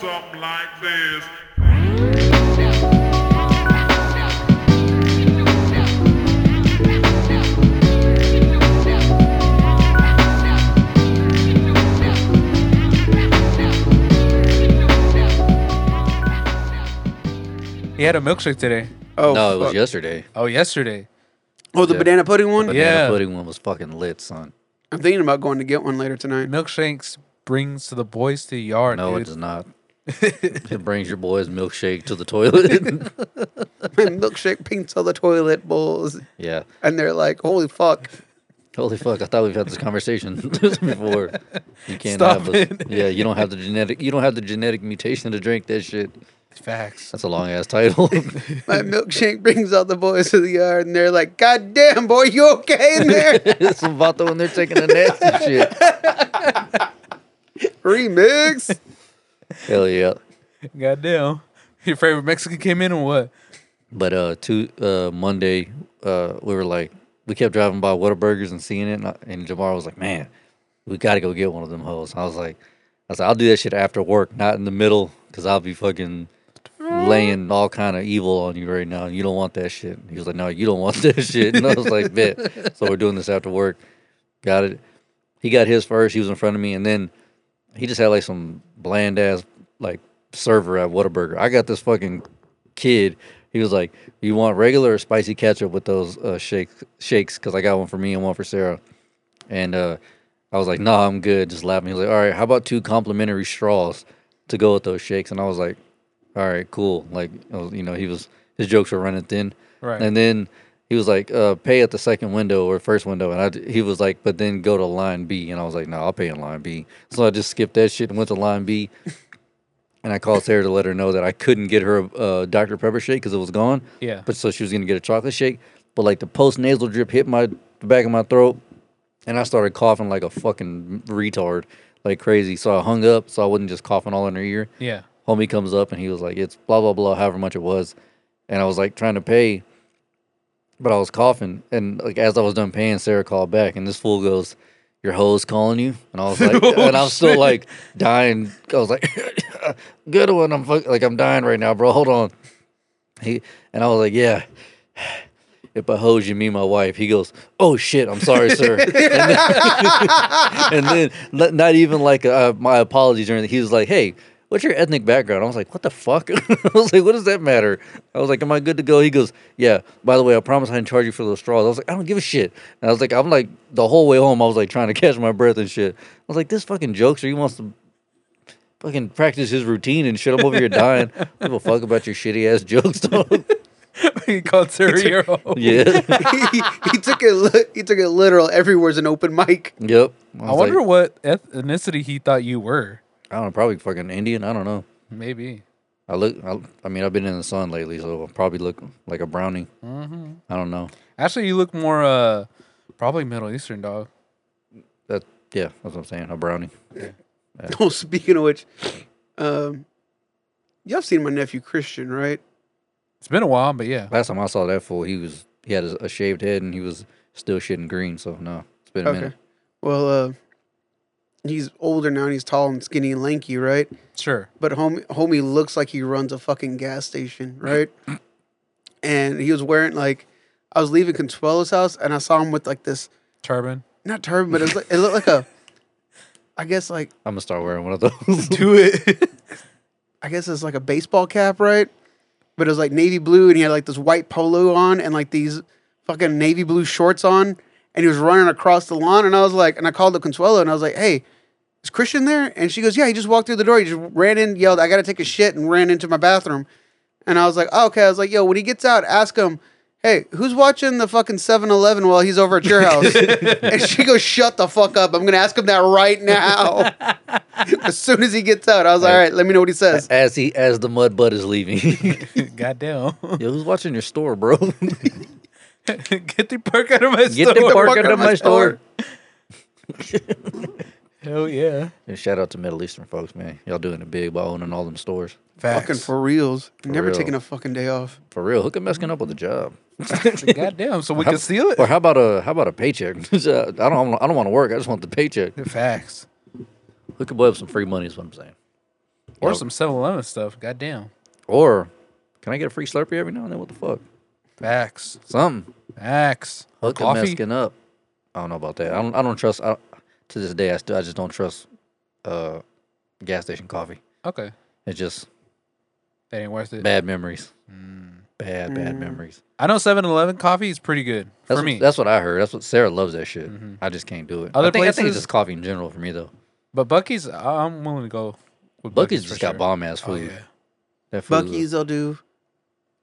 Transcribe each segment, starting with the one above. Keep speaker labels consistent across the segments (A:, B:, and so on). A: Something like this.
B: Oh,
C: He had a milkshake today.
D: Oh,
E: no, it was
D: fuck.
E: yesterday.
C: Oh, yesterday.
D: oh, the
E: yeah.
D: banana pudding one.
E: Banana
C: Yeah.
E: pudding one was fucking lit, son.
D: I'm thinking about going to get one later tonight.
C: Milkshakes brings the boys to the yard.
E: No,
C: dude.
E: it does not. it brings your boy's milkshake to the toilet.
D: My milkshake paints all the toilet bowls,
E: yeah.
D: and they're like, "Holy fuck!"
E: Holy fuck! I thought we've had this conversation before. You can't
C: Stop
E: have this.
C: it.
E: Yeah, you don't have the genetic. You don't have the genetic mutation to drink that shit.
C: Facts.
E: That's a long ass title.
D: My milkshake brings all the boys to the yard, and they're like, "God damn, boy, you okay in there?"
E: it's a vato and they're taking a nasty shit.
D: Remix.
E: Hell yeah!
C: Goddamn. Your favorite Mexican came in or what?
E: But uh, two uh Monday, uh, we were like, we kept driving by Whataburgers and seeing it, and, I, and Jamar was like, man, we gotta go get one of them hoes. I was like, I was like, I'll do that shit after work, not in the middle, because I'll be fucking laying all kind of evil on you right now. and You don't want that shit. He was like, no, you don't want that shit. And I was like, bet. So we're doing this after work. Got it. He got his first. He was in front of me, and then he just had like some bland ass like server at Whataburger. I got this fucking kid. He was like, "You want regular or spicy ketchup with those uh, shakes? Shakes? Because I got one for me and one for Sarah." And uh, I was like, "No, I'm good." Just laughing. He was like, "All right, how about two complimentary straws to go with those shakes?" And I was like, "All right, cool." Like, I was- you know, he was his jokes were running thin.
C: Right.
E: And then he was like, uh, "Pay at the second window or first window," and I d- he was like, "But then go to line B," and I was like, "No, I'll pay in line B." So I just skipped that shit and went to line B. And I called Sarah to let her know that I couldn't get her a uh, Dr. Pepper shake because it was gone.
C: Yeah.
E: But so she was going to get a chocolate shake. But like the post nasal drip hit my the back of my throat and I started coughing like a fucking retard, like crazy. So I hung up so I wasn't just coughing all in her ear.
C: Yeah.
E: Homie comes up and he was like, it's blah, blah, blah, however much it was. And I was like trying to pay, but I was coughing. And like as I was done paying, Sarah called back and this fool goes, your hoe's calling you, and I was like, and I'm still like dying. I was like, "Good one, I'm fuck- like I'm dying right now, bro. Hold on." He and I was like, "Yeah, if I hose you, me and my wife. He goes, "Oh shit, I'm sorry, sir." and then, and then not, not even like uh, my apologies or anything. He was like, "Hey, what's your ethnic background?" I was like, "What the fuck?" I was like, "What does that matter?" I was like, "Am I good to go?" He goes, "Yeah." By the way, I promise I didn't charge you for those straws. I was like, "I don't give a shit." And I was like, "I'm like the whole way home. I was like trying to catch my breath and shit." I was like, "This fucking jokester. He wants to." Fucking practice his routine and shit. I'm over here dying. I don't give a fuck about your shitty ass jokes, dog.
C: he called her a hero.
E: yeah.
D: he, he took it. Li- he took it literal. Everywhere's an open mic.
E: Yep.
C: I
E: was
C: wonder
E: Like,
C: what ethnicity he thought you were.
E: I don't know. Probably fucking Indian. I don't know.
C: Maybe.
E: I look. I, I mean, I've been in the sun lately, so I probably look like a brownie. I don't know.
C: Actually, you look more, uh, probably Middle Eastern, dog.
E: That yeah, that's what I'm saying. A brownie.
D: Oh, speaking of which, um, y'all seen my nephew Christian, right?
C: It's been a while, but yeah.
E: Last time I saw that fool, he was he had a, a shaved head and he was still shitting green. So no, it's been a
D: Okay.
E: minute.
D: Well, uh, he's older now, and he's tall and skinny and lanky, right?
C: Sure.
D: but homie, homie looks like he runs a fucking gas station, right? and he was wearing like, I was leaving Consuelo's house and I saw him with like this,
C: Turban.
D: not turban, but it, was like, it looked like a, I guess like,
E: I'm gonna start wearing one of those.
C: Do it.
D: I guess it's like a baseball cap, right? But it was like navy blue and he had like this white polo on and like these fucking navy blue shorts on. And he was running across the lawn and I was like, and I called up Consuelo and I was like, hey, is Christian there? And she goes, yeah, he just walked through the door. He just ran in, yelled, I got to take a shit and ran into my bathroom. And I was like, oh, okay. I was like, yo, when he gets out, ask him, hey, who's watching the fucking 7 Eleven while he's over at your house? and she goes, shut the fuck up. I'm going to ask him that right now. as soon as he gets out, I was like, all right, let me know what he says.
E: as he as the mud butt is leaving.
C: Goddamn.
E: Yo, who's watching your store, bro?
C: Get the perk out of my
E: Get the
C: store.
E: park out of my store.
C: Hell yeah.
E: And shout out to Middle Eastern folks, man. Y'all doing it big by owning all them stores.
C: Facts.
D: Fucking for reals. Never
E: real.
D: taking a fucking day off.
E: For real, hook a meskin up with a job.
C: Goddamn. So we can steal it.
E: Or how about a how about a paycheck? I don't I don't want to work. I just want the paycheck.
C: Facts.
E: Hook a boy up some free money is what I'm saying.
C: Or
E: Yep.
C: some 7 Eleven stuff. Goddamn.
E: Or can I get a free Slurpee every now and then? What the fuck?
C: Facts.
E: Something.
C: Facts.
E: Hook a
C: Coffee.
E: Mexican up. I don't know about that. I don't. I don't trust. I don't, to this day, I still. I just don't trust. Uh, gas station coffee.
C: Okay.
E: It's just
C: That ain't worth it.
E: bad memories.
C: Mm.
E: Bad bad memories.
C: I know 7 Eleven coffee is pretty good
E: That's
C: for
E: what,
C: me. Mm-hmm.
E: That's what I heard. That's what Sarah loves. That shit. I just can't do it. I
C: Other
E: think, I think it's
C: places-
E: just coffee in general for me though.
C: But Bucky's, I- I'm willing to go with
E: Bucky's
C: Bucky's.
E: just
C: for
E: got
C: sure.
E: bomb ass
C: Oh,
E: food.
C: yeah.
E: That food was-
D: Bucky's they'll do,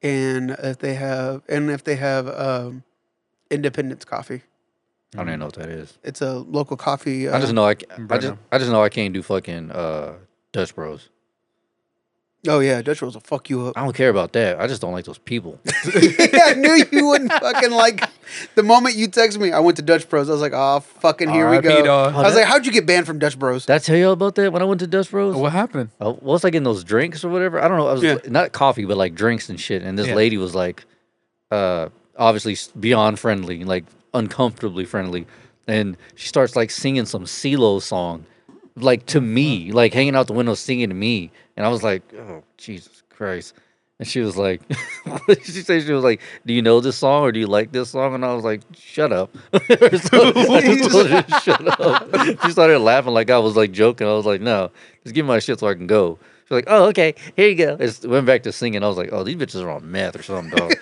D: and if they have and if they have um, Independence Coffee,
E: I don't even know what that is.
D: it's a local coffee.
C: Mm.
D: Uh,
E: I just know I. ca- I just
C: Bruno.
E: I just know I can't do fucking uh Dutch Bros.
D: Oh yeah, Dutch Rolls will fuck you up.
E: I don't care about that. I just don't like those people.
D: I knew you wouldn't fucking like. The moment you text me, I went to Dutch Bros. I was like, oh fucking here we
C: R.I.P.,
D: go.
C: dog.
D: I was like, how'd you get banned from Dutch Bros?
E: Did I tell y'all about that when I went to Dutch Bros?
C: What happened?
E: Uh, once I get in those drinks or whatever, I don't know. I was
D: Yeah.
E: not coffee, but like drinks and shit. And this
C: Yeah.
E: lady was like, uh, obviously s- beyond friendly, like uncomfortably friendly, and she starts like singing some CeeLo song, like to me, like hanging out the window singing to me, and I was like, oh Jesus Christ. And she was like, she said she was like, "Do you know this song or do you like this song?" And I was like, "Shut up!" Or something. I just told her, "Shut up!" She started laughing like I was like joking. I was like, "No, just give me my shit so I can go." She's like, "Oh, okay, here you go." It's went back to singing. I was like, "Oh, these bitches are on meth or something, dog.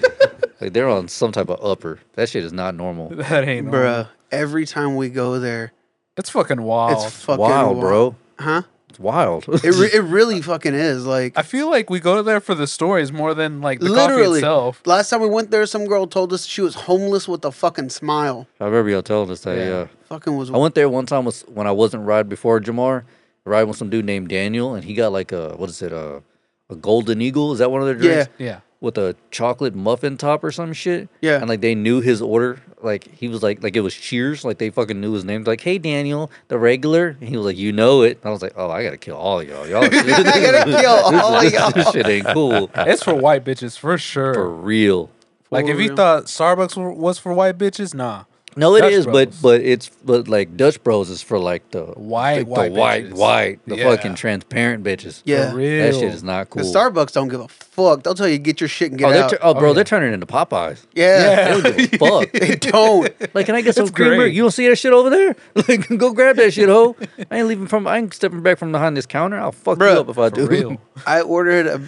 E: like they're on some type of upper. That shit is not normal.
C: That ain't normal.
D: Bruh, every time we go there,
C: It's fucking wild.
D: it's fucking
E: wild, bro.
D: Huh?
E: It's wild.
D: It, re- it really fucking is. Like,
C: I feel like we go there for the stories more than like the coffee
D: literally.
C: itself.
D: Last time we went there, some girl told us she was homeless with a fucking smile.
E: I remember y'all telling us that. Yeah.
C: Yeah.
D: Fucking was.
E: I went there one time was when I wasn't riding before Jamar, riding with some dude named Daniel, and he got like a what is it a a golden eagle? Is that one of their drinks?
D: Yeah.
C: Yeah.
E: with a chocolate muffin top or some shit.
D: Yeah.
E: And like they knew his order. Like he was like like it was Cheers. Like they fucking knew his name. Like, hey Daniel, the regular. And he was like, you know it. And I was like, oh, I gotta kill all y'all. Y'all, I
D: gotta kill all y'all.
E: This shit ain't cool
C: It's for white bitches for sure.
E: for real.
C: like if you
D: real.
C: thought Starbucks wa- was for white bitches, nah.
E: No, it
C: Dutch
E: is,
C: Bros.
E: but but it's but like Dutch Bros is for like the
C: White,
E: like,
C: white
E: the white,
C: bitches.
E: white, the
C: Yeah.
E: fucking transparent bitches.
D: Yeah.
C: For real.
E: that shit is not cool.
D: The Starbucks don't give a fuck. They'll tell you get your shit and get
E: oh, they're
D: out.
E: tu- oh, bro,
C: yeah.
E: they're turning into Popeyes.
D: yeah,
E: They don't give a fuck.
D: they don't.
E: Like, can I get some
C: It's
E: creamer?
C: great.
E: You don't see that shit over there? Like, go grab that shit, ho. I ain't leaving from. I ain't stepping back from behind this counter. I'll fuck
D: Bruh,
E: you up if I
C: For
E: do.
C: real.
D: I ordered a,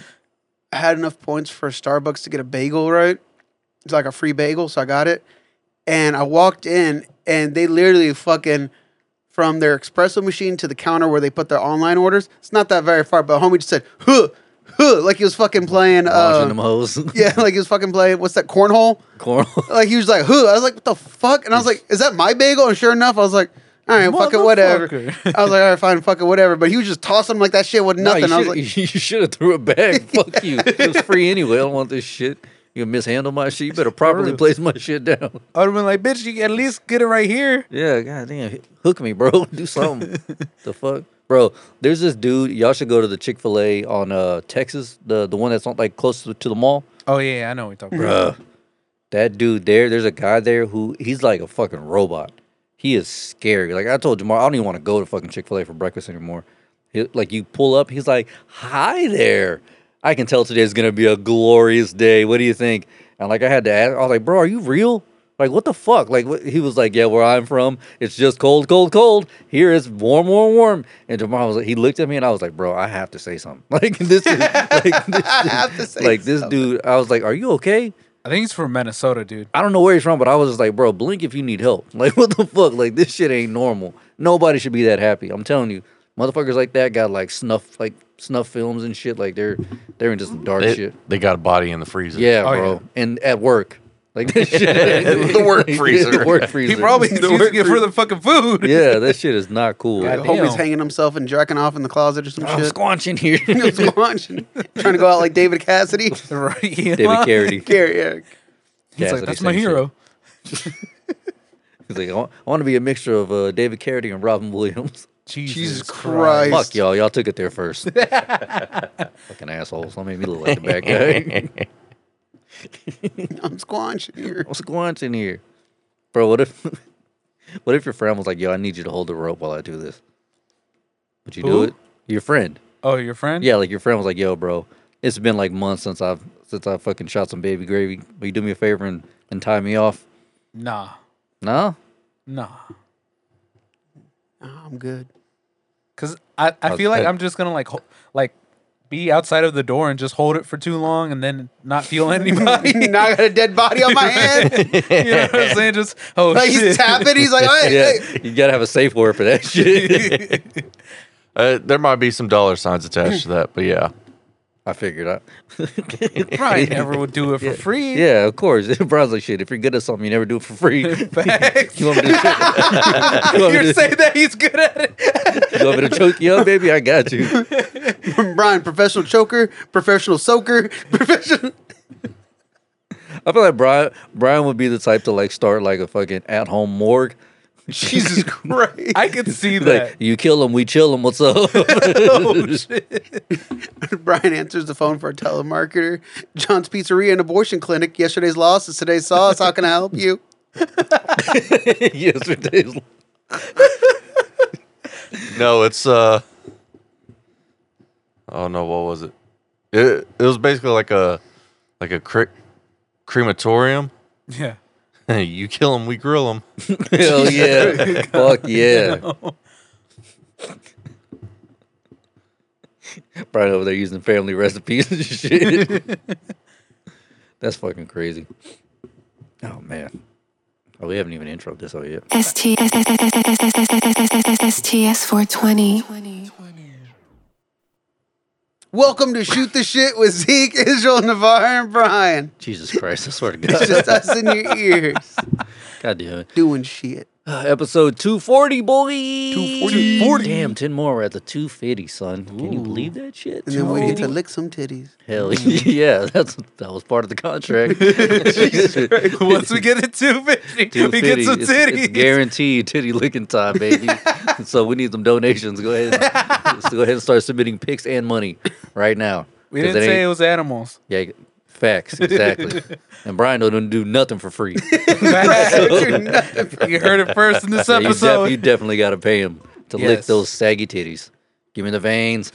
D: I had enough points for Starbucks to get a bagel, right? It's like a free bagel, so I got it. And I walked in and they literally fucking from their espresso machine to the counter where they put their online orders. It's not that very far, but homie just said, huh, huh, like he was fucking playing
E: Launching them
D: uh,
E: hoes.
D: Yeah, like he was fucking playing what's that cornhole?
E: Corn.
D: Like he was like, huh. I was like, what the fuck? And I was like, is that my bagel? And sure enough, I was like, all right, fuck it, whatever. I
C: Motherfucker.
D: was like, all right, fine, fuck it, whatever. But he was just tossing like that shit with
E: No, you
D: nothing. I was
E: shoulda-
D: like,
E: you should have threw it back. Fuck you. It was free anyway. I don't want this shit. You mishandle my shit. You better properly
C: real.
E: place my shit down.
C: I would have been like, bitch, you at least get it right here.
E: Yeah, goddamn, hook me, bro. Do something. the fuck, bro. There's this dude. Y'all should go to the Chick Fil A on uh Texas, the the one that's not like close to, to the mall.
C: Oh yeah, yeah, I know what you're talking about.
E: Bruh. That dude there, there's a guy there who he's like a fucking robot. He is scary. Like I told Jamar, I don't even want to go to fucking Chick fil A for breakfast anymore. He- like you pull up, he's like, Hi there. I can tell today's gonna be a glorious day. What do you think? And like I had to ask, I was like, Bro, are you real? Like what the fuck? Like what, he was like, Yeah, where I'm from, it's just cold, cold, cold. Here it's warm, warm, warm. And Jamar was like, he looked at me and I was like, Bro, I have to say something. Like this is like this,
D: I have to say
E: like this dude. I was like, Are you okay?
C: I think he's from Minnesota, dude.
E: I don't know where he's from, but I was just like, bro, blink if you need help. Like, what the fuck? Like, this shit ain't normal. Nobody should be that happy. I'm telling you, motherfuckers like that got like snuff, like snuff films and shit. Like, they're they're into some dark
A: They,
E: shit.
A: they got a body in the freezer.
E: Yeah,
C: Oh,
E: bro.
C: yeah.
E: And at work, like this shit.
A: The work freezer.
E: the work freezer.
C: He probably
E: The
C: using
E: work
C: it for the fucking food.
E: Yeah, that shit is not cool.
D: Yeah,
C: God
D: the homie's
C: damn.
D: hanging himself and jacking off in the closet or some
E: I'm
D: shit.
E: squanching here.
D: It's lunch and trying to go out like David Cassidy.
C: right.
E: David Carradine.
D: Gary, yeah.
C: He's like,
E: Cassidy
C: that's my
E: same shit.
C: hero.
E: He's like, I want, to be a mixture of uh, David Carradine and Robin Williams.
C: Jesus,
D: Christ.
E: Fuck y'all. Y'all took it there first. Fucking assholes. Don't make me look like the bad guy.
D: I'm squanching here.
E: I'm squanching here, bro. What if, what if your friend was like, "Yo, I need you to hold the rope while I do this." Would you do
C: Who?
E: it? Your friend.
C: Oh, your friend?
E: Yeah, like your friend was like, "Yo, bro, it's been like months since I've since I fucking shot some baby gravy. Will you do me a favor and and tie me off?"
C: Nah.
E: No,
C: Nah.
D: Oh, I'm good.
C: Cause I, I
E: was
C: feel like
E: pissed.
C: I'm just gonna like ho- like be outside of the door and just hold it for too long and then not feel anybody. you
D: now I got a dead body on my hand.
C: know what I'm saying? Just oh
D: Like
C: shit.
D: he's tapping. He's like, hey,
E: yeah,
D: hey.
E: you gotta have a safe word for that shit.
A: Uh, there might be some dollar signs attached to that, but yeah.
E: I figured out.
C: Probably never would do it for free.
E: Yeah, of course. Brown's like, "Shit, if you're good at something, you never do it for free."
C: Facts.
E: You want me to, you want me
C: You're
E: to-
C: saying that he's good at it.
E: you want me to choke you up, baby? I got you.
D: Brian, professional choker, professional soaker, professional.
E: I feel like Brian Brian would be the type to like start like a fucking at home morgue.
D: Jesus Christ!
C: I could see that.
E: Like you kill him, we chill him. What's up?
D: Brian answers the phone for a telemarketer. John's Pizzeria and Abortion Clinic. Yesterday's loss is today's sauce. How can I help you?
E: Yesterday's.
A: No, it's uh. Oh no, what was it? It it was basically like a like a cre- crematorium.
C: yeah.
A: you kill him, we grill him.
E: Hell yeah! Fuck yeah! Brian over there using family recipes and shit. That's fucking crazy. Oh man. Oh, we haven't even introed this out yet.
F: ST STS 420.
D: Welcome to Shoot the Shit with Zeke, Israel, Navarre, and Brian.
E: Jesus Christ! I swear to
D: It's
E: God.
D: just us in your ears
E: God damn it.
D: doing shit.
E: Episode 240, boy. 240.
C: 240.
E: Damn, 10 more. We're at the 250, son. Can you believe that shit?
D: And then we get to lick some titties.
E: Hell yeah. That's, that was part of the contract.
C: Once we get it to 250, we get some
E: It's, it's
C: titties.
E: guaranteed titty licking time, baby. so we need some donations. Go ahead. and- so go ahead and start submitting pics and money right now.
C: We
E: 'Cause
C: didn't
E: it
C: say it
E: ain't-
C: was animals.
E: Yeah, facts. Exactly. and Brian don't do nothing for free.
C: you heard it first in this
E: Yeah, you, def-
C: episode.
E: you definitely got to pay him to lick
C: Yes.
E: those saggy titties. Give me the veins.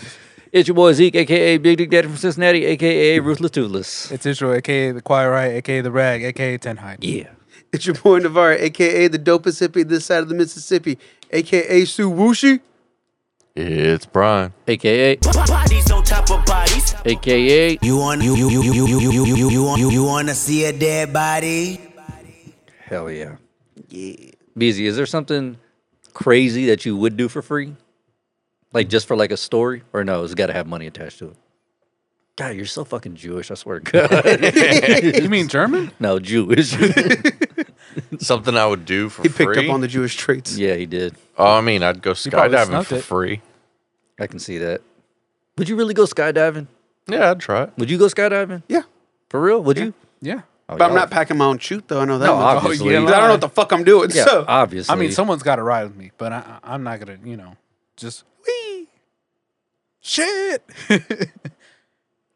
E: It's your boy Zeke, aka Big Dick Daddy from Cincinnati, aka Ruthless Toothless.
C: It's Israel, aka the Quiet Riot, aka the Rag, aka Ten Hide.
E: Yeah.
D: It's your boy Navarre, aka the dopest hippie this side of the Mississippi, aka Sue Wushi.
A: It's Brian.
E: AKA,
G: Bodies on top of bodies.
E: AKA,
G: You want you you you you you you you you you want you, you want to see a dead body?
E: hell yeah.
D: Yeah.
E: BZ, is there something crazy that you would do for free? Like just for like a story? Or no, it's got to have money attached to it. God, you're so fucking Jewish, I swear to God.
C: You mean German?
E: no, Jewish.
A: Something I would do for
D: He picked
A: free.
D: up on the Jewish traits.
E: yeah, he did.
A: oh, I mean, I'd go
C: probably
A: skydiving
C: snuck
A: for
C: it.
A: free.
E: I can see that. Would you really go skydiving?
A: Yeah, I'd try it.
E: Would you go skydiving?
D: Yeah.
E: For real? Would you?
C: Yeah.
E: Oh,
D: But I'm
E: y'all-
D: not packing my own chute, though. I know that.
E: No,
D: much.
E: obviously.
C: yeah,
D: I don't know what the fuck I'm doing.
E: Yeah,
D: So
E: obviously.
C: I mean, someone's got to ride with me, but I, I- I'm not gonna, you know, just wee shit.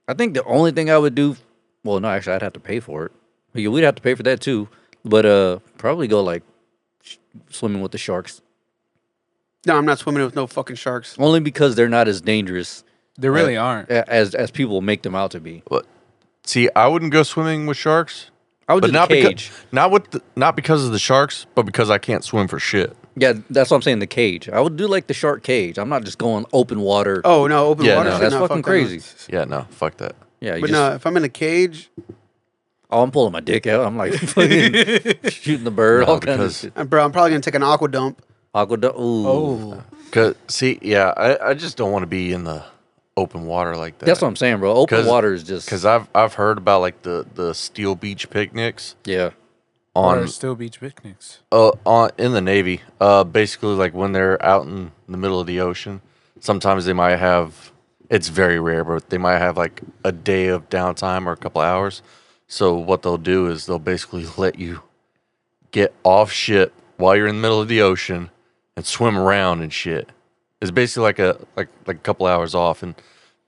E: I think the only thing I would do, well, no, actually, I'd have to pay for it. Yeah, we'd have to pay for that too. But uh, probably go like sh- swimming with the sharks,
D: no, I'm not swimming with no fucking sharks.
E: only because they're not as dangerous
C: They really aren't.
E: a- as as people make them out to be.
A: But see, I wouldn't go swimming with sharks.
E: I would
A: But
E: do the
A: not
E: cage.
A: because not with the, not because of the sharks, but because I can't swim for shit.
E: yeah, that's what I'm saying. The cage. I would do like the shark cage. I'm not just going open water.
D: Oh no, open
A: Yeah,
D: water.
A: no,
D: shit,
E: that's
D: nah, fuck
E: fucking
D: that, no.
E: crazy.
A: Yeah, no, fuck that.
E: Yeah, you
D: But
E: just,
D: no, if I'm in a cage,
E: oh, I'm pulling my dick out. I'm like fucking shooting the bird. all kinds of
A: because-
E: shit.
D: uh, bro, I'm probably gonna take an aqua dump.
E: Aqua. du- Ooh.
C: Oh,
A: Cause see, yeah, I, I just don't want to be in the open water like that.
E: That's what I'm saying, bro. Open
A: 'Cause-
E: water is just
A: Cause I've I've heard about like the the Steel Beach picnics
E: yeah.
A: on
C: on still beach picnics.
A: uh, on in the Navy. Uh, basically, like when they're out in the middle of the ocean, sometimes they might have. It's very rare, but they might have like a day of downtime or a couple hours. So what they'll do is they'll basically let you get off ship while you're in the middle of the ocean and swim around and shit. It's basically like a like like a couple hours off, and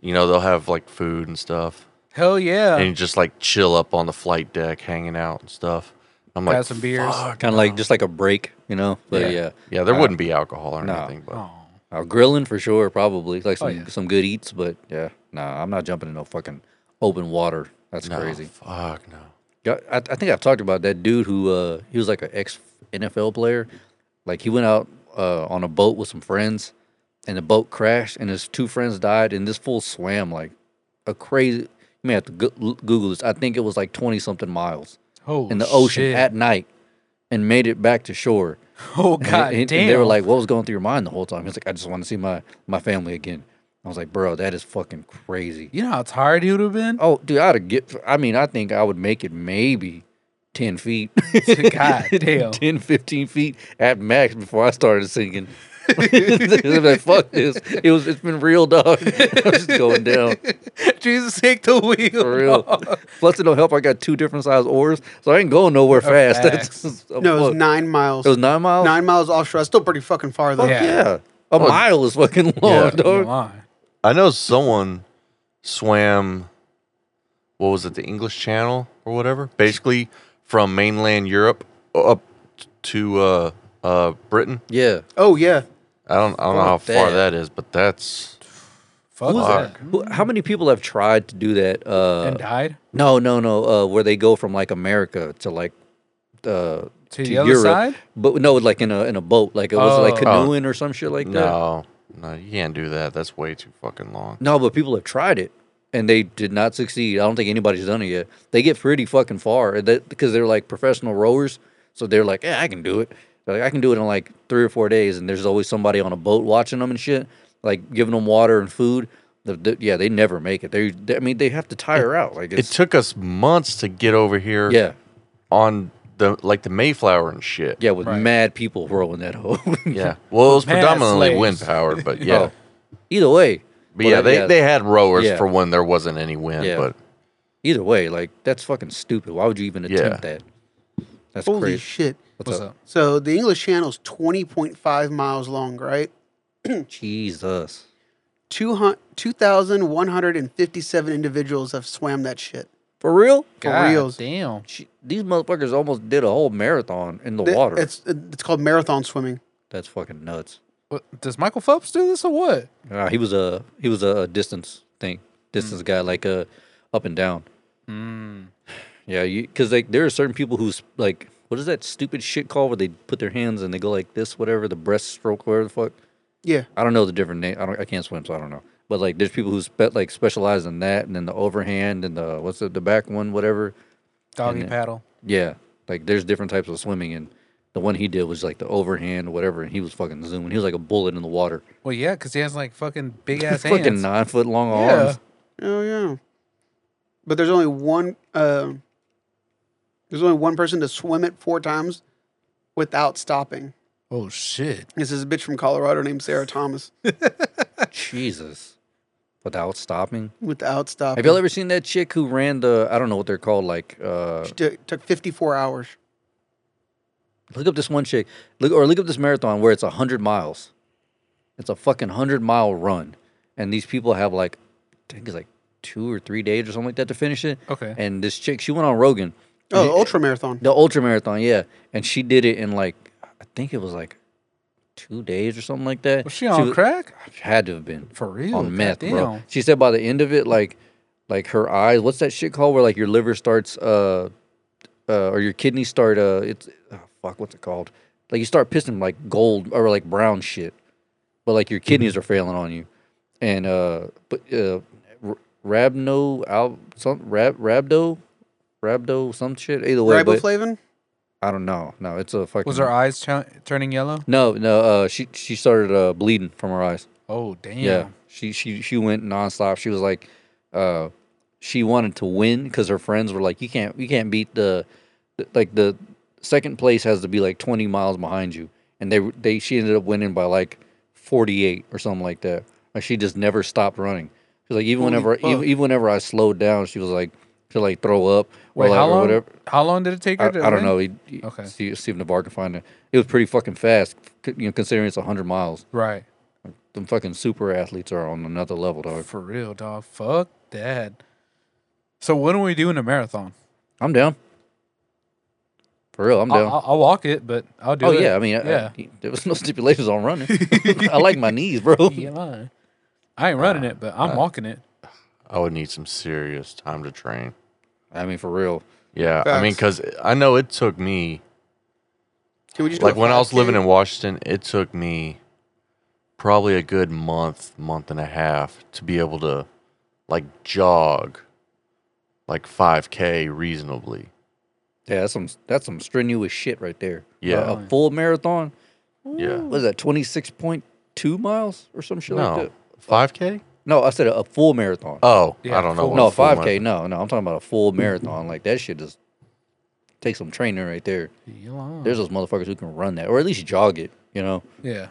A: you know they'll have like food and stuff,
C: Hell yeah.
A: and you just like chill up on the flight deck, hanging out and stuff. I'm like,
C: Have some beers.
A: "Fuck,
E: Kind of like just like a break, you know. But yeah.
A: Uh, yeah, there wouldn't be alcohol or
E: no.
A: anything. But
C: Oh.
E: Uh, grilling for sure, probably like some
C: Oh, yeah.
E: some good eats, but yeah, nah, I'm not jumping in no fucking open water. That's
A: No,
E: crazy.
A: Fuck no.
E: Yeah, I, I think I've talked about that dude who uh, he was like an ex NFL player. Like he went out uh, on a boat with some friends, and the boat crashed, and his two friends died, and this fool swam like a crazy. You may have to go- Google this. I think it was like twenty something miles
C: Oh,
E: in the ocean
C: shit.
E: at night, and made it back to shore.
C: oh
E: And-
C: god
E: and, and
C: damn.
E: they were like, "What was going through your mind the whole time?" He's like, "I just want to see my my family again." I was like, "Bro, that is fucking crazy."
C: you know how tired he would have been.
E: Oh, dude, I'd have get. I mean, I think I would make it maybe ten feet. Oh,
C: God damn.
E: 10, 15 feet at max before I started singing. like, fuck this. It was. It's been real, dog. I'm just going down
C: Jesus, take the wheel.
E: for real. Plus, it don't help. I got two different size oars, so I ain't going nowhere fast.
C: facts.
E: That's, I'm
D: No, it was
E: fucked.
D: nine miles.
E: Oh, It was nine miles.
D: nine miles offshore. That's still pretty fucking far though.
C: Yeah. Oh,
E: Yeah, a mile is fucking long,
A: Yeah.
E: dog.
C: Line.
A: I know someone swam. What was it? The English Channel or whatever. Basically, from mainland Europe up to uh, uh, Britain.
E: Yeah.
D: Oh yeah.
A: I don't. I don't know how
E: Fuck
A: far
E: that.
A: that is, but that's
C: Fuck that.
A: Fuck.
E: Who- How many people have tried to do that? Uh,
C: and died
E: No, no, no. Uh, where they go from like America to like uh,
C: to, the other
E: Europe,
C: side.
E: but no, like in a in a boat. Like it was like
C: Oh.
A: Oh.
E: canoeing or some shit like that.
A: no, no. You can't do that. That's way too fucking long.
E: No, but people have tried it and they did not succeed. I don't think anybody's done it yet. They get pretty fucking far and that- because they're like professional rowers, so they're like, yeah, I can do it. They're like I can do it in like three or four days, and there's always somebody on a boat watching them and shit, like giving them water and food. The, the, yeah, they never make it. They, they, I mean, they have to tire out. Like
A: It
E: it's,
A: took us months to get over here.
E: yeah,
A: On the like the Mayflower and shit.
E: yeah, with
C: Right.
E: mad people rowing that Oh, hoe.
A: Yeah. Well, it was
C: Mad
A: predominantly
C: slaves.
A: wind powered, but yeah.
E: Oh, either way.
A: But
E: Well,
A: yeah,
E: that-
A: they, they had rowers
E: uh, Yeah.
A: for when there wasn't any wind.
E: Yeah.
A: But
E: Either way, like that's fucking stupid. Why would you even
A: Yeah.
E: attempt that? That's
D: Holy
E: crazy.
D: shit.
C: What's up?
D: So the English Channel is twenty point five miles long, right?
E: Jesus.
D: 200 2,157 individuals have swam that shit.
E: For real?
D: For
C: God
D: reals.
C: Damn.
E: She, these motherfuckers almost did a whole marathon in the
D: Th-
E: water.
D: It's it's called marathon swimming.
E: That's fucking nuts.
C: What, does Michael Phelps do this or what?
E: Uh, he was a he was a distance thing, distance guy, like uh, up and down. Yeah, because like there are certain people who's like, what is that stupid shit called where they put their hands and they go like this, whatever, the breaststroke, whatever the fuck.
D: Yeah.
E: I don't know the different name. I don't. I can't swim, so I don't know. But like, there's people who spe- like specialize in that, and then the overhand, and the what's the the back one, whatever.
C: Doggy
E: And it-
C: paddle.
E: Yeah, like there's different types of swimming, and the one he did was like the overhand, whatever, and he was fucking zooming. He was like a bullet in the water.
C: Well, yeah, because he has like fucking big ass hands.
E: fucking nine foot long
C: Yeah.
E: arms.
D: Oh yeah. But there's only one uh, there's only one person to swim it four times without stopping.
C: Oh shit.
D: This is a bitch from Colorado named Sarah Thomas.
E: Jesus, without stopping.
D: Without stopping.
E: Have y'all ever seen that chick who ran the? I don't know what they're called. Like, uh,
D: She t- took 54 hours.
E: look up this one chick. Look or look up this marathon where it's a hundred miles. It's a fucking hundred mile run, and these people have like, I think it's like two or three days or something like that to finish it.
C: Okay.
E: And this chick, she went on Rogan.
D: Oh, the ultra marathon.
E: The ultra marathon, yeah. And she did it in like I think it was like two days or something like that.
C: Was she on
E: wa-
C: crack?
E: Had to have been
C: For real?
E: on meth, bro.
C: Goddamn.
E: She said by the end of it, like, like her eyes. What's that shit called? Where like your liver starts, uh, uh or your kidneys start. Uh, it's oh, fuck. What's it called? Like you start pissing like gold or like brown shit, but like your
C: Mm-hmm.
E: kidneys are failing on you, and uh, but uh, r- rabno al some rab rabdo. Rabdo, some shit. Either way, but
D: Riboflavin?
E: I don't know. No, it's a fucking.
C: Was her eyes ch- turning yellow?
E: No, no. Uh, she she started uh, bleeding from her eyes.
C: Oh damn.
E: Yeah. She she she went nonstop. She was like, uh, she wanted to win because her friends were like, you can't you can't beat the, the- like the second place has to be like twenty miles behind you, and they they she ended up winning by like forty eight or something like that. Like she just never stopped running. She's like even whenever even, even whenever I slowed down, she was like she like throw up
C: Wait,
E: or like
C: how
E: or
C: long?
E: whatever.
C: How long did it take her?
E: I,
C: to
E: I
C: win?
E: don't know. He, he-
C: Okay.
E: See, see if Navar can find it. It was pretty fucking fast, c- you know, considering it's hundred miles.
C: Right.
E: Them fucking super athletes are on another level, dog.
C: For real, dog. Fuck that. So when are we doing a marathon?
E: I'm down. For real, I'm
C: I'll,
E: down.
C: I'll, I'll walk it, but I'll do
E: oh
C: it.
E: yeah, I mean,
C: yeah.
E: yeah. there was no stipulations on running. I like my knees, bro.
C: You ain't lying. I ain't running it, but I'm walking it.
A: I would need some serious time to train.
E: I mean, for real.
A: Yeah, I mean, because I know it took me
D: Can we just do
A: like
D: a
A: when I was living
D: 5K?
A: in Washington, it took me probably a good month, month and a half to be able to like jog like 5k reasonably.
E: Yeah, that's some that's some strenuous shit right there. A-
A: Yeah.
E: a, full marathon.
A: Yeah.
E: What is that? Twenty six point two miles or some shit like
A: No.
E: that.
A: 5k?
E: No, I said a, a full marathon.
A: Oh,
C: Yeah,
A: I don't know.
C: full-
A: what
E: no,
A: a full
E: five
A: month-
E: k. No, no, I'm talking about a full marathon. Like that shit just takes some training right there.
C: You lying.
E: There's those motherfuckers who can run that, or at least jog it. You know,
C: yeah.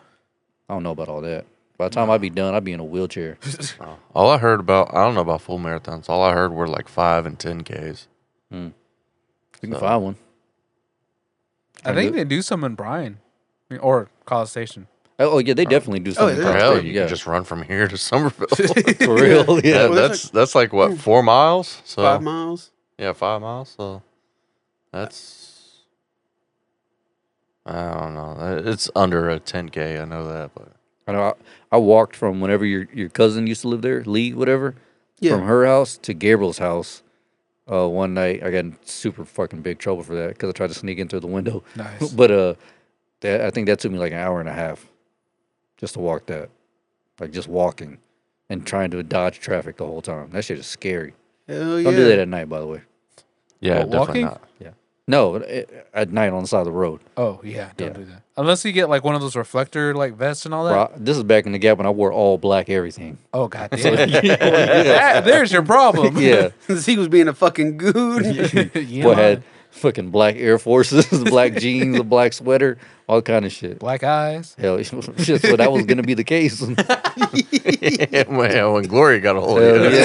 E: I don't know about all that. By the time I'd be done, I'd be in a wheelchair.
A: All I heard about, I don't know about full marathons. All I heard were like 5 and 10k's.
E: We can find one.
C: I
E: Trying
C: think
E: to-
C: they do some in Bryan I mean, or College Station.
E: Oh yeah, they definitely do something.
D: yeah.
A: For
E: like
A: hell,
E: that,
A: you
E: yeah.
A: can just run from here to Somerville.
E: for real. Yeah,
A: yeah,
D: Well,
A: that's
D: that's
A: that's like what four miles. So
D: five miles.
A: yeah, five miles. So that's I don't know. Uh, It's under a 10k. I know that, but
E: I know. I, I walked from whenever your your cousin used to live there, Lee, whatever,
D: Yeah.
E: from her house to Gabriel's house. Uh, one night I got in super fucking big trouble for that because I tried to sneak in through the window.
C: Nice.
E: but uh, that I think that took me like an hour and a half, just to walk that, like just walking, and trying to dodge traffic the whole time. That shit is scary.
D: Hell yeah.
E: Don't do that at night, by the way.
A: yeah,
C: What,
A: definitely
C: walking?
A: not.
E: No, at, at night on the side of the road.
C: Oh yeah, don't
E: Yeah.
C: do that. Unless you get like one of those reflector like vests and all that.
E: Bro, I- this is back in the gap when I wore all black everything.
C: Oh god damn. That- there's your problem.
E: Yeah.
D: he was being a fucking goon.
C: You
E: Boy
C: lying.
E: had fucking black Air Forces, black jeans, a black sweater, all kind of shit.
C: black eyes.
E: Hell, shit. So that was gonna be the case. Hell
A: yeah, when, yeah, when Glory got a hold of you.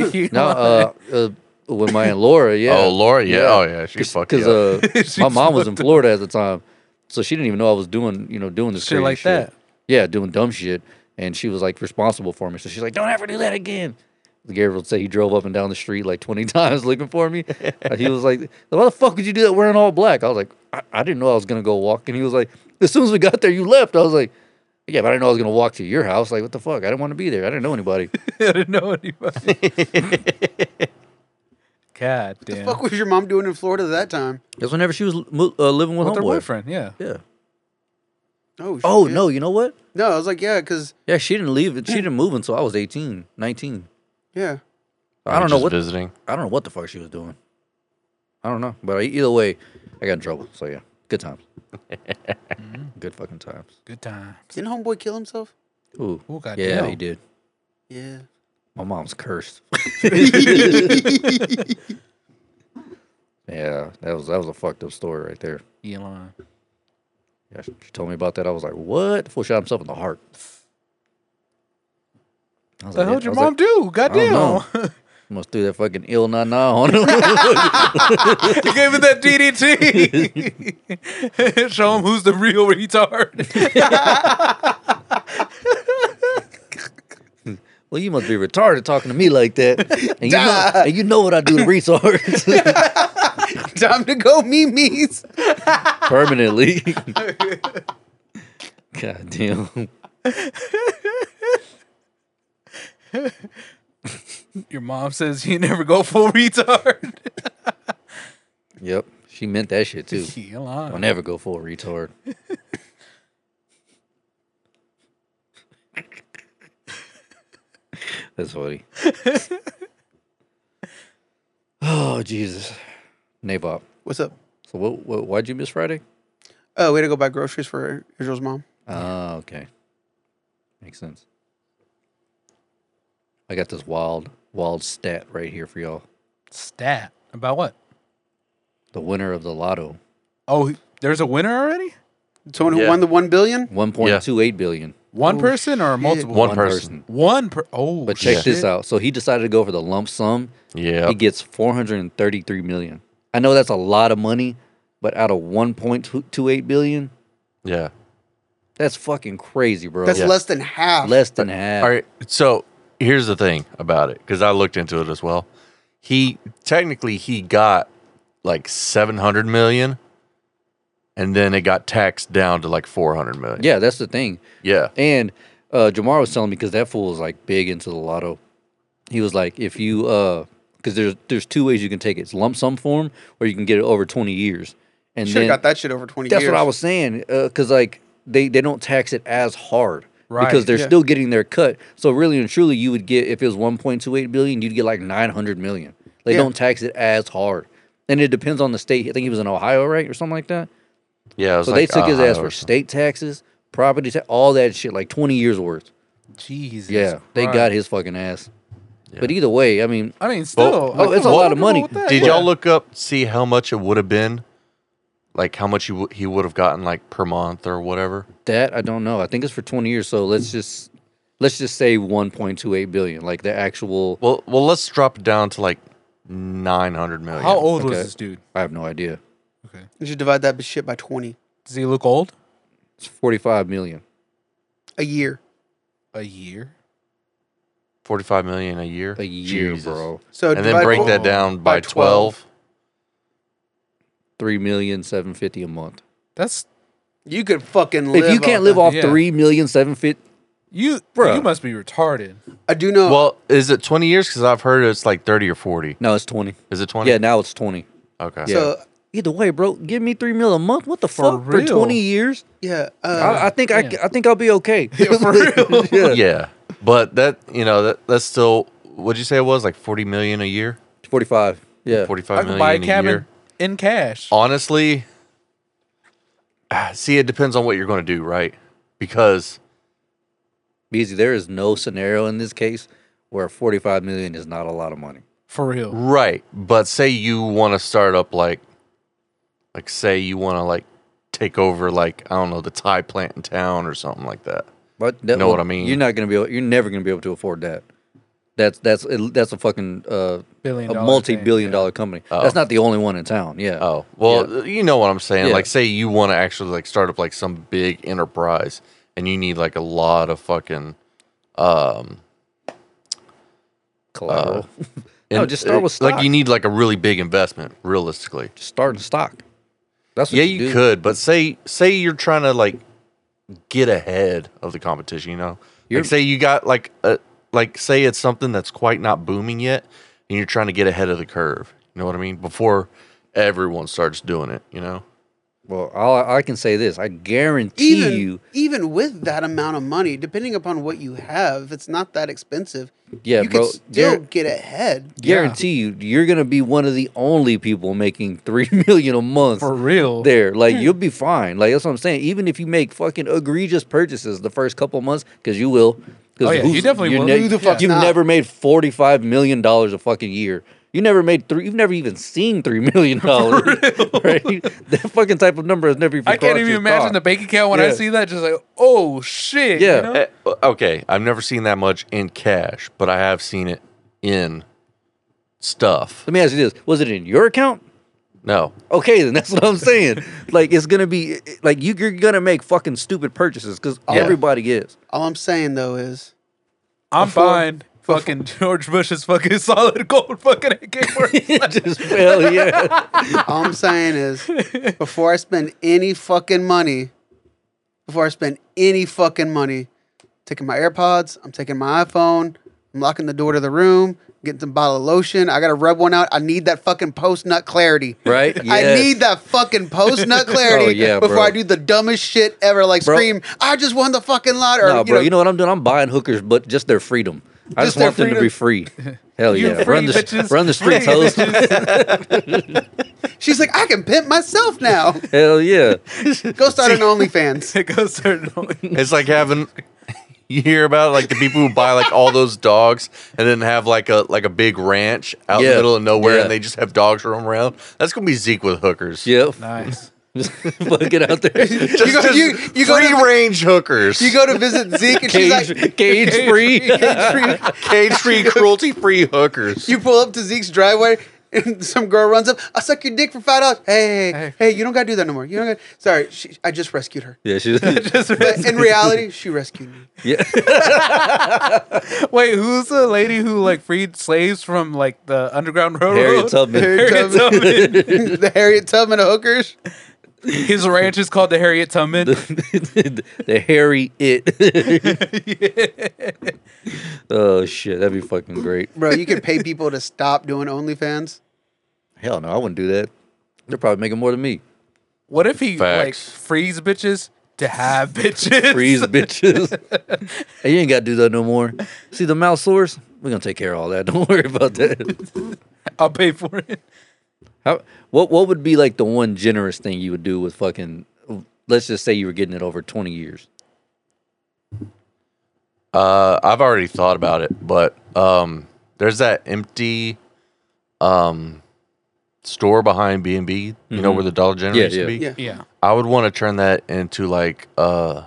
E: yeah.
C: You
E: No, uh, uh, with my aunt Laura, yeah.
A: Oh, Laura, yeah. Oh, yeah, she
E: Cause,
A: fucked
E: 'cause,
A: you up.
E: uh,
C: She
E: my mom was in Florida at the time, so she didn't even know I was doing, you know, doing this
C: Shit
E: crazy
C: like
E: shit.
C: that.
E: Yeah, doing dumb shit, and she was like responsible for me. So she's like, "Don't ever do that again." Gabriel would say he drove up and down the street like twenty times looking for me. Uh, he was like, "Why the fuck would you do that wearing all black?" I was like, I-, "I didn't know I was gonna go walk." And he was like, "As soon as we got there, you left." I was like, "Yeah, but I didn't know I was gonna walk to your house. Like, what the fuck? I didn't want to be there. I didn't know anybody."
C: didn't know anybody. God damn.
D: Fuck was your mom doing in Florida that time?
E: That's whenever she was mo- uh, living with,
C: with her
E: homeboy.
C: boyfriend, yeah.
E: Yeah.
D: Oh, shit.
E: Oh no, you know what?
D: No, I was like, yeah, because,
E: Yeah, she didn't leave.
C: Hmm.
E: She didn't move until I was 18, 19.
D: yeah.
E: I don't know
A: Just
E: what
A: visiting.
E: I don't know what the fuck she was doing. I don't know, but either way, I got in trouble. So yeah, good times. good fucking times.
C: Good times.
D: Didn't homeboy kill himself?
E: Ooh,
C: Ooh, goddamn.
E: yeah, he did.
D: Yeah.
E: My mom's cursed. yeah, that was that was a fucked up story right there.
C: You lying.
E: Yeah, she she told me about that. I was like, what? Fool shot himself in the heart. I was
C: What the hell
E: yeah.
C: did your
E: I was
C: mom do?
E: I don't
C: Goddamn.
E: Must do that fucking ill na na on him.
C: You gave it that DDT. Show him who's the real retard.
E: well, you must be retarded talking to me like that. And you, know, and you know what I do to retards.
D: Time to go, memes.
E: permanently. God damn.
C: Your mom says you never go full retard.
E: Yep, she meant that shit too.
C: You
E: I'll
C: lying.
E: never go full retard. That's funny. oh Jesus, Nabop.
D: What's up?
E: So what, what? Why'd you miss Friday?
D: Oh, we had to go buy groceries for Israel's mom.
E: Ah, okay. Makes sense. I got this wild, wild stat right here for y'all.
C: Stat. About what?
E: The winner of the lotto
C: Oh, he- there's a winner already?
D: Someone who
A: Yeah.
D: won the one billion.
E: One point two eight billion.
C: One person or multiple?
E: Oh,
A: One,
E: One
A: person.
C: One per. Oh,
E: But check this
C: shit.
E: out. So he decided to go for the lump sum.
A: Yeah.
E: He gets four hundred and thirty three million. I know that's a lot of money, but out of one point two eight billion,
A: yeah.
E: that's fucking crazy, bro.
D: That's less than half.
E: less than half.
A: All right. So here's the thing about it because I looked into it as well. He technically he got like 700 million and then it got taxed down to like 400 million.
E: Yeah, that's the thing.
A: Yeah.
E: And uh, Jamar was telling me because that fool was like big into the lotto. He was like, if you, because there's there's two ways you can take it: it's lump sum form, or you can get it over 20 years. And
D: Should
E: then-
D: have got that shit over twenty
E: That's
D: years.
E: what I was saying. Because like they they don't tax it as hard. Because
C: Right,
E: they're
D: yeah.
E: still getting their cut. So really and truly, you would get if it was 1.28 billion, you'd get like 900 million. They
D: Yeah.
E: don't tax it as hard, and it depends on the state. I think he was in Ohio, right, or something like that.
A: Yeah. it was
E: So
A: like,
E: they took his
A: uh,
E: ass for state taxes, property tax, all that shit, like 20 years worth.
C: Jesus.
E: Yeah, they
C: Christ.
E: got his fucking ass. But either way, I mean,
C: I mean, still.
A: oh,
C: I
A: it's
C: don't
A: a lot
E: of
C: know
E: money.
C: what that-
A: Did
C: yeah.
A: y'all look up see how much it would have been? Like how much he, w- he would have gotten like per month or whatever?
E: that I don't know. I think it's for 20 years, so let's just let's just say 1.28 billion, like the actual.
A: Well, well, let's drop it down to like 900 million.
C: How old was
E: Okay.
C: this dude?
E: I have no idea.
D: You should divide that shit by twenty
C: Does he look old?
E: It's 45 million.
D: a year.
C: A year.
A: 45 million a year?
E: A year,
A: Jesus.
E: bro.
D: So
A: And then
D: divide
A: break
D: four-
A: that down by,
D: by 12.
A: 12.
E: Three million seven fifty a month.
C: That's
D: You could fucking. Live
E: If you can't
D: off
E: live
D: that.
E: off
C: yeah.
E: three million seven fifty,
C: you.
E: Bruh.
C: You must be retarded.
D: I do know.
A: Well, is it 20 years? Because I've heard it's like 30 or 40.
E: no, it's twenty.
A: Is it 20?
E: Yeah, now it's twenty.
A: Okay.
E: Yeah.
D: so
E: Either way, bro, give me three mil a month. What the
C: For
E: fuck for twenty
C: real?
E: years?
D: yeah, uh,
E: I, I think I,
C: Yeah.
E: c- I think I'll be okay. for real.
A: yeah. But that, you know, that that's still, what'd you say it was? Like 40 million a year?
E: Forty five. Yeah.
C: I
A: 45
C: could
A: million
C: buy a
A: a
C: cabin
A: year?
C: in cash.
A: Honestly, ah, see, it depends on what you're going to do, right? Because
E: Beasy, there is no scenario in this case where 45 million is not a lot of money.
C: For real.
A: Right, but say you want to start up like, like say you want to like take over like I don't know the Thai plant in town or something like that.
E: But that,
A: Know what I mean.
E: You're not gonna be. Able, you're never gonna be able to afford that. That's that's that's a fucking uh,
C: Billion
E: a
C: dollar
E: multi-billion
C: thing, yeah.
E: dollar company. That's not the only one in town. Yeah.
A: Oh, well, you know what I'm saying.
E: Yeah.
A: Like, say you want to actually like start up like some big enterprise, and you need like a lot of fucking um.
E: collateral. no,
A: in-
E: just start with stock.
A: uh, like you need like a really big investment, realistically.
E: just start in stock. That's what
A: yeah,
E: you,
A: you
E: do.
A: could, but say say you're trying to like get ahead of the competition. You know,
E: You're-
A: like say you got like a like say it's something that's quite not booming yet, and you're trying to get ahead of the curve. You know what I mean? Before everyone starts doing it, you know.
E: Well, all, I can say this: I guarantee
D: even
E: you.
D: even with that amount of money, depending upon what you have, if it's not that expensive.
E: Yeah,
D: you
E: bro,
D: could still
E: there-
D: get ahead.
E: Guarantee you, you're gonna be one of the only people making three million a month
C: For real.
E: there. Like you'll be fine. Like that's what I'm saying. Even if you make fucking egregious purchases the first couple of months, because you will. 'cause
C: Oh, yeah,
E: who's-
C: you definitely
E: you're
C: will.
E: ne-
C: Who the
D: fuck's
E: You've
D: not?
E: never made forty five million dollars a fucking year. You never made three. You've never even seen three million dollars. right? That fucking type of number has never even.
C: I can't
E: crossed
C: even
E: your
C: imagine
E: thought.
C: the bank account when I
E: Yeah.
C: see that. Just like, oh shit.
E: Yeah.
C: You know?
A: Eh, Okay, I've never seen that much in cash, but I have seen it in stuff.
E: Let me ask you this: Was it in your account?
A: No,
E: Okay, then that's what I'm saying. like it's gonna be like you, you're gonna make fucking stupid purchases because everybody is.
D: All I'm saying though is
C: I'm buying fucking George Bush's fucking solid gold fucking AK
E: Just hell yeah.
D: all I'm saying is before I spend any fucking money, before I spend any fucking money, taking my AirPods, I'm taking my iPhone, I'm locking the door to the room, getting some bottle of lotion. I gotta rub one out. I need that fucking post nut clarity.
E: Right?
D: I
E: Yes.
D: need that fucking post nut clarity
E: Oh, yeah,
D: before
E: bro.
D: I do the dumbest shit ever. Like
E: Bro.
D: scream, I just won the fucking lottery.
E: No, bro, you know what I'm doing? I'm buying hookers, but just their freedom. I
D: Just
E: just
D: their
E: want them to be free. Hell
C: You
E: yeah.
C: free
E: run, the,
C: bitches.
E: run the streets, hoes.
D: She's like, I can pimp myself now.
E: Hell yeah.
D: Go start an OnlyFans.
C: It goes certain.
A: it's like having. You hear about like the people who buy like all those dogs and then have like a like a big ranch out in
E: Yeah.
A: the middle of nowhere
E: Yeah.
A: and they just have dogs roam around. That's gonna be Zeke with hookers.
E: Yep.
C: Nice.
E: Just fucking out there. Cage,
D: You go, you, you go
A: free
D: to
A: range hookers.
D: you go to visit Zeke, and she's like,
E: cage free.
A: cage free, cruelty free hookers.
D: you pull up to Zeke's driveway, and some girl runs up. I suck your dick for five dollars. Hey, hey, hey,
C: Hey.
D: hey, you don't gotta do that no more. You don't. Gotta, sorry, she, I just rescued her.
E: yeah, she's
D: But in reality, she rescued me.
E: yeah.
C: Wait, who's the lady who like freed slaves from like the Underground Railroad?
E: Harriet Tubman.
C: Harriet Tubman.
D: the Harriet Tubman of hookers.
C: His ranch is called the Harriet Tubman.
E: the, the hairy it. oh shit, that'd be fucking great.
D: Bro, you could pay people to stop doing OnlyFans.
E: Hell no, I wouldn't do that. They're probably making more than me.
C: What if he like
A: Facts.
C: frees bitches to have bitches?
E: Freeze bitches. hey, you ain't gotta do that no more. See the mouse source? We're gonna take care of all that. Don't worry about that.
C: I'll pay for it.
E: How, what what would be like the one generous thing you would do with fucking let's just say you were getting it over twenty years.
A: Uh, I've already thought about it, but um, there's that empty um, store behind B and B. You know where the Dollar
E: Mm-hmm.
A: General
E: Yeah,
A: used
E: yeah.
A: to be.
D: Yeah.
C: Yeah.
A: I would want to turn that into like uh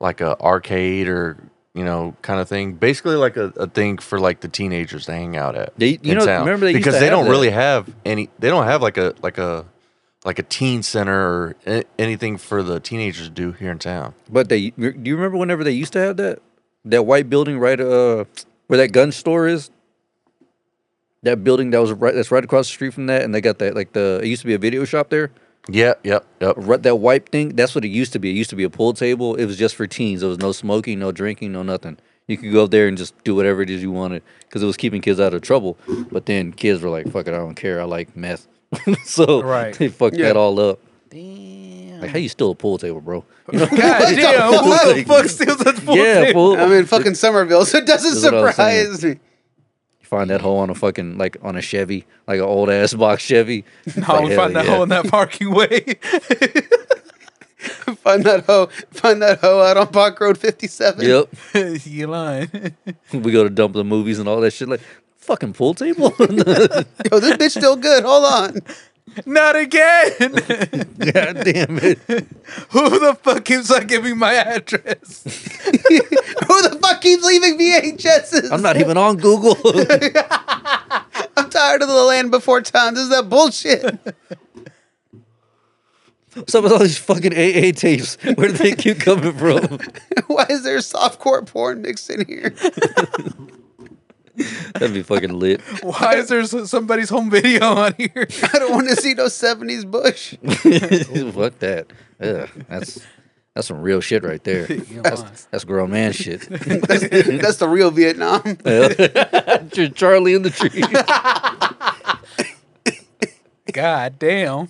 A: like a arcade or you know kind of thing. Basically like a, a thing for like the teenagers to hang out at.
E: They- you
A: in
E: know,
A: town.
E: remember they used
A: because
E: to
A: they
E: have
A: don't
E: that.
A: really have any. They don't have like a like a like a teen center or a- anything for the teenagers to do here in town.
E: But they do you remember whenever they used to have that? That white building right uh where that gun store is? That building that was right that's right across the street from that and they got that like the it used to be a video shop there.
A: Yep, yep, yep.
E: Right, that wipe thing, that's what it used to be. It used to be a pool table. It was just for teens. There was no smoking, no drinking, no nothing. You could go up there and just do whatever it is you wanted because it was keeping kids out of trouble. But then kids were like, fuck it, I don't care. I like meth. so
C: Right.
E: they fucked
D: Yeah.
E: that all up. Like, how you steal a pool table, bro? You know?
C: God damn, who the fuck steals that full
E: yeah,
C: table?
E: fool.
D: I'm in fucking Somerville, so it doesn't
E: That's what I was saying.
D: surprise me.
E: You find that hole on a fucking, like, on a Chevy, like an old ass box Chevy.
C: No, we found that hole in that parking way.
D: Find that hoe, find that hoe out on Park Road 57.
E: Yep.
C: you lying.
E: we go to dump the movies and all that shit. Like, fucking pool table?
D: Oh, this bitch still good. Hold on.
C: Not again.
E: God damn it.
C: Who the fuck keeps on giving my address?
D: Who the fuck keeps leaving VHSs?
E: I'm not even on Google.
D: I'm tired of the land before time. This is that bullshit.
E: Some of all these fucking AA tapes. Where do they keep coming from?
D: Why is there softcore porn mixed in here?
E: That'd be fucking lit.
C: Why is there s- somebody's home video on here?
D: I don't want to see no 70s bush.
E: Fuck that. Yeah, that's that's some real shit right there. That's, that's grown man shit.
D: That's, that's the real Vietnam.
E: Your Charlie in the tree.
C: God damn.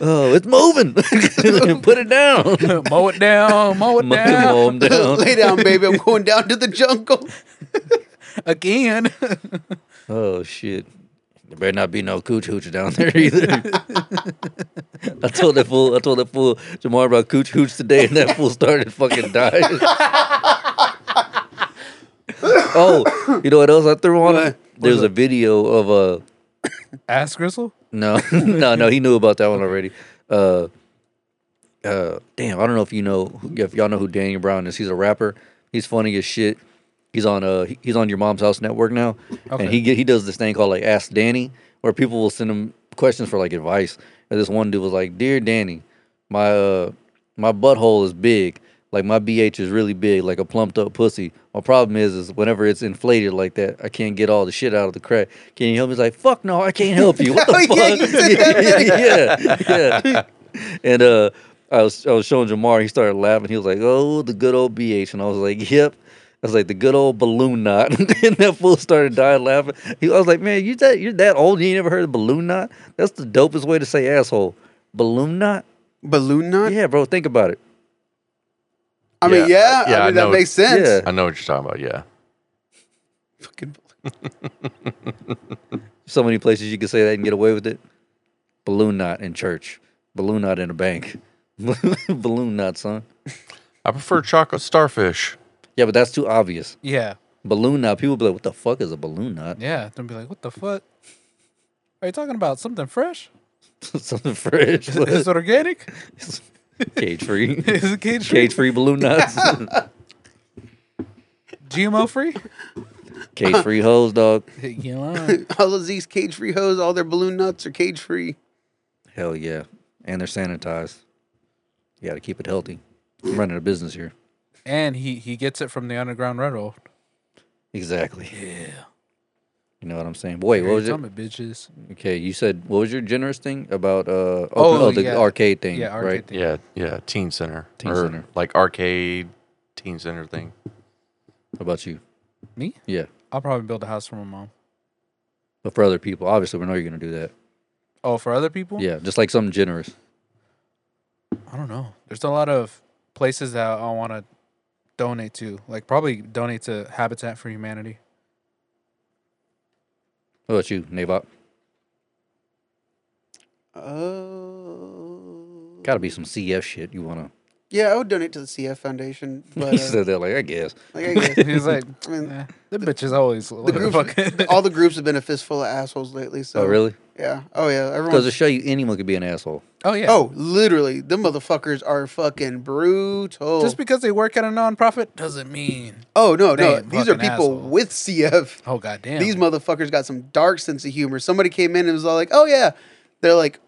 E: Oh, it's moving. Put it down.
C: Mow it down. Mow it
E: Mow
C: down.
E: mow 'em down.
D: Lay down, baby. I'm going down to the jungle.
C: Again.
E: Oh shit. There better not be no cooch hooch down there either. I told that fool, I told that fool Jamar about cooch hooch today, and that fool started fucking dying. oh, you know what else I threw on? him? There's a video of a
C: Ask Grizzle.
E: no, no, no. He knew about that one already. Uh, uh, damn, I don't know if you know who- if y'all know who Daniel Brown is. He's a rapper. He's funny as shit. He's on uh he- he's on Your Mom's House Network now, and he get, he does this thing called like Ask Danny, where people will send him questions for like advice. And this one dude was like, "Dear Danny, my uh my butthole is big. Like my BH is really big, like a plumped up pussy. My problem is, is whenever it's inflated like that, I can't get all the shit out of the crack. Can you help me? He's like, fuck no, I can't help you. What the
D: Oh,
E: fuck?
D: yeah, you said that,
E: yeah, yeah, yeah. And uh, I was I was showing Jamar. He started laughing. He was like, "Oh, the good old BH," and I was like, "Yep." I was like the good old balloon knot, and that fool started dying laughing. He, I was like, "Man, you that you're that old? You ain't never heard of balloon knot? That's the dopest way to say asshole. Balloon knot?
D: Balloon knot?
E: Yeah, bro. Think about it.
D: I mean, yeah.
A: Yeah, yeah,
D: I
A: I
D: mean, that
A: know.
D: makes sense.
E: Yeah.
A: I know what you're talking about. Yeah.
D: Fucking-
E: So many places you can say that and get away with it. Balloon knot in church. Balloon knot in a bank. balloon knot, son.
A: I prefer chocolate starfish.
E: Yeah, but that's too obvious.
C: Yeah.
E: balloon knot. People be like, "What the fuck is a balloon knot?"
C: Yeah. Don't be like, what the fuck? Are you talking about something fresh?
E: Something fresh,
C: Is it organic?
E: cage free,
C: Is it cage free?
E: cage free balloon knots,
C: GMO free?
E: cage free hoes, dog.
C: You lying.
D: All of these cage free hoes, all their balloon nuts are cage free.
E: Hell yeah, and they're sanitized. You got to keep it healthy. I'm running a business here.
C: And he, he gets it from the Underground Railroad.
E: Exactly. Yeah. You know what I'm saying? But wait, what was it?
C: Tell me, bitches.
E: Okay, you said what was your generous thing about uh open,
C: Oh,
E: oh, the
C: yeah.
E: arcade thing,
C: Yeah, arcade
E: right?
C: thing.
A: Yeah, yeah, teen center.
E: Teen
A: or
E: center.
A: Like arcade teen center thing.
E: How about you?
C: Me?
E: Yeah,
C: I'll probably build a house for my mom.
E: but for other people, obviously, we know you're gonna do that.
C: Oh, for other people?
E: Yeah, just like something generous.
C: I don't know. There's a lot of places that I want to donate to. Like probably donate to Habitat for Humanity.
E: What about you, Nabok?
D: Oh.
E: Got to be some CF shit you wanna.
D: Yeah, I would donate to the CF Foundation, but
E: he
D: uh,
E: said that like I guess.
D: like, I guess,
C: He's like,
D: I mean,
C: eh, the bitch is always
D: the
C: like,
D: groups, all the groups have been a fistful of assholes lately. So
E: Oh really?
D: Yeah. Oh yeah.
E: Because to
D: Everyone.
E: show you anyone could be an asshole.
C: oh yeah.
D: Oh, literally, them motherfuckers are fucking brutal.
C: just because they work at a nonprofit doesn't mean.
D: oh no, no,
C: Damn,
D: these are
C: fucking
D: people
C: asshole.
D: with CF.
C: Oh goddamn.
D: These motherfuckers got some dark sense of humor. Somebody came in and was all like, "Oh yeah," they're like.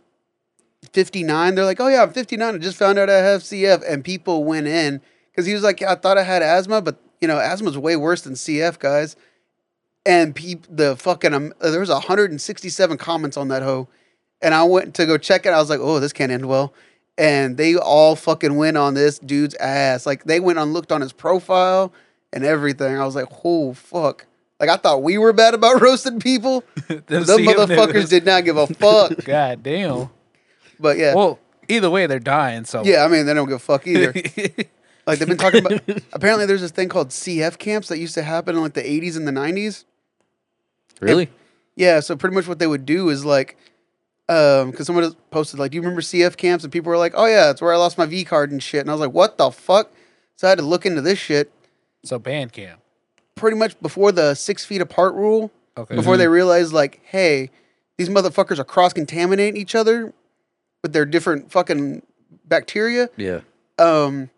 D: 59 they're like oh yeah i'm 59 i just found out i have cf and people went in because he was like i thought i had asthma but you know asthma's way worse than cf guys and peep the fucking um, uh, there was 167 comments on that hoe and i went to go check it i was like oh this can't end well and they all fucking went on this dude's ass like they went and looked on his profile and everything i was like oh fuck like i thought we were bad about roasting people
C: Them
D: the
C: CM
D: motherfuckers
C: niggas.
D: did not give a fuck
C: God damn.
D: but yeah
C: Well, either way, they're dying. So
D: yeah, I mean they don't give a fuck either. like they've been talking about. Apparently, there's this thing called CF camps that used to happen in like the 80s and the 90s.
E: Really?
D: Yeah, so pretty much what they would do is like, um, because someone posted like, "Do you remember CF camps?" And people were like, "Oh yeah, it's where I lost my V card and shit." And I was like, "What the fuck?" So I had to look into this shit.
C: So band camp.
D: Pretty much before the six feet apart rule,
C: Okay.
D: before they realized like, hey, these motherfuckers are cross contaminating each other with their different fucking bacteria.
E: yeah.
D: um,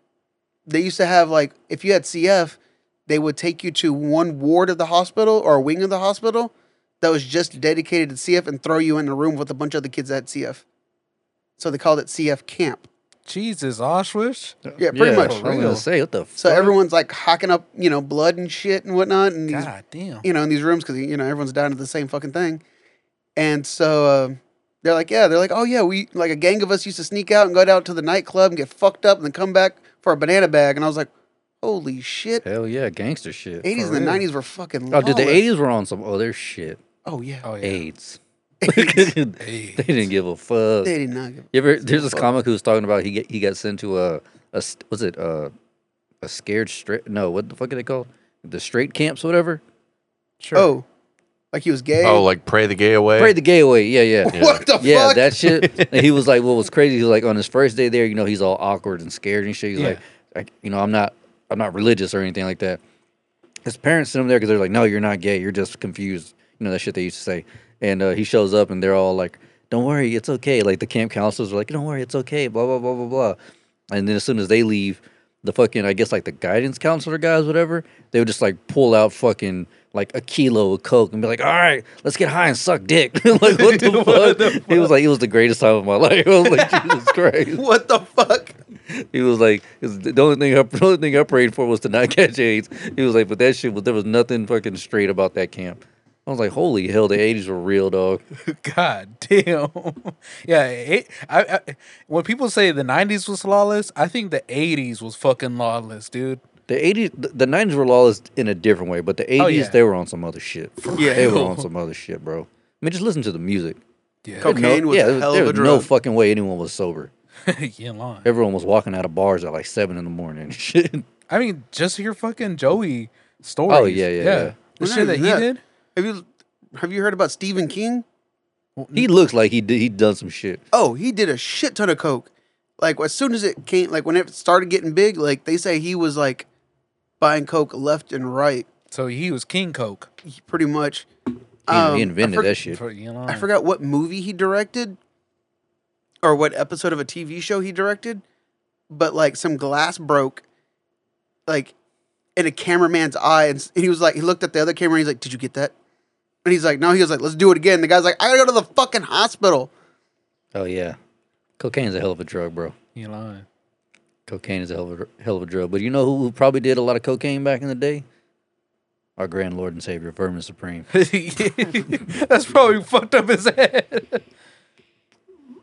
D: they used to have like if you had CF, they would take you to one ward of the hospital or a wing of the hospital that was just dedicated to CF and throw you in a room with a bunch of other kids that had CF. So they called it CF camp.
C: Mm-hmm. Jesus, Auschwitz.
D: Yeah, pretty much.
E: I was gonna say what the.
D: So everyone's like hocking up, you know, blood and shit and whatnot, and these
C: God damn.
D: you know, in these rooms because you know everyone's dying of the same fucking thing. And so um, they're like, yeah, they're like, oh yeah, we like a gang of us used to sneak out and go down to the nightclub and get fucked up and then come back for a banana bag. And I was like, holy shit,
E: hell yeah, gangster shit.
D: eighties and the nineties were fucking.
E: Oh, dude, the
D: lawless.
E: '80s were on some other shit.
D: Oh yeah,
C: Oh yeah.
E: AIDS. they didn't give a fuck.
D: they did not. Give,
E: You ever? There's this comic who's talking about he get, he got sent to a a st- was it uh a scared straight? No, what the fuck are they called? The straight camps, whatever.
C: Sure.
D: Oh, like he was gay.
A: Oh, like pray the gay away.
E: Pray the gay away. Yeah, yeah.
D: what the
E: Yeah,
D: fuck?
E: that shit. and he was like, what was crazy? He was like, on his first day there, you know, he's all awkward and scared and shit. He's
C: Yeah.
E: like, like, you know, I'm not, I'm not religious or anything like that. His parents sent him there because they're like, no, you're not gay. You're just confused. You know that shit they used to say. And uh, he shows up and they're all like, don't worry, it's okay. Like the camp counselors were like, don't worry, it's okay. Blah blah blah blah blah. And then as soon as they leave, the fucking I guess like the guidance counselor guys, whatever, they would just like pull out fucking like a kilo of coke and be like, all right, let's get high and suck dick. like what the, fuck? It was like it was the greatest time of my life. I was like Jesus Christ.
D: what the fuck?
E: He was like, it's the the only thing I, the only thing I prayed for was to not catch AIDS. He was like, but that shit was there was nothing fucking straight about that camp. I was like, holy hell, the eighties were real, dog.
C: God damn. yeah. It, I, I, when people say the '90s was lawless, I think the '80s was fucking lawless, dude.
E: The eighties, the nineties were lawless in a different way, but the eighties
C: yeah.
E: they were on some other shit.
D: Oh, Yeah.
E: they were on some other shit, bro. I mean, just listen to the music.
C: Yeah.
D: Cocaine was
E: yeah,
D: a
E: there was-
D: hell
E: there
D: of a
E: was no
D: drug.
E: fucking way anyone was sober.
C: yeah, lying.
E: Everyone was walking out of bars at like seven in the morning. and Shit.
C: I mean, just hear fucking Joey stories.
E: Oh, yeah, yeah, yeah.
C: The
D: Well,
C: shit
D: not
C: that
D: even
C: he
D: that.
C: did.
D: Have you have you heard about Stephen King?
E: He looks like he did. He done some shit.
D: Oh, he did a shit ton of coke. Like as soon as it came, like when it started getting big, like they say he was like buying coke left and right,
C: So he was King Coke.
D: pretty much.
E: He,
D: Um,
E: he
D: I
E: invented
D: for-
E: that shit.
C: For, you know,
D: I forgot what movie he directed, or what episode of a TV show he directed, but like some glass broke, like in a cameraman's eye, and, s- and he was like, he looked at the other camera, and he's like, "Did you get that?" And he's like, "No." He was like, "Let's do it again." The guy's like, "I gotta go to the fucking hospital."
E: Oh yeah, cocaine's a hell of a drug, bro.
C: You lying.
E: Cocaine is a hell of a, hell of a drug. But you know who, who probably did a lot of cocaine back in the day? our grand lord and savior, Vermin Supreme.
C: That's probably fucked up his head.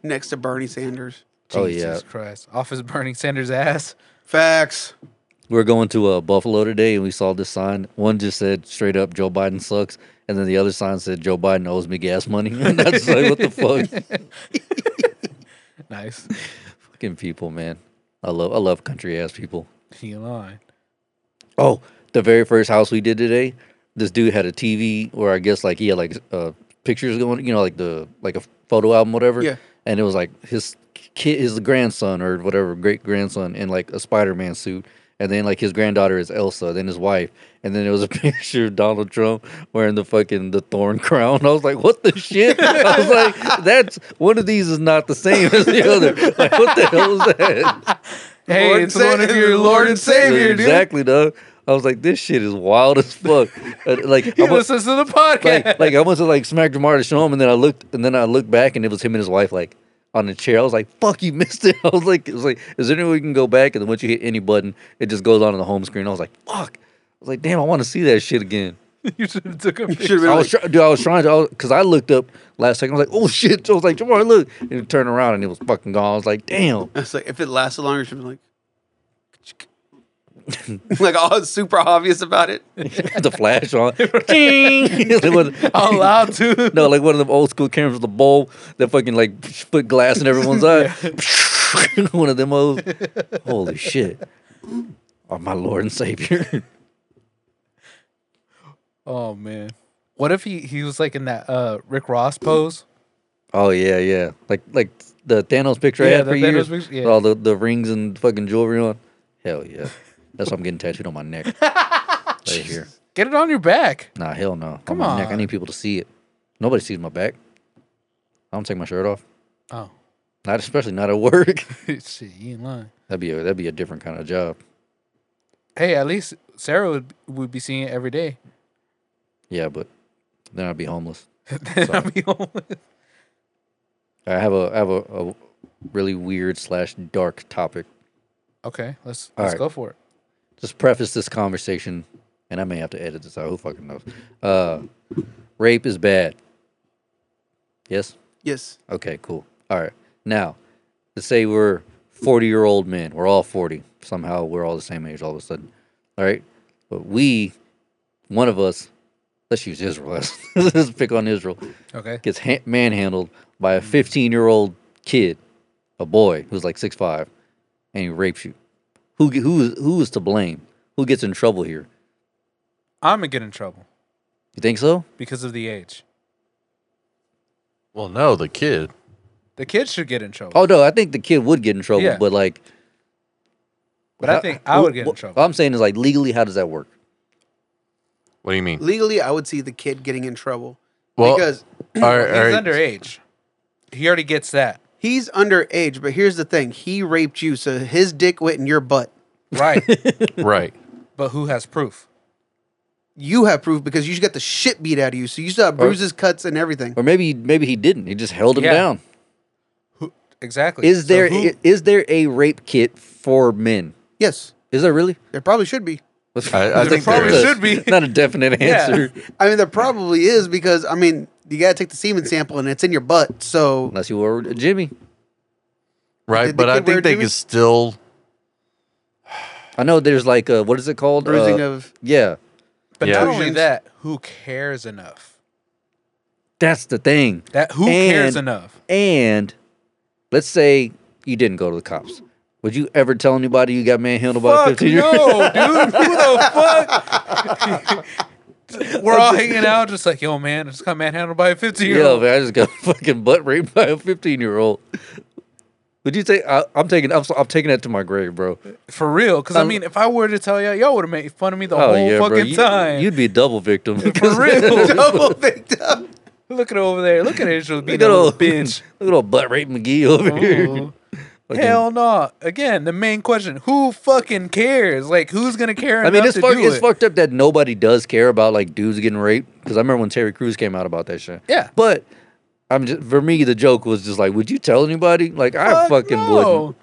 D: next to Bernie Sanders.
E: Oh,
C: Jesus
E: yeah.
C: Christ. Off his Bernie Sanders' ass.
D: Facts.
E: We were going to uh, Buffalo today and we saw this sign. One just said straight up, Joe Biden sucks. And then the other sign said, Joe Biden owes me gas money. and that's like, what the fuck?
C: Nice.
E: Fucking people, man. I love, I love country ass people.
C: You lie.
E: Oh, the very first house we did today, this dude had a TV, or I guess like he had like uh, pictures going, you know, like the like a photo album, whatever.
D: Yeah.
E: And it was like his kid, his grandson or whatever, great grandson, in like a Spider Man suit, and then like his granddaughter is Elsa, then his wife, and then it was a picture of Donald Trump wearing the fucking the thorn crown. I was like, what the shit? I was like, that's one of these is not the same as the other. Like, what the hell is that?
C: Hey,
D: Lord
C: it's
D: and Sa-
C: one of your Lord and Savior, dude.
E: Exactly, dog. I was like, this shit is wild as fuck. Uh, like,
C: He
E: I went,
C: listens to the podcast.
E: like, like I went to like Smack Jamar to show him, and then I looked, and then I looked back, and it was him and his wife, like on the chair. I was like, fuck, you missed it. I was like, it was like, is there any way we can go back? And then once you hit any button, it just goes on to the home screen. I was like, fuck. I was like, damn, I want to see that shit again.
C: you should have took a
D: Should have
C: picture.
D: been
E: I
D: like,
E: was, try- dude, I was trying to, because I, looked up last second. I was like, oh shit. So I was like, Jamar, look, and it turned around, and it was fucking gone. I was like, damn.
D: I was like, if it lasted longer, should be like, like all super obvious about it.
E: the flash on. Ding! It was-
C: Out loud, too.
E: No, like one of them old school cameras with the bulb that fucking like put glass in everyone's eye. one of them old. Holy shit. Oh, my Lord and Savior.
C: Oh, man. What if he, he was like in that uh, Rick Ross pose?
E: oh, yeah, yeah. Like like the Thanos picture I
C: Yeah,
E: had
C: the
E: for
C: Thanos
E: years.
C: picture,
E: with
C: yeah.
E: All the, the rings and fucking jewelry on. Hell yeah. That's why I'm getting tattooed on my neck. right here.
C: Get it on your back.
E: Nah, hell no.
C: Come
E: on my neck. I
C: on.
E: need people to see it. Nobody sees my back. I don't take my shirt off.
C: Oh.
E: Not especially not at work.
C: Shit, you ain't lying.
E: That'd be a, that'd be a different kind of job.
C: Hey, at least Sarah would, would be seeing it every day.
E: Yeah, but then I'd be homeless.
C: Then I'd be homeless.
E: I have a I have a, a really weird slash dark topic.
C: Okay, let's
E: All
C: let's
E: right.
C: go for it.
E: Just preface this conversation, and I may have to edit this out. Who fucking knows? Uh, rape is bad. Yes.
D: Yes.
E: Okay. Cool. All right. Now, let's say we're forty-year-old men. We're all forty. Somehow, we're all the same age. All of a sudden. All right. But we, one of us, let's use Israel. Let's, let's pick on Israel.
C: Okay.
E: gets ha- manhandled by a 15 year old kid, a boy who's like 6'5, and he rapes you. Who, ge- who, is, who is to blame? Who gets in trouble here?
C: I'm gonna get in trouble
E: You think so?
C: because of the age.
A: Well, no, the kid.
C: The kids should get in trouble.
E: Oh, no, I think the kid would get in trouble,
C: Yeah.
E: but like.
C: But I think I would get in
E: what-
C: trouble.
E: What I'm saying is, like, legally, how does that work?
A: What do you mean?
D: Legally, I would see the kid getting in trouble
A: Well,
D: because
A: all right,
C: He's
A: all right.
C: underage. He already gets that.
D: he's underage. But here's the thing: he raped you, so his dick went in your butt.
C: Right.
A: right.
C: but who has proof?
D: You have proof because you just got the shit beat out of you, so you still
E: Oh.
D: have bruises, cuts, and everything.
E: Or maybe maybe he didn't. He just held him
C: Yeah.
E: down.
C: Who exactly?
E: Is
C: So
E: there i-
C: who-
E: is there a rape kit for men?
D: Yes,
E: Is there really?
D: there probably should be.
E: What's-
A: I- I
E: what's
A: think
E: the-
A: there
C: is. Probably should be.
E: Not a definite
C: Yeah.
E: answer.
D: I mean, there probably is because I mean, you gotta take the semen sample and it's in your butt. So
E: Unless you were a Jimmy.
A: Right.
D: Did the
A: But I
D: kid wear
A: think they
D: Jimmy-
A: could still.
E: I know there's like uh what is it called?
D: bruising
E: Uh,
D: of
E: yeah.
C: but
A: Yeah.
C: not only
D: Versions.
C: that, who cares enough?
E: That's the thing.
C: That who cares
E: And-
C: enough?
E: And let's say you didn't go to the cops. Would you ever tell anybody you got manhandled by a
C: Fuck
E: 15 year
C: no,
E: old?
C: dude. Who the fuck? We're all hanging out, just like, yo, man, I just got manhandled by a 15 year
E: Yo,
C: old.
E: man, I just got fucking butt raped by a 15 year old. Would you say I, I'm taking I'm, so- I'm taking that to my grave, bro?
C: For real, because I
E: Um,
C: mean, if I were to tell y'all, y'all would have made fun of me the
E: Oh
C: whole
E: yeah,
C: fucking
E: bro. You,
C: time.
E: You'd be a double victim.
C: For real,
D: double victim.
C: look at her over there. Look at Israel
E: Look
C: being
E: at
C: a
E: old
C: little bitch.
E: Look at old butt rape McGee over here.
C: Ooh. Hell no! Again, the main question: Who fucking cares? Like, who's gonna care?
E: I mean, it's,
C: to
E: fuck,
C: do
E: it's
C: it?
E: fucked up that nobody does care about like dudes getting raped. Because I remember when Terry Crews came out about that shit.
C: Yeah.
E: But I'm just for me the joke was just like, would you tell anybody? Like I
C: Fuck
E: fucking
C: no.
E: wouldn't.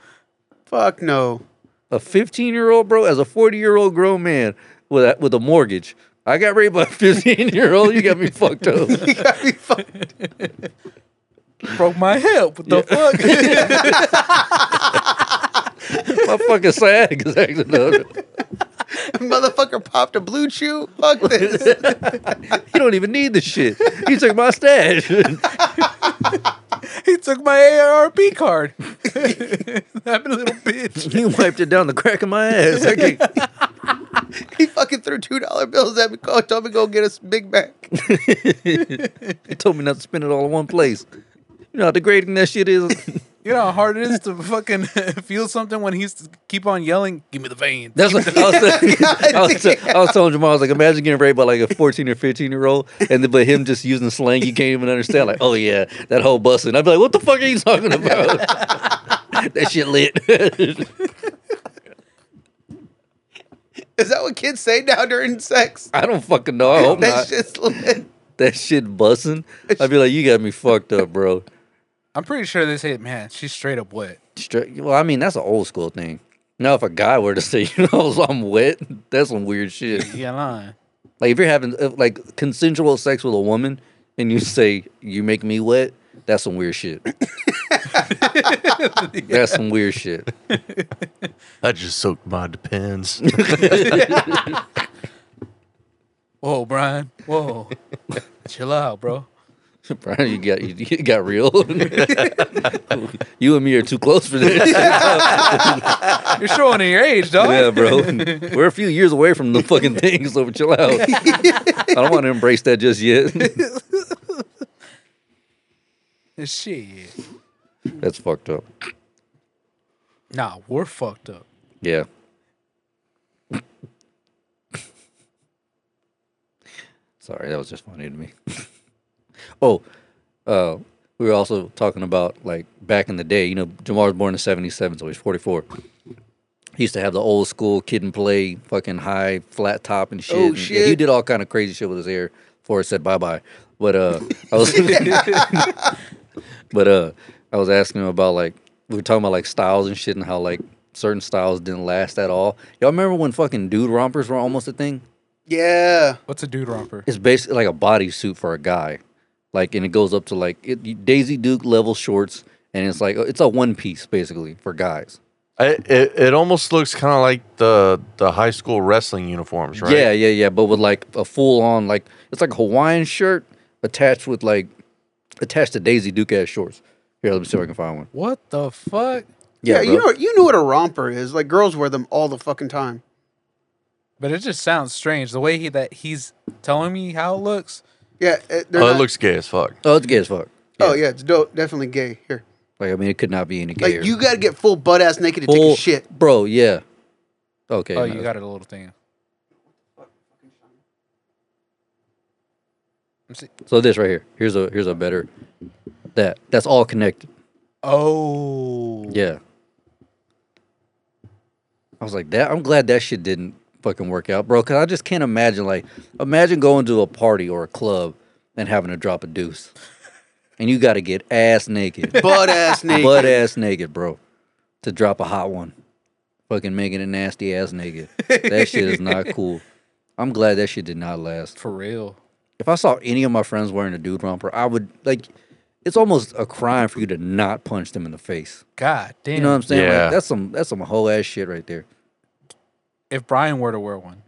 D: Fuck no.
E: A 15 year old bro as a 40 year old grown man with a, with a mortgage I got raped by a 15 year old. You got me fucked up.
D: You got me fucked.
C: Broke my hip. What the fuck?
E: My fucking sag is acting up.
D: Motherfucker popped a blue chew. Fuck this.
E: You don't even need the shit. You took my stash.
C: he took my AARP card. I'm a little bitch.
E: you wiped it down the crack of my ass. I can't-
D: he fucking threw two dollar bills at me. Called, told me go get us Big Mac.
E: you told me not to spend it all in one place. You know how degrading that shit is?
C: You know how hard it is to fucking feel something when he's keep on yelling, "Give me the vein."
E: That's what I was, I, was I was telling Jamal, I was like, imagine getting raped by like a 14 or 15 year old, and then, but him just using slang you can't even understand. Like, oh yeah, that whole busting. I'd be like, what the fuck are you talking about? that shit lit.
D: Is that what kids say now during sex?
E: I don't fucking know. I hope
D: That's
E: not.
D: just lit.
E: that shit busting. I'd be like, you got me fucked up, bro.
C: I'm pretty sure they say, "Man, she's straight up wet."
E: Straight, well, I mean, that's an old school thing. Now, if a guy were to say, you know, I'm wet, that's some weird shit.
C: Yeah, lying.
E: Like, if you're having if, like consensual sex with a woman and you say, you make me wet, that's some weird shit. That's some weird shit.
A: I just soaked my depends.
C: Whoa, Brian. Whoa. Chill out, bro.
E: Brian, you got you, you got real. you and me are too close for this.
C: You're showing your age, dog.
E: yeah, bro. We're a few years away from the fucking thing, so chill out. I don't want to embrace that just yet.
C: Shit.
E: that's fucked up.
C: Nah, we're fucked up.
E: Yeah. Sorry, that was just funny to me. oh, uh, we were also talking about like back in the day. You know, Jamar was born in '77, so he's 44. He used to have the old school kid and play, fucking high flat top and shit.
D: Oh,
E: and- yeah, he
D: shit.
E: did all kind of crazy shit with his hair before it said bye bye. But uh, I was, but uh, I was asking him about like we were talking about like styles and shit and how like certain styles didn't last at all. Y'all remember when fucking dude rompers were almost a thing?
D: Yeah.
C: What's a dude romper?
E: It's basically like a bodysuit for a guy, like, and it goes up to like it, Daisy Duke level shorts, and it's like it's a one piece basically for guys.
A: I, it, it almost looks kind of like the the high school wrestling uniforms, right?
E: Yeah, yeah, yeah. But with like a full on like it's like a Hawaiian shirt attached with like attached to Daisy Duke ass shorts. Here, let me see if I can find one.
C: What the fuck?
D: Yeah, you
E: bro.
D: know you know what a romper is. Like girls wear them all the fucking time.
C: But it just sounds strange the way he, that he's telling me how it looks.
D: Yeah, it, they're
A: Oh,
D: not-
A: it looks gay as fuck.
E: Oh, it's gay as fuck.
D: Oh yeah, it's dope. Definitely gay. Here,
E: Like I mean, it could not be any gayer.
D: like you got to get full butt ass naked to take
E: Full-
D: a shit.
E: bro. Yeah. Okay.
C: Oh,
E: no.
C: you got it a little thing. I'm see-
E: So this right here, here's a here's a better. That that's all connected.
C: Oh.
E: Yeah. I was like that. I'm glad that shit didn't fucking work out, bro. Cause I just can't imagine. Like, imagine going to a party or a club and having to drop a deuce, and you got to get ass naked,
D: Butt ass naked.
E: butt ass naked, bro, to drop a hot one. Fucking making it nasty ass naked. That shit is not cool. I'm glad that shit did not last
C: For real.
E: if I saw any of my friends wearing a dude romper, I would like. It's almost a crime for you to not punch them in the face.
C: God damn.
E: You know what I'm saying? Like,
A: Yeah.
E: that's some that's some whole ass shit right there
C: if Brian were to wear one.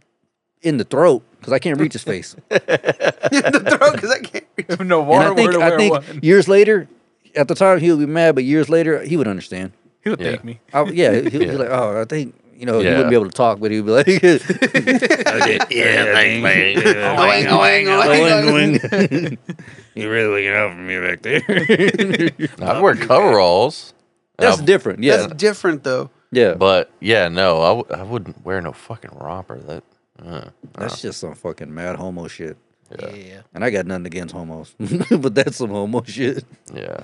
E: in the throat because I can't reach his face.
D: the throat because I can't. reach.
C: If Navarro
E: and I think
C: were to
E: I
C: wear
E: think
C: one,
E: years later, at the time he would be mad, but years later he would understand.
C: he would
A: Yeah.
C: thank me.
E: I, yeah, he would be like, oh, I think you know he wouldn't
A: Yeah.
E: be able to talk, but he'd be like,
B: Yeah, thanks, man. Oh,
D: Oing, oing, oing, oing.
B: you really looking out for me back there.
A: I wear coveralls. and
E: that's
A: I-
E: different. Yeah,
D: That's different though.
E: yeah,
A: But yeah, no, I w- I wouldn't wear no fucking romper. That uh,
E: that's just some fucking mad homo shit.
C: Yeah.
E: And I got nothing against homos, but that's some homo shit.
A: yeah.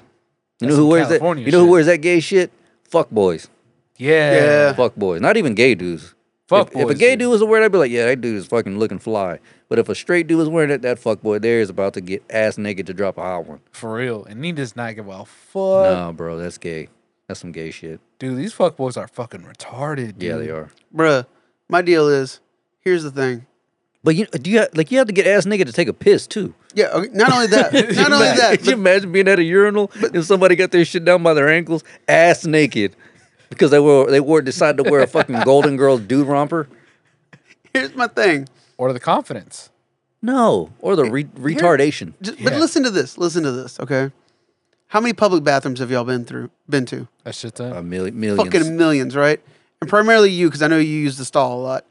E: You
C: That's
E: know who
C: some
E: wears
C: California
E: that? You know who
C: shit.
E: wears that gay shit? Fuck boys. Uh,
C: Yeah.
D: Yeah.
E: Fuck boys. Not even gay dudes.
C: Fuck
E: if, if a
C: boys,
E: gay
C: dude.
E: dude was wearing, it, I'd be like, yeah, that dude is fucking looking fly. But if a straight dude was wearing it, that fuck boy there is about to get ass naked to drop a hot one.
C: For real. And he does not give a fuck.
E: Nah, bro, that's gay. That's some gay shit.
C: Dude, these fuckboys are fucking retarded, dude.
E: Yeah, they are.
D: Bruh, my deal is here's the thing.
E: But you do you have, like you have to get ass nigga to take a piss too.
D: Yeah, okay, not only that, not only that,
E: Could you
D: but
E: imagine being at a urinal and somebody got their shit down by their ankles, ass naked, because they were they wore decided to wear a fucking Golden Girl dude romper?
D: here's my thing.
C: or the confidence.
E: No, or the re- retardation.
D: Just, But listen to this. Listen to this. Okay, how many public bathrooms have y'all been through? Been to?
C: That shit ton.
E: A million, millions.
D: Fucking millions, right? And primarily you, because I know you use the stall a lot.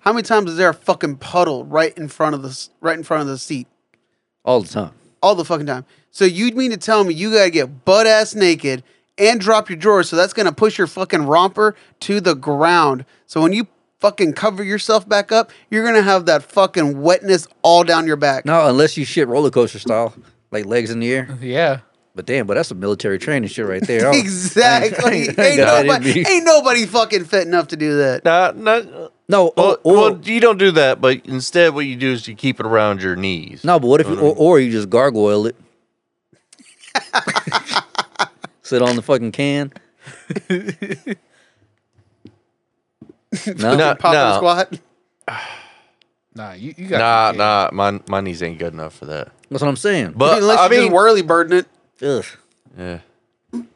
D: How many times is there a fucking puddle right in front of the s- right in front of the seat?
E: all the time.
D: all the fucking time. So you mean to tell me you gotta get butt ass naked and drop your drawers? So that's gonna push your fucking romper to the ground. So when you fucking cover yourself back up, you're gonna have that fucking wetness all down your back.
E: No, unless you shit roller coaster style, like legs in the air.
C: Yeah.
E: But damn, but that's some military training shit right there. I don't-
D: exactly.
E: I
D: ain't,
E: got it,
D: nobody,
E: me.
D: ain't nobody fucking fit enough to do that.
A: Nah, nah,
E: No, or,
A: Well,
E: or-
A: well, you don't do that, but instead, what you do is you keep it around your knees.
E: no, but what if you, or, or you just gargoyle it? Sit on the fucking can. no,
A: No.
D: Pop and squat.
C: Nah, you, you got
A: nah, nah, my my knees ain't good enough for that.
E: that's what I'm saying.
A: But
D: Unless
A: I
D: you
A: mean,
D: just whirly birding it.
E: Ugh.
A: yeah.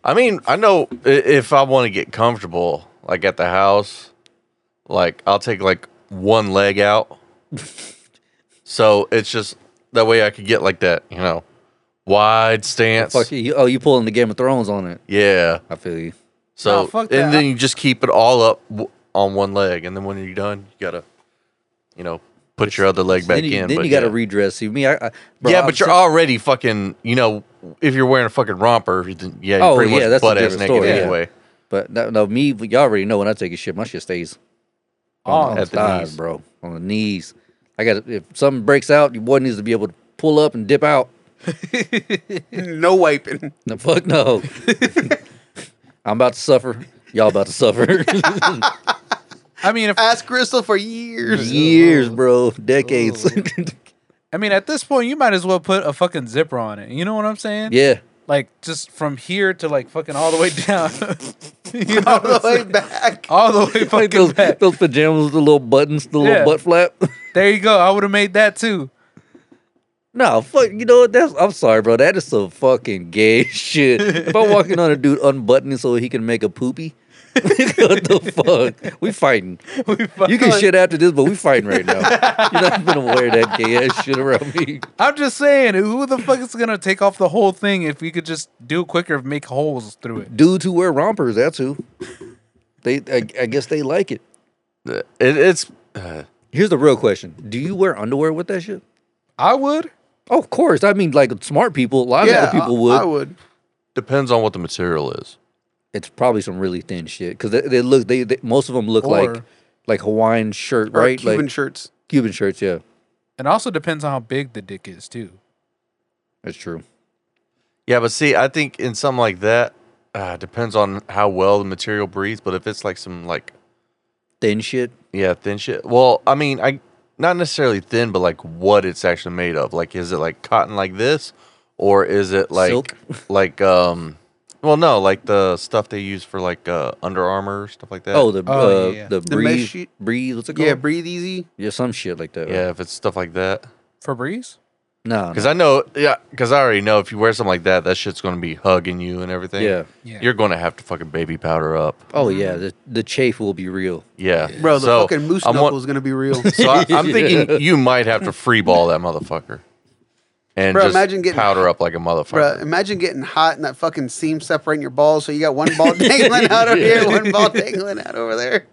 A: I mean, I know i- if I want to get comfortable, like at the house, like I'll take like one leg out, so it's just that way I could get like that, you know, wide stance.
E: Fuck you. you. Oh, you pulling the Game of Thrones on it?
A: Yeah.
E: I feel you.
A: So
C: Nah, fuck that.
A: and then you just keep it all up w- on one leg, and then when you're done, you gotta, you know, put your other leg back
E: then you,
A: in.
E: then
A: but
E: you got to
A: yeah.
E: redress. See me? I, I, bro,
A: yeah,
E: I'm
A: but you're
E: sit-
A: already fucking. You know, if you're wearing a fucking romper, then yeah, you're
E: Oh,
A: pretty
E: yeah,
A: much
E: that's a
A: butt ass
E: different
A: naked
E: story, yeah.
A: anyway.
E: But no, no, me. Y'all already know when I take a shit, my shit stays
C: On
E: on, on
A: at
E: the
A: the
E: thighs,
A: knees.
E: bro. On the knees. I got. If something breaks out, your boy needs to be able to pull up and dip out.
D: No wiping.
E: No, fuck no. I'm about to suffer. Y'all about to suffer.
C: I mean, if,
D: Ask Crystal for years.
C: Oh,
E: Years, bro. Decades.
C: I mean, at this point, you might as well put a fucking zipper on it. You know what I'm saying?
E: yeah.
C: Like just from here to like fucking all the way down. you know
D: All the
C: what I'm
D: way
C: saying?
D: back.
C: All the way fucking
E: Like those,
C: back.
E: those pajamas with the little buttons, the
C: Yeah.
E: little butt flap.
C: There you go. I would have made that too.
E: no, fuck. You know what? That's, I'm sorry, bro. That is some fucking gay shit. If I'm walking on a dude unbuttoning so he can make a poopy, what the fuck? We fighting. You can shit after this, but we fighting right now. You're not gonna wear that gay ass shit around me.
C: I'm just saying, who the fuck is gonna take off the whole thing if we could just do it quicker and make holes through it?
E: Dudes who wear rompers, that's who. They, I, I guess they like it.
A: It, it's uh,
E: Here's the real question: Do you wear underwear with that shit?
C: I would.
E: Oh, of course. I mean, like smart people, a lot
D: yeah,
E: of people
D: I-
E: would.
D: I would.
A: depends on what the material is.
E: It's probably some really thin shit because they, they look. They, they most of them look like
C: Or-
E: like Hawaiian shirt,
D: Or
E: right?
D: Cuban
E: like
D: shirts.
E: Cuban shirts. Yeah,
C: And also depends on how big the dick is too.
E: that's true.
A: Yeah, but see, I think in something like that, uh, depends on how well the material breathes. But if it's like some like
E: Thin shit.
A: yeah thin shit, well, I mean, I not necessarily thin, but like what it's actually made of. Like, is it like cotton like this, or is it like
E: Silk?
A: like um. Well, no, like the stuff they use for like uh, Under Armour stuff like that.
E: Oh, the
C: Oh,
E: uh,
C: yeah, yeah.
E: the
D: The mesh
E: breeze,
D: sheet?
E: breeze. What's it called?
D: Yeah, breathe easy.
E: yeah, some shit like that.
A: Yeah, if it's stuff like that.
C: Febreze?
E: no,
A: Because I know, yeah, because I already know if you wear something like that, that shit's going to be hugging you and everything.
E: Yeah.
C: Yeah.
A: You're going to have to fucking baby powder up.
E: Oh yeah, the the chafe will be real.
A: Yeah.
D: Bro, the
A: So,
D: fucking moose
A: I'm
D: knuckle
A: wa-
D: is gonna be real.
A: so I, I'm thinking you might have to free ball that motherfucker. And
D: Bro,
A: just
D: imagine getting-
A: powder up like a
D: Bruh,
A: motherfucker.
D: imagine getting hot and that fucking seam separating your balls. So you got one ball dangling out over here, one ball dangling out over there.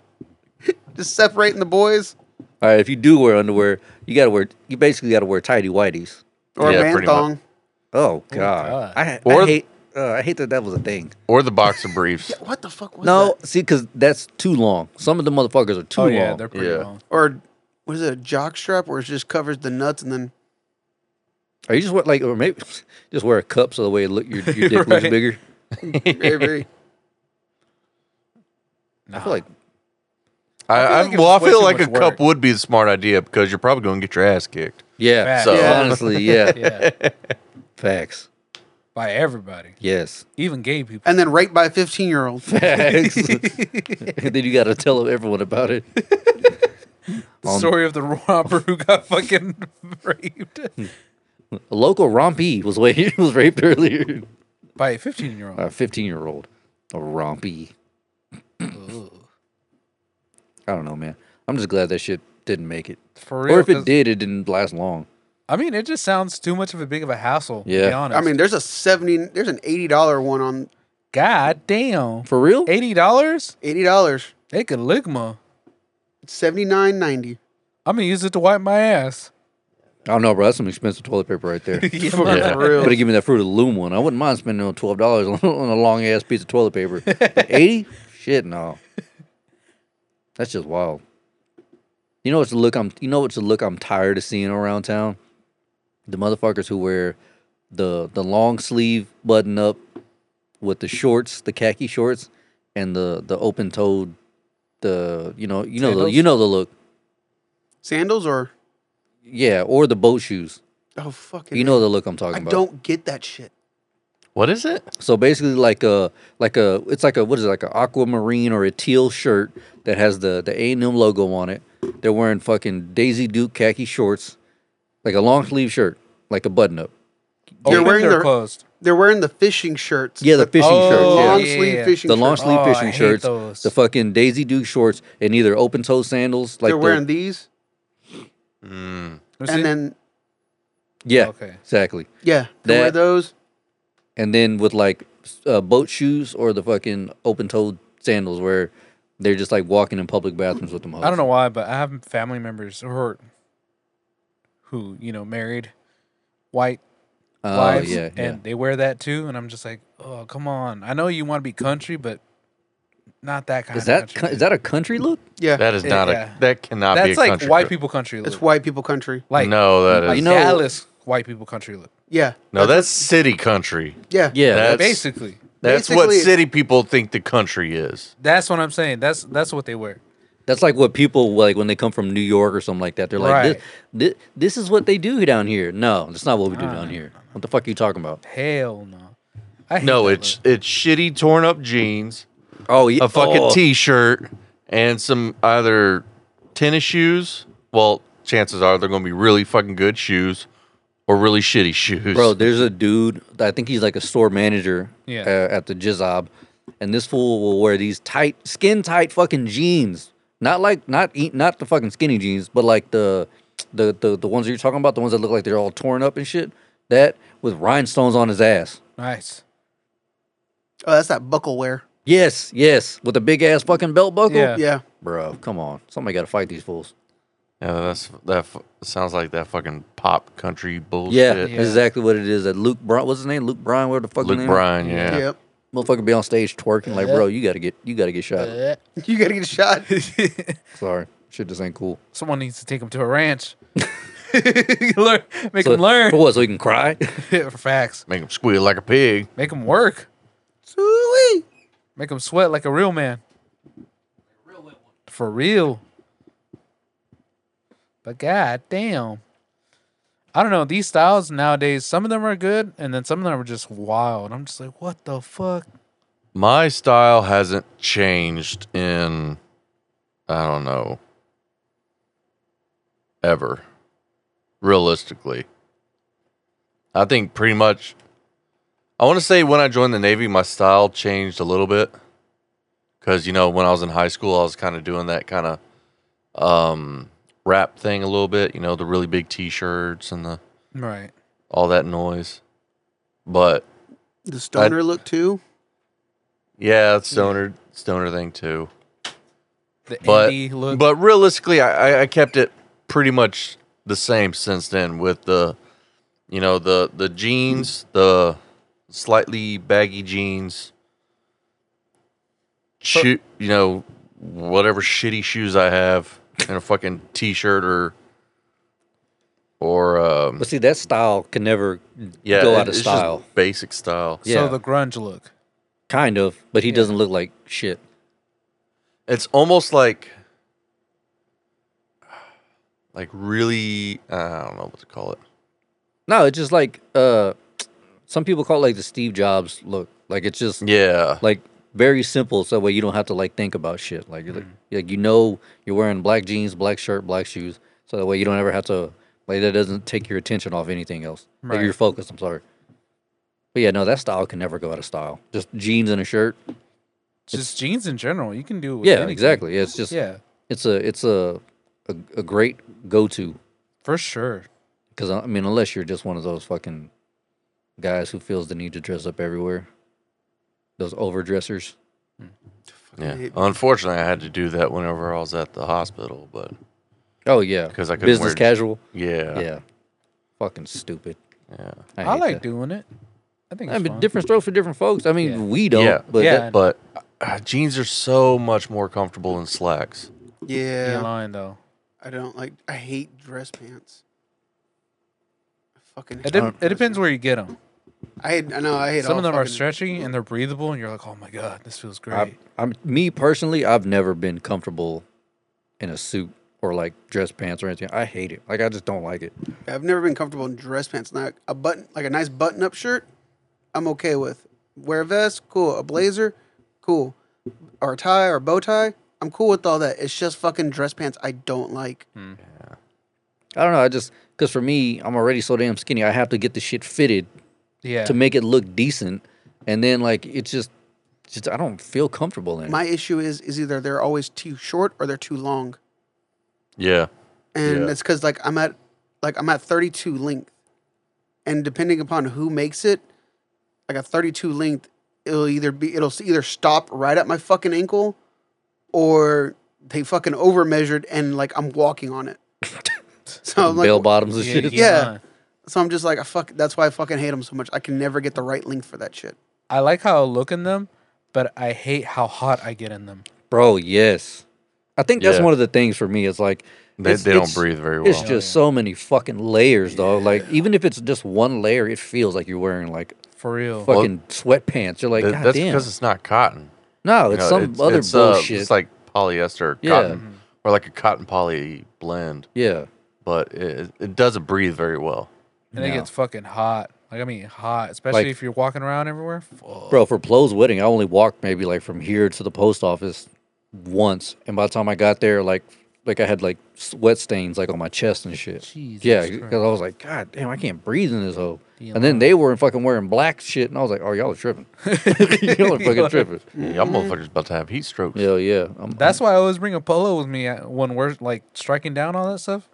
D: Just separating the boys
E: All right, if you do wear underwear, you gotta wear. You basically gotta wear tidy whities.
D: or
A: Yeah,
D: a man
A: pretty much.
D: thong.
E: Oh God,
C: God.
E: I, I
A: Or-
E: hate. Uh, I hate that that was a thing.
A: Or the boxer briefs.
D: What the fuck was
E: no,
D: that?
E: see, because that's too long. Some of the motherfuckers are too
C: Oh
E: long.
C: yeah, they're pretty
A: Yeah.
C: long.
D: Or was it a jock strap where it just covers the nuts and then
E: Or you just wear like, or maybe just wear a cup so the way it look, your, your dick looks
C: Right.
E: bigger.
D: very, very.
E: I feel like
A: I, I,
C: like it's
A: well, I
C: way
A: feel
C: too
A: like a
C: much
A: cup
C: work.
A: would be the smart idea because you're probably going to get your ass kicked.
E: yeah.
C: Facts.
A: So-
D: Yeah.
E: Honestly, yeah.
C: Yeah.
E: Facts.
C: By everybody.
E: Yes.
C: Even gay people.
D: And then raped by a 15 year old.
E: Facts. and then you gotta tell everyone about it.
C: The story of the robber who got fucking raped
E: A local rompy was wa- was raped earlier.
C: by a 15 year old.
E: A fifteen year old, a rompy. I don't know, man. I'm just glad that shit didn't make it,
C: For real.
E: or if it
C: 'cause-
E: did, it didn't last long.
C: I mean, it just sounds too much of a big of a hassle. To
E: Yeah.
C: be honest.
D: I mean, there's a seventy, there's an eighty dollar one on
C: God damn.
E: For real?
C: Eighty dollars?
D: eighty dollars,
C: They could lick me.
D: seventy nine ninety.
C: I'm gonna use it to wipe my ass.
E: I don't know, bro. That's some expensive toilet paper right there.
C: Yeah.
E: Yeah.
D: For real.
E: Could have given me that Fruit of the Loom one. I wouldn't mind spending on twelve dollars on a long ass piece of toilet paper. Eighty? Shit, no. That's just wild. You know what's the look I'm you know what's the look I'm tired of seeing around town? The motherfuckers who wear the the long sleeve button up with the shorts, the khaki shorts, and the the open toed the you know you know the,
C: Sandals?
E: you know the look.
D: Sandals or
E: Yeah, or the boat shoes.
D: oh fucking,
E: You know the look I'm talking
D: I
E: about.
D: don't get that shit.
A: What is it?
E: So basically, like a like a it's like a what is it like an aquamarine or a teal shirt that has the the A and M logo on it. They're wearing fucking Daisy Duke khaki shorts, like a long sleeve shirt, like a button up.
D: You're
C: Open
D: wearing
C: or
D: their-
C: Oh, closed.
D: They're wearing the fishing shirts.
E: Yeah, the fishing
C: Oh,
E: shirts. Yeah.
D: long
C: yeah,
D: sleeve
C: yeah.
D: fishing.
E: The long
D: shirts.
E: sleeve
C: Oh, I
E: fishing
C: hate
E: shirts,
C: those.
E: the fucking Daisy Duke shorts, and either open toe sandals. Like
D: They're
E: the-
D: wearing these,
C: You see?
D: and then
E: yeah,
C: Oh, Okay.
E: exactly.
D: yeah, they wear
E: That-
D: those.
E: and then with like s- uh, boat shoes or the fucking open toed sandals, where they're just like walking in public bathrooms with them.
C: I don't know why, but I have family members who are who, you know, married white
E: Oh
C: wives
E: yeah, yeah.
C: and they wear that too, and I'm just like, Oh, come on. I know you want to be country, but not that kind
E: is
C: of
E: that
C: country,
E: cu- is
C: dude.
E: that a country look?
D: Yeah,
A: That is
C: Yeah,
A: not
C: yeah.
A: a. That cannot be.
C: that's
A: a
C: like
A: country
C: white
A: trip.
C: people country look.
D: it's white people country.
C: Like
A: no, that
C: like
A: is
E: know-
C: Dallas white people country look.
D: Yeah,
A: no. That's city country.
D: yeah,
E: Yeah,
A: That's-
C: Basically.
A: That's what
D: Basically-
A: city people think the country is.
C: That's what I'm saying. That's that's what they wear.
E: That's like what people like when they come from New York or something like that. They're like,
C: Right.
E: this, this, this is what they do down here. No, that's not what we do down here. What the fuck are you talking about?
C: Hell no. I hate
A: No,
C: that
A: it's it's shitty torn up jeans,
E: Oh, yeah.
A: a fucking
E: oh,
A: t-shirt, and some either tennis shoes. Well, chances are they're going to be really fucking good shoes, or really shitty shoes.
E: Bro, there's a dude, I think he's like a store manager
C: Yeah.
E: uh, at the Jizob, and this fool will wear these tight, skin tight fucking jeans. Not like, not e- not the fucking skinny jeans, but like the, the, the, the ones that you're talking about, the ones that look like they're all torn up and shit. That with rhinestones on his ass.
C: look. nice.
D: Oh, that's that buckle wear.
E: Yes, yes, with a big ass fucking belt buckle.
C: Yeah.
D: Yeah,
E: Bro, come on. Somebody got to fight these fools.
A: yeah, that's that f- sounds like that fucking pop country
E: Yeah,
A: bullshit.
E: that's exactly what it Oh, is. That Luke Bryan, what's his name? Luke Bryan, where the fuck his
A: Luke
E: name?
A: Bryan, yeah.
D: yep.
E: Motherfucker be on stage twerking like, bro, you gotta get, you gotta get shot.
D: You gotta get shot.
E: Sorry, shit just ain't cool.
C: Someone needs to take him to a ranch. learn, make
E: So,
C: him learn.
E: For what? So he can cry?
C: Facts.
A: Make them squeal like a pig.
C: Make him work.
D: Ooh-wee.
C: Make him sweat like a real man. For real. But god damn. I don't know. These styles nowadays, some of them are good, and then some of them are just wild. I'm just like, what the fuck?
A: my style hasn't changed in i don't know ever realistically i think pretty much i want to say when i joined the navy my style changed a little bit because you know when i was in high school i was kind of doing that kind of um rap thing a little bit you know the really big t-shirts and the
C: Right.
A: all that noise but
D: The stoner look too.
A: yeah stoner stoner thing too
C: The
A: but
C: indie look.
A: but realistically, I, I- I kept it pretty much the same since then. With the, you know, the the jeans, the slightly baggy jeans, shoe, you know, whatever shitty shoes I have, and a fucking t-shirt or or um,
E: but see, that style can never
A: yeah,
E: go
A: it-
E: out of
A: it's just
E: style.
A: basic style.
E: yeah.
C: So the grunge look.
E: kind of, but he doesn't look like shit.
A: it's almost like like really I don't know what to call it.
E: No, it's just like, uh, some people call it like the Steve Jobs look. Like it's just
A: Yeah.
E: like very simple, so that way you don't have to like think about shit. Like,
C: Mm.
E: you're, like, like you know, you're wearing black jeans, black shirt, black shoes, so that way you don't ever have to like that doesn't take your attention off anything else. Like your
C: Right.
E: focus. I'm sorry, but yeah, no, that style can never go out of style. Just jeans and a shirt.
C: Just jeans in general. You can do it with
E: Yeah,
C: anything.
E: exactly. Yeah, it's just
C: Yeah,
E: it's a it's a a, a great go to
C: for sure.
E: because I mean, unless you're just one of those fucking guys who feels the need to dress up everywhere, those overdressers.
A: Yeah. Unfortunately, I had to do that whenever I was at the hospital, but
E: Oh yeah,
A: 'Cause I couldn't
E: business
A: wear-
E: casual.
A: yeah.
E: Yeah. fucking stupid.
A: Yeah.
E: I,
C: I,
E: hate
C: like
E: that.
C: doing it. I think it's
E: I mean,
C: fun.
E: different strokes for different folks. I mean, we don't.
A: Yeah.
E: But
C: Yeah.
E: that-
A: But uh, jeans are so much more comfortable than slacks.
C: You're
D: Yeah,
C: lying though.
D: I don't like. I hate dress pants. I fucking.
C: It,
D: Hate
C: dep- it
D: dress
C: depends where you get them.
D: pants. I hate. I know. I hate.
C: Some
D: all
C: of them are
D: fucking-
C: stretchy and they're breathable, and you're like, oh my god, this feels great.
E: I, I'm me personally. I've never been comfortable in a suit or like dress pants or anything. I hate it. Like I just don't like it.
D: I've never been comfortable in dress pants. Not a button, like a nice button-up shirt, I'm okay with. Wear a vest, cool. A blazer, cool. Or a tie or a bow tie, I'm cool with all that. It's just fucking dress pants I don't like.
E: I don't know. I just because for me, I'm already so damn skinny. I have to get the shit fitted
C: yeah,
E: to make it look decent, and then like it's just, just I don't feel comfortable in it.
D: My issue is is either they're always too short or they're too long,
A: Yeah.
D: and
A: Yeah.
D: it's because like I'm at like I'm at 32 length, and depending upon who makes it, like a 32 length, it'll either be it'll either stop right at my fucking ankle, or they fucking over measured and like I'm walking on it. so I'm oh, like,
E: Bell bottoms and shit.
C: you're
D: yeah.
C: lying.
D: so I'm just like, I fuck. That's why I fucking hate them so much. I can never get the right length for that shit.
C: I like how I look in them, but I hate how hot I get in them.
E: Bro, yes. I think that's
A: Yeah.
E: one of the things for me. It's like
A: They-
E: it's-
A: they don't
E: it's-
A: breathe very
E: It's
A: well.
E: just so many fucking layers, though. Like even if it's just one layer, it feels like you're wearing like
C: For real.
E: fucking sweatpants. You're like,
A: Th-
E: God
A: that's
E: damn.
A: because it's not cotton.
E: no, it's
A: You know,
E: some other
A: it's, uh,
E: bullshit.
A: it's like polyester, or
E: Yeah.
A: cotton, or like a cotton poly blend,
E: yeah,
A: but it, it doesn't breathe very well.
C: and it
E: No.
C: gets fucking hot. Like I mean, hot, especially
E: Like-
C: if you're walking around everywhere. Fuck.
E: bro. For Plo's wedding, I only walked maybe like from here to the post office once, and by the time I got there, like like I had like sweat stains like on my chest and shit.
C: Jesus
E: yeah,
C: Christ.
E: because I was like, God damn, I can't breathe in this hole.
C: Yeah.
E: And then they were fucking wearing black shit, and I was like, Oh, y'all are tripping. y'all are fucking tripping.
A: Y'all motherfuckers about to have heat strokes.
E: Yeah, yeah. Um, I'm,
C: That's why I always bring a polo with me at- when we're like striking down all that stuff,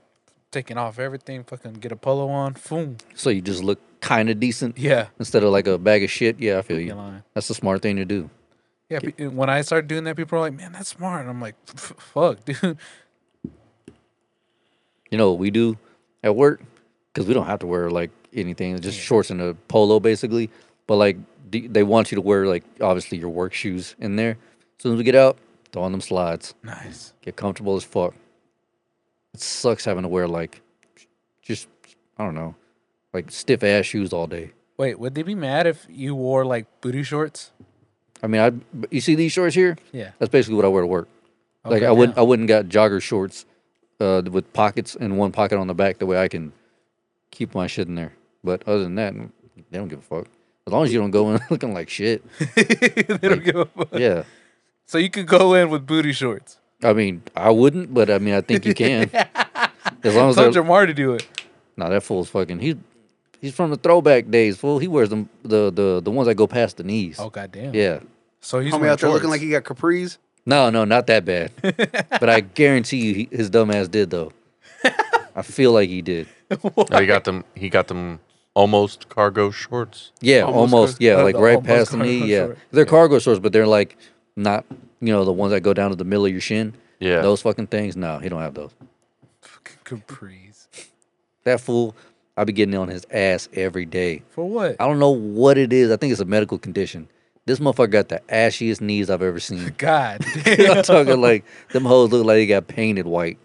C: taking off everything, fucking get a polo on. Boom.
E: so you just look kind of decent
C: Yeah.
E: instead of like a bag of shit. Yeah, I feel
C: You're
E: you.
C: lying.
E: That's a smart thing to do.
C: Yeah. pe- When I start doing that, people are like, "Man, that's smart." And I'm like, "F- "Fuck, dude."
E: You know what we do at work because we don't have to wear like anything, just shorts and a polo basically. But like d- they want you to wear like obviously your work shoes in there. As soon as we get out, throw on them slides,
C: Nice.
E: get comfortable as fuck. It sucks having to wear like just I don't know, like stiff ass shoes all day.
C: Wait, would they be mad if you wore like booty shorts?
E: I mean, I but you see these shorts here?
C: Yeah.
E: That's basically what I wear to work. like
C: Okay,
E: I wouldn't,
C: yeah.
E: I wouldn't got jogger shorts uh, with pockets and one pocket on the back. That way I can keep my shit in there. But other than that, they don't give a fuck. As long as you don't go in looking like shit.
C: they don't give a fuck.
E: Yeah.
C: So you could go in with booty shorts.
E: I mean, I wouldn't, but I mean, I think you can. As long as
C: Tell
E: they're,
C: Jamar to do it.
E: nah, that fool's fucking. He's he's from the throwback days. Fool, he wears them the the the ones that go past the knees.
C: Oh goddamn.
E: Yeah.
C: So he's
D: Homie
C: wearing
D: out there looking
C: shorts.
D: like he got capris.
E: No, no, not that bad. but I guarantee you, he, his dumb ass did though. I feel like he did.
A: Now he got them. He got them almost cargo shorts.
E: Yeah,
D: Almost
E: almost.
D: car-
E: yeah,
C: uh,
E: like
C: the
E: right
C: almost
E: past the
C: cargo
E: knee. Yeah,
C: short.
E: they're cargo shorts, but they're like not, you know, the ones that go down to the middle of your shin.
A: Yeah.
E: those fucking things. No, he don't have those.
C: Fucking capris.
E: That fool, I be getting on his ass every day.
C: For what?
E: I don't know what it is. I think it's a medical condition. This motherfucker got the ashiest knees I've ever seen.
C: God.
E: I'm talking like them hoes look like they got painted white.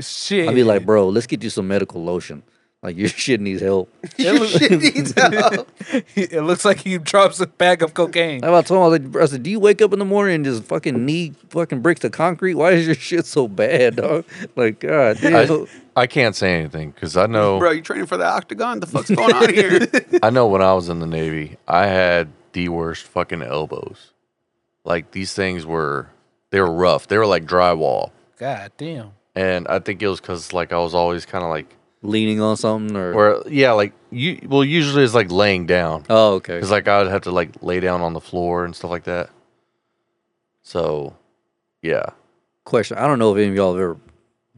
C: Shit.
E: I'd be like, bro, let's get you some medical lotion. Like your shit needs help.
D: Your shit needs help.
C: it looks like he drops a bag of cocaine.
E: I told him, I was like, bro, I said, do you wake up in the morning and just fucking knee fucking bricks of concrete? Why is your shit so bad, dog? Like, God, damn.
A: I, I can't say anything because I know.
D: Bro, you training for the octagon? The fuck's going on here?
A: I know when I was in the Navy, I had the worst fucking elbows. Like these things were, they were rough. They were like drywall,
C: God damn.
A: and I think it was because like I was always kind of like,
E: Leaning on something or
A: or yeah, like you. Well, usually it's like laying down.
E: oh okay.
A: Because like I would have to like lay down on the floor and stuff like that. So, yeah,
E: Question: I don't know if any of y'all have ever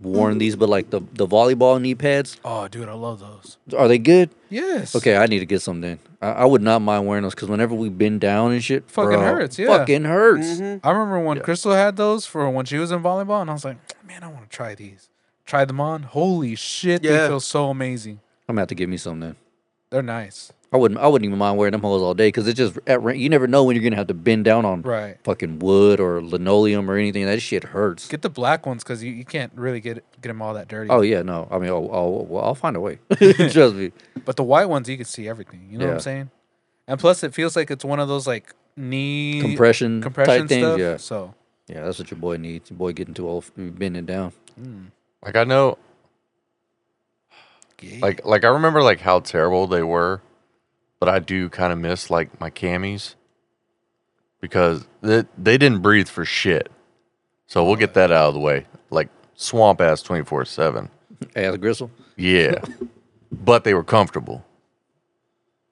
E: worn these, but like the the volleyball knee pads,
C: Oh, dude, I love those.
E: are they good?
C: Yes.
E: Okay, I need to get some then. I, I would not mind wearing those because whenever we bend down and shit,
C: Fucking
E: bro,
C: hurts, yeah. Mm-hmm.
E: fucking hurts.
C: I remember when Crystal had those for when she was in volleyball, and I was like, man, I want to try these. Try them on. Holy shit,
D: Yeah.
C: they feel so amazing.
E: I'm gonna have to give me some then.
C: They're nice.
E: I wouldn't. I wouldn't even mind wearing them hoes all day because it's just at rain. You never know when you're gonna have to bend down on
C: Right.
E: fucking wood or linoleum or anything. That shit hurts.
C: Get the black ones because you, you can't really get get them all that dirty.
E: oh yeah, no. I mean, I'll, I'll, well, I'll find a way. Trust me.
C: But the white ones, you can see everything. You know what
E: Yeah.
C: I'm saying? And plus, it feels like it's one of those like knee
E: Compression,
C: compression
E: type things.
C: stuff.
E: Yeah,
C: So
E: yeah. That's what your boy needs. Your boy getting too old, for bending down.
C: mm,
A: like I know, like like I remember like how terrible they were, but I do kind of miss like my camis because they they didn't breathe for shit. So we'll get that out of the way. Like swamp ass twenty four seven.
E: Ass gristle.
A: Yeah. but they were comfortable.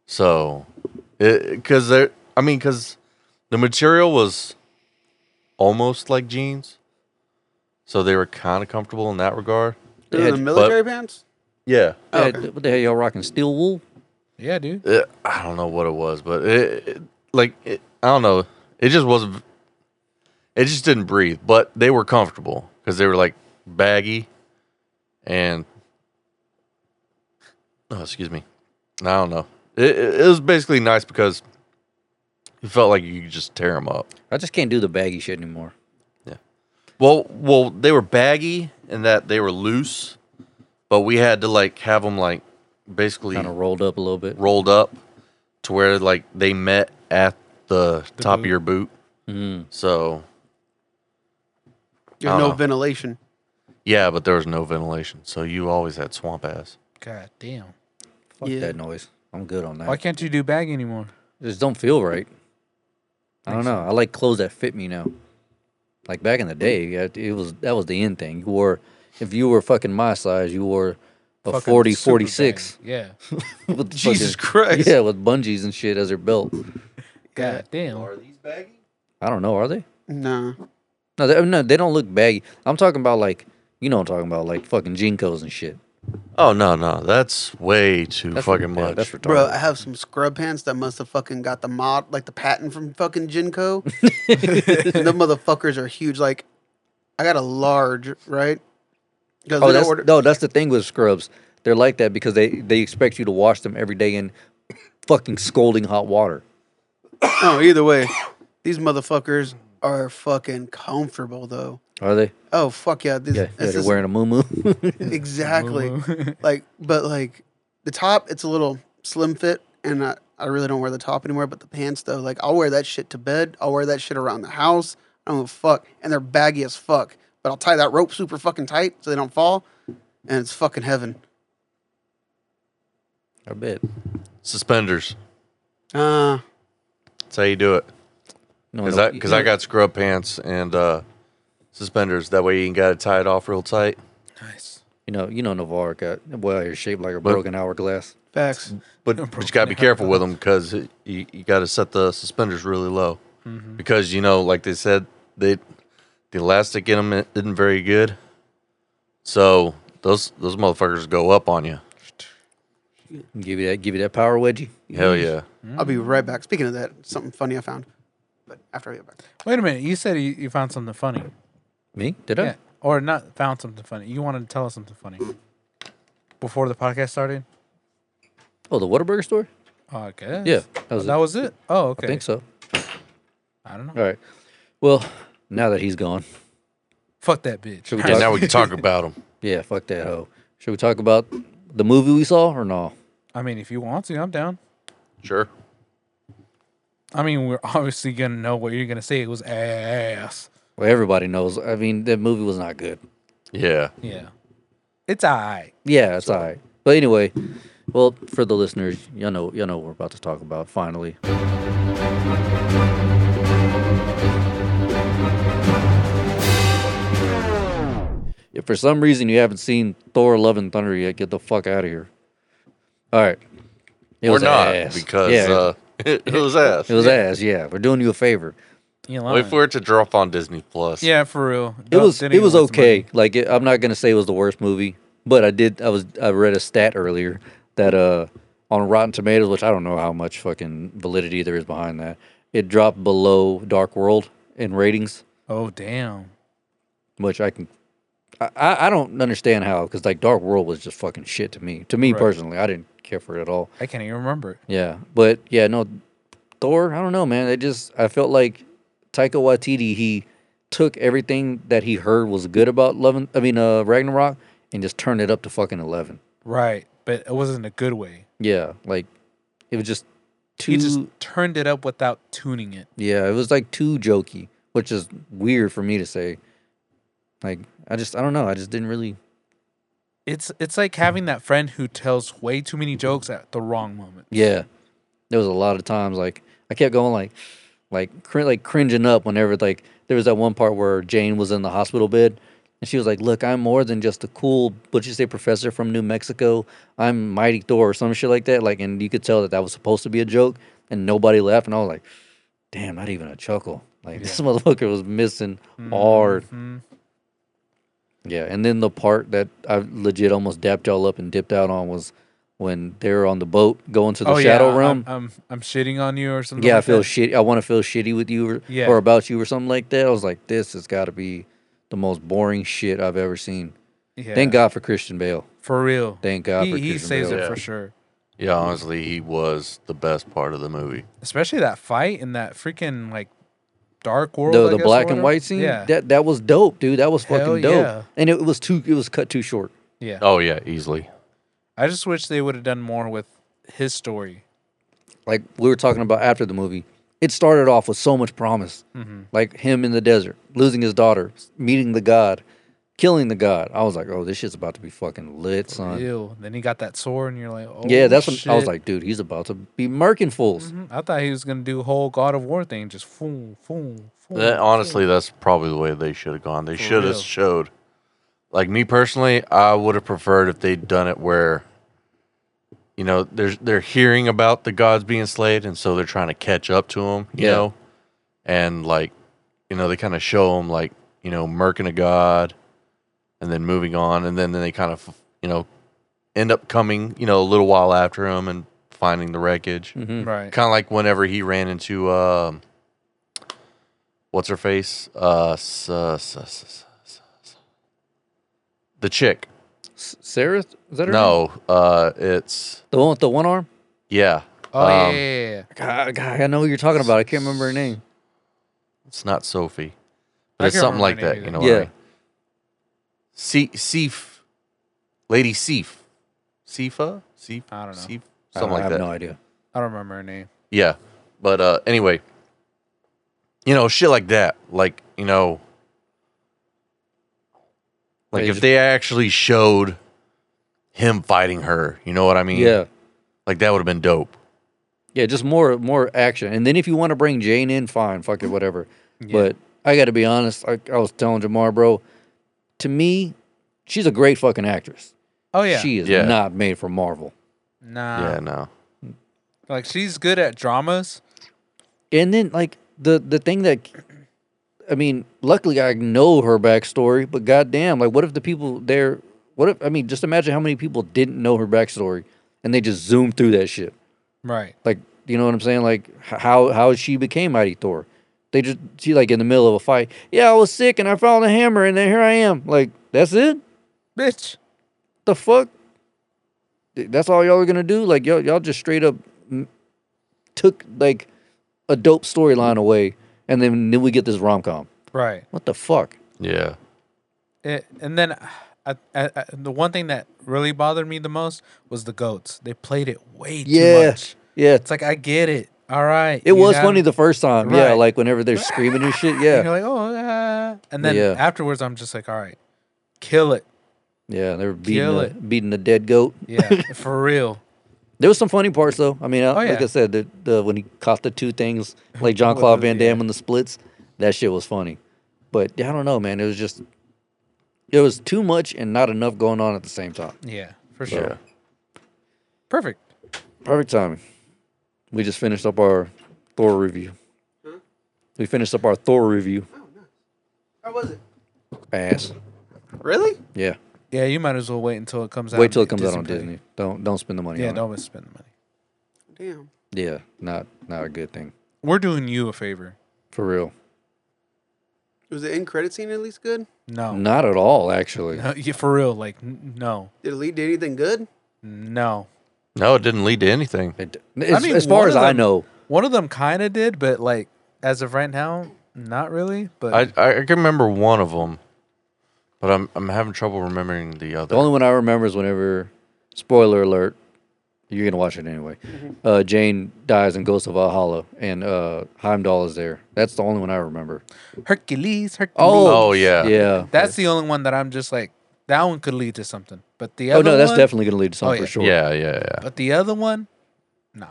A: So, because they're, I mean, because the material was almost like jeans. So they were kind of comfortable in that regard.
D: They're
E: Yeah,
D: the
E: but-
D: military pants.
A: Yeah.
E: Yeah,
C: Oh.
E: What the hell y'all rocking? Steel wool?
C: yeah, dude.
A: Uh, I don't know what it was, but it, it- like, it, I don't know. It just wasn't, it just didn't breathe, but they were comfortable because they were like baggy and, oh, excuse me. I don't know. It, it, it was basically nice because it felt like you could just tear them up.
E: I just can't do the baggy shit anymore.
A: Well, well, they were baggy and that they were loose, but we had to like have them like basically
E: Kind of rolled up a little bit.
A: rolled up to where like they met at the,
C: boot.
A: top of your boot.
E: Mm-hmm.
A: So
D: There's no
A: Uh-huh.
D: ventilation.
A: yeah, but there was no ventilation, so you always had swamp ass.
C: God damn.
E: Fuck
D: Yeah.
E: that noise. I'm good on that.
C: Why can't you do bag anymore?
E: It just don't feel right. I don't know. I like clothes that fit me now. Like back in the day, yeah, it was that was the end thing. You wore if you were fucking my size, you wore a
C: Fucking
E: 40
C: super
E: 46
C: bag. Yeah.
E: with the
D: Jesus
E: fucking-
D: Christ.
E: Yeah, with bungees and shit as their belt.
C: God damn.
E: I don't know, are they?
D: No.
E: No, they, no, they don't look baggy. I'm talking about like you know what I'm talking about like fucking jinkos and shit.
A: Oh no, no, that's way too
E: That's
A: fucking
E: yeah,
A: much.
E: that's retarded.
D: Bro, I have some scrub pants that must have fucking got the mod, like the patent from fucking Jinko. and them motherfuckers are huge. Like, I got a large, right? Because
E: Oh, that's, no, that's the thing with scrubs. They're like that because they, they expect you to wash them every day in fucking scalding hot water.
D: Oh, either way, these motherfuckers are fucking comfortable though.
E: Are they?
D: Oh fuck yeah, this,
E: Yeah, yeah
D: this
E: they're
D: is
E: wearing a muumuu.
D: exactly like, but like the top, it's a little slim fit, and I, I really don't wear the top anymore. But the pants though, like I'll wear that shit to bed. I'll wear that shit around the house. I don't give a fuck, and they're baggy as fuck. But I'll tie that rope super fucking tight so they don't fall, and it's fucking heaven.
E: I bet.
A: Suspenders.
D: Uh,
A: That's how you do it.
E: No,
A: Because
E: no,
A: I
E: you
A: because
E: know-
A: I got scrub pants and uh suspenders. That way you ain't got to tie it off real tight.
C: Nice.
E: you know you know Navarre got well you're shaped like a
A: But-
E: broken hourglass.
D: facts.
A: But, but you gotta be careful with them because you, you gotta set the suspenders really low because you know, like they said, they the elastic in them isn't very good, so those those motherfuckers go up on you.
E: Give you that give you that power wedgie.
A: Hell yeah!
D: I'll be right back. Speaking of that, something funny I found. But after I get back,
C: Wait a minute. You said you, you found something funny.
E: Me? Did I?
C: Yeah. Or not found something funny. You wanted to tell us something funny before the podcast started.
E: Oh, the Whataburger store?
C: Oh, I guess.
E: Yeah. That
C: That was,
E: was
C: that
E: it.
C: was it. Oh, okay.
E: I think so.
C: I don't know.
E: All right. Well, now that he's gone.
C: Fuck that bitch.
E: Should we
A: And
E: talk-
A: now we can talk about them.
E: yeah, fuck that hoe. Should we talk about the movie we saw or no?
C: I mean, if you want to, I'm down.
A: Sure.
C: I mean, we're obviously gonna know what you're gonna say. It was ass.
E: Well, everybody knows. I mean, that movie was not good.
A: Yeah.
C: Yeah. It's alright.
E: Yeah, it's all right. But anyway, well, for the listeners, y'all know, y'all know what we're about to talk about. Finally, If for some reason you haven't seen Thor: Love and Thunder yet, get the fuck out of here. All right. It
A: We're
E: was
A: not
E: ass.
A: because
E: yeah,
A: uh, it, was ass.
E: it was ass. Yeah, we're doing you a favor.
C: You
A: Wait
C: lying.
A: for it to drop on Disney Plus.
C: yeah, for real.
E: It was
C: Didn't
E: it
C: even
E: was
C: waste the money.
E: okay. Like it, I'm not gonna say it was the worst movie, but I did I was I read a stat earlier that uh on Rotten Tomatoes, which I don't know how much fucking validity there is behind that, it dropped below Dark World in ratings,
C: Oh damn.
E: which I can I- I, I don't understand how because like Dark World was just fucking shit to me. To me personally, I didn't care for it at all.
C: I can't even remember it.
E: Yeah, but yeah, no, Thor. I don't know, man. It just I felt like Taika Waititi. He took everything that he heard was good about loving. I mean, uh, Ragnarok, and just turned it up to fucking eleven.
C: Right, but it wasn't a good way.
E: Yeah, like it was just too.
C: He just turned it up without tuning it.
E: yeah, it was like too jokey, which is weird for me to say. Like I just I don't know. I just didn't really.
C: It's it's like having that friend who tells way too many jokes at the wrong moment.
E: Yeah, there was a lot of times like I kept going like, like cr- like cringing up whenever like there was that one part where Jane was in the hospital bed and she was like, "Look, I'm more than just a cool what you say professor from New Mexico. I'm Mighty Thor or some shit like that." Like, and you could tell that that was supposed to be a joke, and nobody laughed, and I was like, "Damn, not even a chuckle." Like this motherfucker was missing hard. Yeah, and then the part that I legit almost dapped y'all up and dipped out on was when they're on the boat going to the shadow
C: Oh, yeah,
E: realm.
C: I'm, I'm I'm shitting on you or something.
E: yeah, I
C: like
E: feel
C: that.
E: shitty. I want to feel shitty with you or,
C: Yeah.
E: or about you or something like that. I was like, this has got to be the most boring shit I've ever seen.
C: Yeah,
E: Thank God for Christian Bale.
C: for real.
E: Thank God
C: he,
E: for
C: he
E: Christian
C: saves
E: Bale.
C: it
A: Yeah.
C: for sure.
A: Yeah, honestly, he was the best part of the movie.
C: Especially that fight in that freaking like dark world. I
E: The, the
C: guess, or
E: black and
C: whatever.
E: white scene,
C: Yeah,
E: that that was dope, dude. That was
C: Hell
E: fucking dope.
C: yeah.
E: And it was too, it was cut too short.
C: yeah.
A: Oh yeah, easily.
C: I just wish they would have done more with his story.
E: like we were talking about after the movie, it started off with so much promise.
C: Mm-hmm.
E: Like him in the desert, losing his daughter, meeting the god, killing the god. I was like, oh, this shit's about to be fucking lit, son.
C: Ew. Then he got that sword, and you're like, oh
E: yeah, that's what I was
C: shit.
E: like, dude, he's about to be murking fools.
C: Mhm. I thought he was gonna do whole God of War thing, just foom, foom, foom.
A: That- honestly, that's probably the way they should have gone. They should have
C: real.
A: showed. Like me personally, I would have preferred if they'd done it where, you know, there's they're hearing about the gods being slayed, and so they're trying to catch up to them. You
E: Yeah.
A: know, and like, you know, they kind of show them like, you know, murking a god, and then moving on, and then then they kind of, you know, end up coming, you know, a little while after him and finding the wreckage
C: Mm-hmm.
E: Mm-hmm.
C: right.
A: kind of like whenever he ran into um, what's her face, uh, s- uh, s- s- s- s- s- the chick.
E: S- Sarah, is that her? name?
A: No, uh, it's
E: the one with the one arm.
A: yeah.
C: Oh yeah, yeah,
A: um,
C: yeah, yeah.
E: God, God, I know who you're talking about. I can't remember her name.
A: It's not Sophie,
C: I
A: but it's
C: can't
A: something
C: remember her name
A: like that. You
C: either.
A: know what I
E: Oh, Yeah,
A: mean? Se- Seif, Lady Seif, Seifa, Seif.
C: I don't know.
A: Seif?
E: I, don't,
A: Something
E: I
A: like
E: have
A: that.
E: no idea.
C: I don't remember her name.
A: Yeah. But uh anyway, you know, shit like that. Like, you know, like
E: They
A: if
E: just-
A: they actually showed him fighting her, you know what I mean?
E: Yeah,
A: Like that would have been dope.
E: Yeah, just more more action. And then if you want to bring Jane in, fine, fuck it, whatever. But I got to be honest. I, I was telling Jamar, bro. To me, she's a great fucking actress.
C: Oh yeah,
E: She is
A: Yeah.
E: not made for Marvel. Ah.
C: nah.
A: yeah, no.
C: Like she's good at dramas.
E: And then like the the thing that, I mean, luckily I know her backstory. But goddamn, like what if the people there? What if I mean, just imagine how many people didn't know her backstory, and they just zoomed through that shit.
C: Right.
E: like you know what I'm saying? Like h- how how she became Mighty Thor. They just she like in the middle of a fight. Yeah, I was sick and I found a hammer and then here I am. Like that's it?
C: Bitch.
E: The fuck? Th- That's all y'all are gonna do? Like y'all y'all just straight up m- took like a dope storyline away and then then we get this rom com.
C: Right.
E: What the fuck?
A: Yeah.
C: It, and then I, I, I, the one thing that really bothered me the most was the goats. They played it way too
E: Yeah,
C: much.
E: yeah.
C: It's like I get it. All right.
E: It was funny the first time. Yeah,
C: Right.
E: like whenever they're screaming and shit. Yeah,
C: You're like oh, ah. and then
E: Yeah.
C: afterwards I'm just like all right, kill it.
E: yeah. They were beating
C: Kill
E: the,
C: it.
E: beating the dead goat.
C: Yeah, for real.
E: There was some funny parts though. I mean, I like
C: Oh, yeah.
E: I said, the, the when he caught the two things, like John Claude Van Damme
C: yeah.
E: in the splits, that shit was funny. But yeah, I don't know, man. It was just it was too much and not enough going on at the same time.
C: Yeah, for
E: So-
C: sure. Perfect.
E: Perfect timing. We just finished up our Thor review. We finished up our Thor review.
D: How was it?
E: Ass.
D: Really?
E: Yeah.
C: Yeah, you might as well wait until it comes out.
E: Wait till it comes out on
C: Play.
E: Disney. Don't don't spend the money.
C: Yeah,
E: on
C: don't spend the money.
D: Damn.
E: It. Yeah, not not a good thing
C: We're doing you a favor.
E: for real.
D: Was the end credit scene at least good?
C: No.
E: Not at all, actually.
C: No, yeah, for real. Like, n- no,
D: Did it lead to anything good?
C: no.
A: No, it didn't lead to anything.
E: It- as,
C: mean,
E: as far
C: one
E: as
C: of
E: I
C: them-
E: know,
C: One of them kind of did, but like as of right now, not really. But
A: I I can remember one of them, but I'm I'm having trouble remembering the other.
E: the only one I remember is whenever, spoiler alert, you're gonna watch it anyway. Uh, Jane dies and goes to Valhalla, and uh, Heimdall is there. That's the only one I remember.
C: Hercules, Hercules.
A: oh yeah,
E: yeah.
C: that's the only one that I'm just like that one could lead to something. But the
E: oh
C: other
E: no, that's
C: one-
E: definitely gonna lead to
C: Oh,
E: something
C: yeah.
E: for sure.
A: yeah, yeah, yeah.
C: But the other one, nah.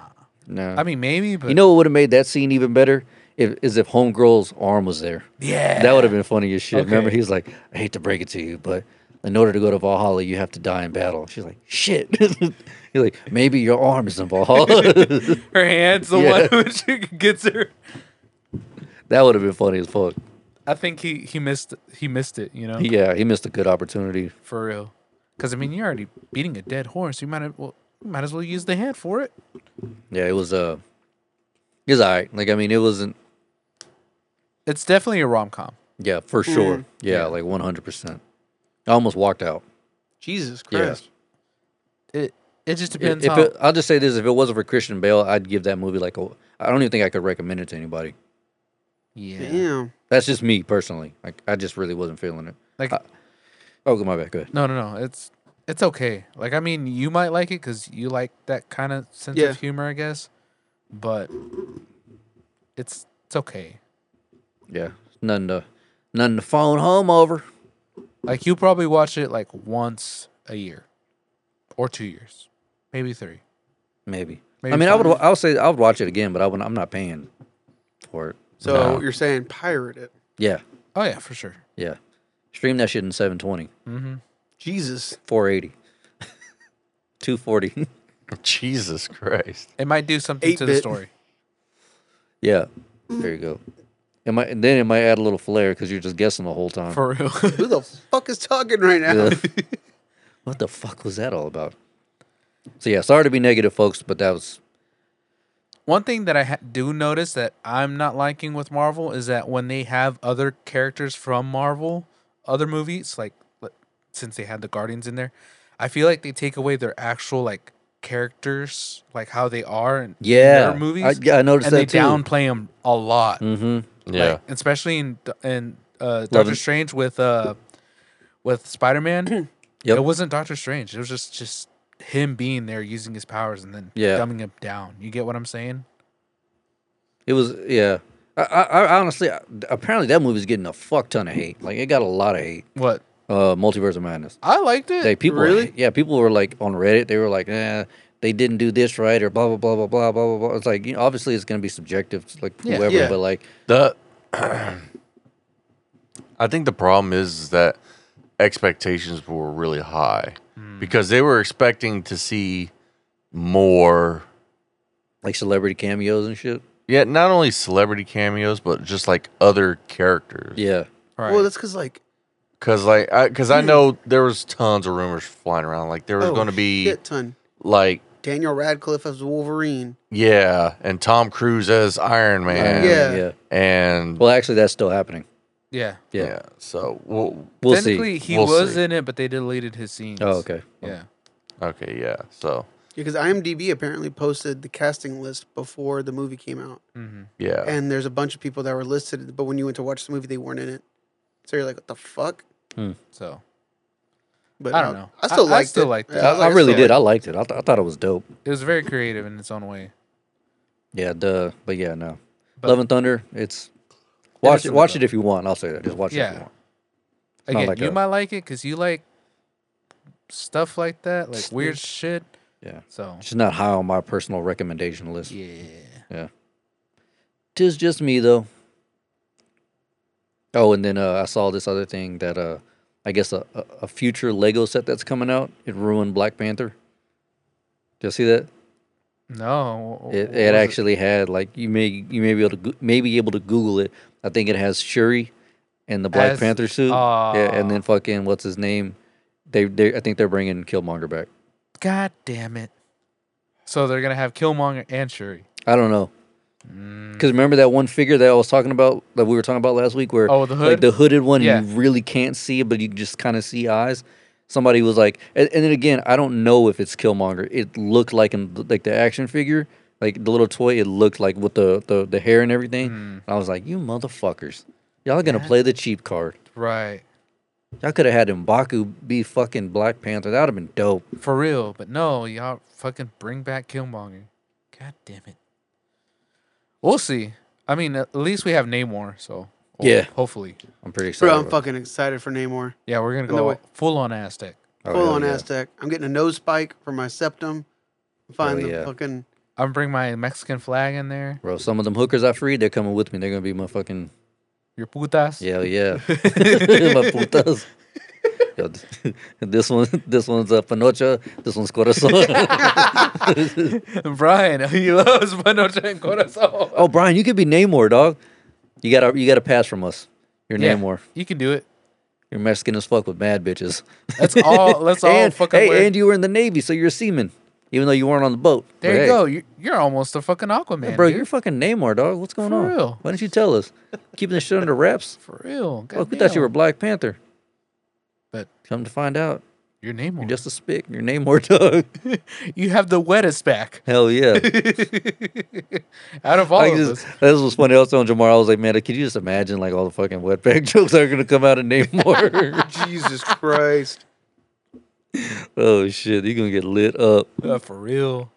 E: No.
C: I mean, maybe, but
E: you know what would have made that scene even better? If, is if Homegirl's arm was there.
C: yeah,
E: That would have been funny as shit. Remember,
C: Okay.
E: he was like, I hate to break it to you, but in order to go to Valhalla, you have to die in battle. She's like, shit. He's like, maybe your arm is in Valhalla.
C: her hands the
E: Yeah.
C: one which gets her.
E: that would have been funny as fuck.
C: I think he he missed he missed it. You know,
E: Yeah, he missed a good opportunity.
C: for real. Because I mean, you're already beating a dead horse. You might have, well, you might as well use the hand for it.
E: Yeah, it was, uh, it was all right. Like, I mean, it wasn't,
C: It's definitely a rom com.
E: yeah, for
C: Mm-hmm.
E: sure. Yeah, like 100%. I almost walked out.
D: Jesus
E: Yeah.
D: Christ.
C: It it just
E: If
C: depends
E: if
C: on.
E: it, I'll just say this if it wasn't for Christian Bale, I'd give that movie like a, I don't even think I could recommend it to anybody.
C: yeah,
D: Damn.
E: That's just me personally. Like, I just really wasn't feeling it.
C: like
E: Oh, go my back. Go ahead.
C: no, no, no. It's it's okay. Like I mean, you might like it because you like that kind of sense
D: Yeah.
C: of humor, I guess. But it's it's okay.
E: Yeah, nothing to nothing to phone home over.
C: Like you probably watch it like once a year, or two years, maybe three.
E: Maybe.
C: Maybe
E: I mean, I would. wa-
C: five.
E: I would say I would watch it again, but I would. I'm not paying for it.
D: So
A: Nah.
D: you're saying pirate it?
E: Yeah,
C: Oh yeah, for sure.
E: yeah. Stream that shit in 720,
C: Mm-hmm.
D: Jesus.
E: 480, 240.
A: Jesus Christ.
C: It might do something to the
D: 8-bit.
C: story.
E: yeah, there you go. It might and then it might add a little flair because you're just guessing the whole time.
C: For real.
D: Who the fuck is talking right now?
E: Yeah. what the fuck was that all about? So yeah, sorry to be negative, folks, but that was
C: One thing that I ha- do notice that I'm not liking with Marvel is that when they have other characters from Marvel, other movies, like li- since they had the Guardians in there, I feel like they take away their actual like characters, like how they are in in
E: yeah.
C: their movies.
E: I, yeah, I noticed
C: and
E: that
C: they
E: too. Mm-hmm.
C: downplay them a lot.
A: Yeah.
C: Like, especially in D- in uh,
E: Love
C: Doctor
E: it.
C: Strange with uh with Spider Man.
E: Yep.
C: It wasn't Doctor Strange. It was just just him being there using his powers and then
E: Yeah.
C: dumbing him down. You get what I'm saying?
E: It was yeah. I, I, I honestly apparently that movie's getting a fuck ton of hate. Like it got a lot of hate.
C: What?
E: Uh, Multiverse of Madness.
C: I liked it.
E: They people
D: Really?
E: yeah people were like on Reddit they were like eh, they didn't do this right or blah blah blah blah blah blah blah. blah. It's like you know, obviously it's gonna be subjective it's like
C: Yeah.
E: whoever
D: Yeah.
E: but like
A: The I think the problem is that expectations were really high because they were expecting to see more.
E: like celebrity cameos and shit.
A: Yeah, not only celebrity cameos, but just like other characters.
E: Yeah.
C: Right.
D: Well, that's because like
A: Cause like, I, cause I know there was tons of rumors flying around. Like there was
D: oh,
A: going to be
D: shit ton.
A: like,
D: Daniel Radcliffe as Wolverine.
A: yeah, and Tom Cruise as Iron Man.
D: Yeah.
E: Um, yeah.
A: And
E: Well, actually, that's still happening.
C: yeah.
A: yeah.
E: yeah.
A: so we'll,
E: We'll see.
C: Technically, he
A: We'll
C: was
A: see.
C: in it, but they deleted his scenes.
E: Oh, okay.
C: Yeah.
A: okay, yeah. So
D: Because IMDb apparently posted the casting list before the movie came out,
C: Mm-hmm.
A: yeah,
D: and there's a bunch of people that were listed, but when you went to watch the movie, they weren't in it. So you're like, what the fuck?
C: So
D: But
C: I don't
D: uh,
C: know.
D: I still
C: I- I
D: liked
C: still
D: it.
C: liked it.
D: Yeah,
E: I,
D: was
E: I
D: like,
E: really
D: still
E: did. I liked it. I, th- I thought it was dope.
C: it was very creative in its own way.
E: Yeah. Duh. But yeah, no.
C: But-
E: Love and Thunder. It's watch
C: is
E: it. Watch
C: about-
E: it if you want. I'll say that. Just watch it if you
C: Yeah.
E: want. not
C: Again,
E: like
C: you
E: a-
C: might like it because you like stuff like that, like weird shit.
E: Yeah.
C: So
E: She's not high on my personal recommendation list.
C: yeah.
E: Tis just me though. Oh, and then uh, I saw this other thing that uh, I I guess a, a, a future Lego set that's coming out. It ruined Black Panther. Did you see that?
C: No. Oh,
E: It,
C: what
E: it
C: was
E: actually had like you may you may be able to goo- may be able to Google it. I think it has Shuri and the Black
C: As- uh,
E: Panther suit. yeah, and
C: Aw.
E: then fucking what's his name? They they I think they're bringing Killmonger back.
C: God damn it. So they're gonna have Killmonger and Shuri.
E: I don't know.
C: Mm.
E: Because remember that one figure that I was talking about that we were talking about last week, where
C: Oh, the
E: like
C: hood?
E: the hooded one,
C: Yeah.
E: you really can't see it, but you can just kind of see eyes. Somebody was like, and, and then again, I don't know if it's Killmonger. It looked like him, like the action figure, like the little toy. It looked like with the the, the hair and
D: Hmm.
E: everything. And I was like, you motherfuckers, y'all gonna play the cheap card.
C: Right.
E: Y'all could have had Mbaku be fucking Black Panther. That would have been dope.
C: For real. But no, y'all fucking bring back Killmonger. God damn it. We'll see. I mean, at least we have Namor, so ho-
E: Yeah.
C: Hopefully.
E: I'm pretty excited.
D: Bro, I'm
E: about-
D: fucking excited for Namor.
C: Yeah, we're gonna
D: And the
C: go
D: way-
C: full on Aztec.
E: Oh,
D: Full
E: hell
D: on
E: yeah.
D: Aztec. I'm getting a nose spike for my septum. I'm finding
E: Hell
D: the
E: yeah.
D: fucking.
C: I'm bring my Mexican flag in there.
E: Bro, some of them hookers I freed, they're coming with me. They're gonna be my fucking
C: Your putas.
E: Yeah, yeah. My putas. Yo, th- this one, this one's a panocha. This one's corazon.
C: Brian, he loves Panocha and Corazon.
E: oh, Brian, you could be Namor, dog. You got to you got to pass from us. You're
C: Yeah,
E: Namor.
C: You can do it.
E: You're Mexican as fuck with bad bitches.
C: Let's all let's all
E: and,
C: fucking
E: hey,
C: wear.
E: and you were in the Navy, so you're a seaman, even though you weren't on the boat.
C: there
E: But
C: you
E: hey,
C: go. You're, you're almost a fucking Aquaman,
E: bro.
C: dude.
E: You're fucking Namor, dog. What's going
C: For
E: on?
C: real.
E: Why didn't you tell us? Keeping this shit under wraps.
C: for real.
E: Fuck, we thought you were
C: goddamn.
E: Black Panther.
C: But-
E: come to find out,
C: Your name
E: you're
C: on
E: just a spick. You're Namor, dog.
C: You have the wettest back.
E: Hell yeah.
C: Out of all
E: I
C: of
E: just,
C: us.
E: this was funny. I was telling Jamar, I was like, man, could you just imagine like all the fucking wetback jokes that are gonna come out of Namor?
D: Jesus Christ.
E: oh shit, you're gonna get lit up.
C: Uh, for real.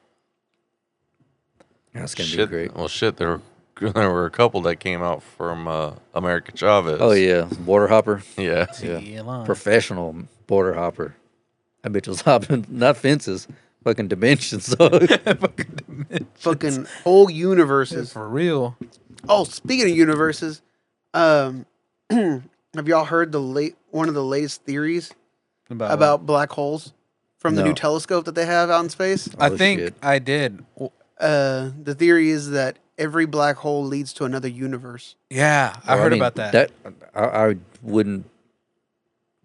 E: That's gonna
A: shit,
E: be great.
A: Well, shit, there were, there were a couple that came out from uh, America Chavez.
E: Oh yeah, border hopper,
A: yeah.
E: Yeah.
C: Elon.
E: professional border hopper. I bitch was hopping not fences, fucking dimensions. dog. Oh,
D: Fucking whole universes.
C: For real.
D: Oh, speaking of universes, um, have y'all heard the late one of the latest theories
C: About, what?
D: about black holes from the
E: No.
D: new telescope that they have out in space?
C: I
E: Oh,
C: think
E: shit.
C: I did. W-
D: Uh, the theory is that every black hole leads to another universe.
C: Yeah, I
E: Well,
C: heard
E: Oh, mean,
C: about that.
E: That I, I wouldn't.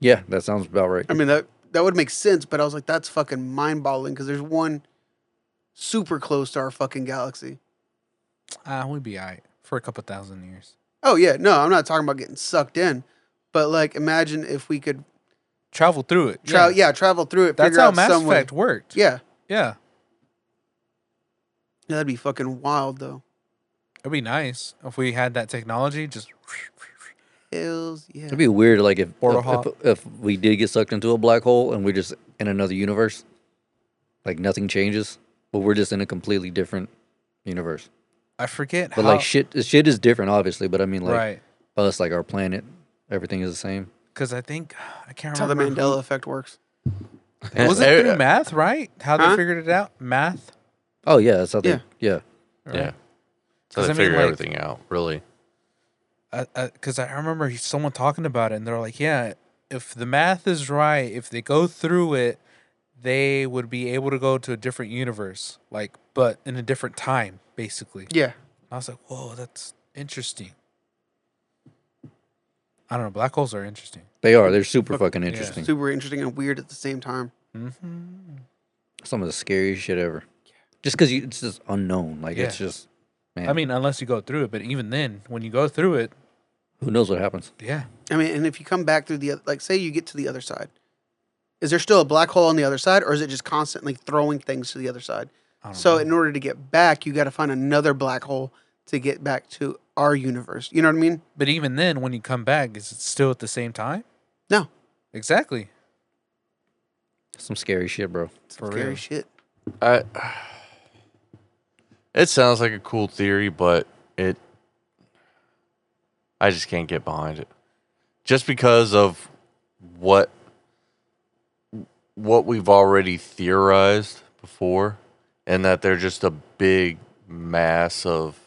E: Yeah, that sounds about right.
D: I mean that that would make sense, but I was like, that's fucking mind boggling because there's one super close to our fucking galaxy.
C: Ah, we'd be all right for a couple thousand years.
D: Oh yeah, no, I'm not talking about getting sucked in, but like imagine if we could
C: Travel through it.
D: tra-
C: yeah.
D: yeah. travel through it.
C: That's
D: figure
C: how
D: out
C: Mass
D: some way.
C: Effect worked.
D: Yeah,
C: Yeah.
D: that'd be fucking wild though.
C: It'd be nice if we had that technology. Just
D: Hills, yeah.
E: It'd be weird, like if
C: Border
E: if,
C: hop.
E: if, if we did get sucked into a black hole and we're just in another universe, like nothing changes, but we're just in a completely different universe.
C: I forget
E: But
C: how.
E: like shit, shit is different, obviously. But I mean, like
C: right.
E: us, like our planet, everything is the same.
C: Because I think I can't
D: That's how the
C: remember.
D: Mandela effect works.
C: who- Was
A: Eh,
C: it through
E: er,
A: eh,
E: uh,
C: math? Right? How they
D: Huh?
C: figured it out? Math.
E: Oh yeah, that's how they.
D: Yeah.
E: Yeah,
A: Yeah. So
C: 'Cause
A: they
C: I mean,
A: figure
C: like-
A: everything out, really.
C: because uh, I remember someone talking about it, and they're like, "Yeah, if the math is right, if they go through it, they would be able to go to a different universe, like, but in a different time, basically."
D: Yeah,
C: And I was like, "Whoa, that's interesting." I don't know. Black holes are interesting.
E: they are. They're super
C: Fuck-
E: fucking
C: yeah.
E: interesting.
D: super interesting and weird at the same time.
C: Mm-hmm.
E: Some of the scariest shit ever. Just because it's just unknown. Like it's
C: Yeah.
E: just man.
C: I mean, unless you go through it, but even then, when you go through it,
E: who knows what happens?
C: yeah,
D: I mean, and if you come back through the oth- like, say you get to the other side, is there still a black hole on the other side, or is it just constantly throwing things to the other side?
C: I don't
D: So
C: know.
D: in order to get back, you got to find another black hole to get back to our universe. You know what I mean?
C: But even then, when you come back, is it still at the same time?
D: No,
C: Exactly.
E: Some scary shit, bro.
C: For
D: scary
C: real.
D: shit.
A: I, it sounds like a cool theory, but it. I just can't get behind it, just because of what what we've already theorized before, and that they're just a big mass of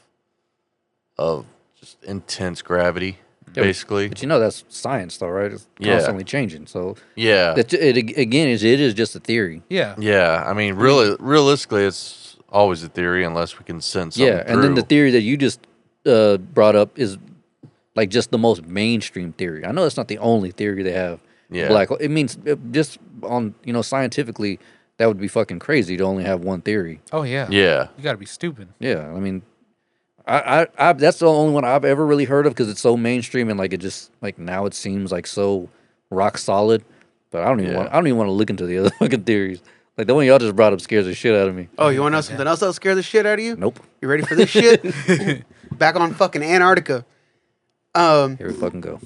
A: of just intense gravity basically.
E: But you know that's science, though, right? It's
A: Yeah.
E: constantly changing. So
A: Yeah.
E: it, it again is it is just a theory.
C: Yeah.
A: Yeah, I mean, really, realistically, it's always a theory unless we can sense. Something
E: yeah, and then the
A: through.
E: theory that you just uh, brought up is like just the most mainstream theory. I know it's not the only theory they have.
A: Yeah.
E: black. hole. It means uh, just on you know scientifically that would be fucking crazy to only have one theory.
C: Oh yeah.
A: Yeah,
C: You gotta be stupid.
E: Yeah, I mean, I, I, I that's the only one I've ever really heard of because it's so mainstream and like it just like now it seems like so rock solid. But I don't even
A: Yeah.
E: want I don't even want to look into the other fucking theories. Like the one y'all just brought up scares the shit out of me.
D: Oh, you want to know something else that'll scare the shit out of you?
E: Nope,
D: You ready for this shit? Back on fucking Antarctica. Um,
E: here we fucking go.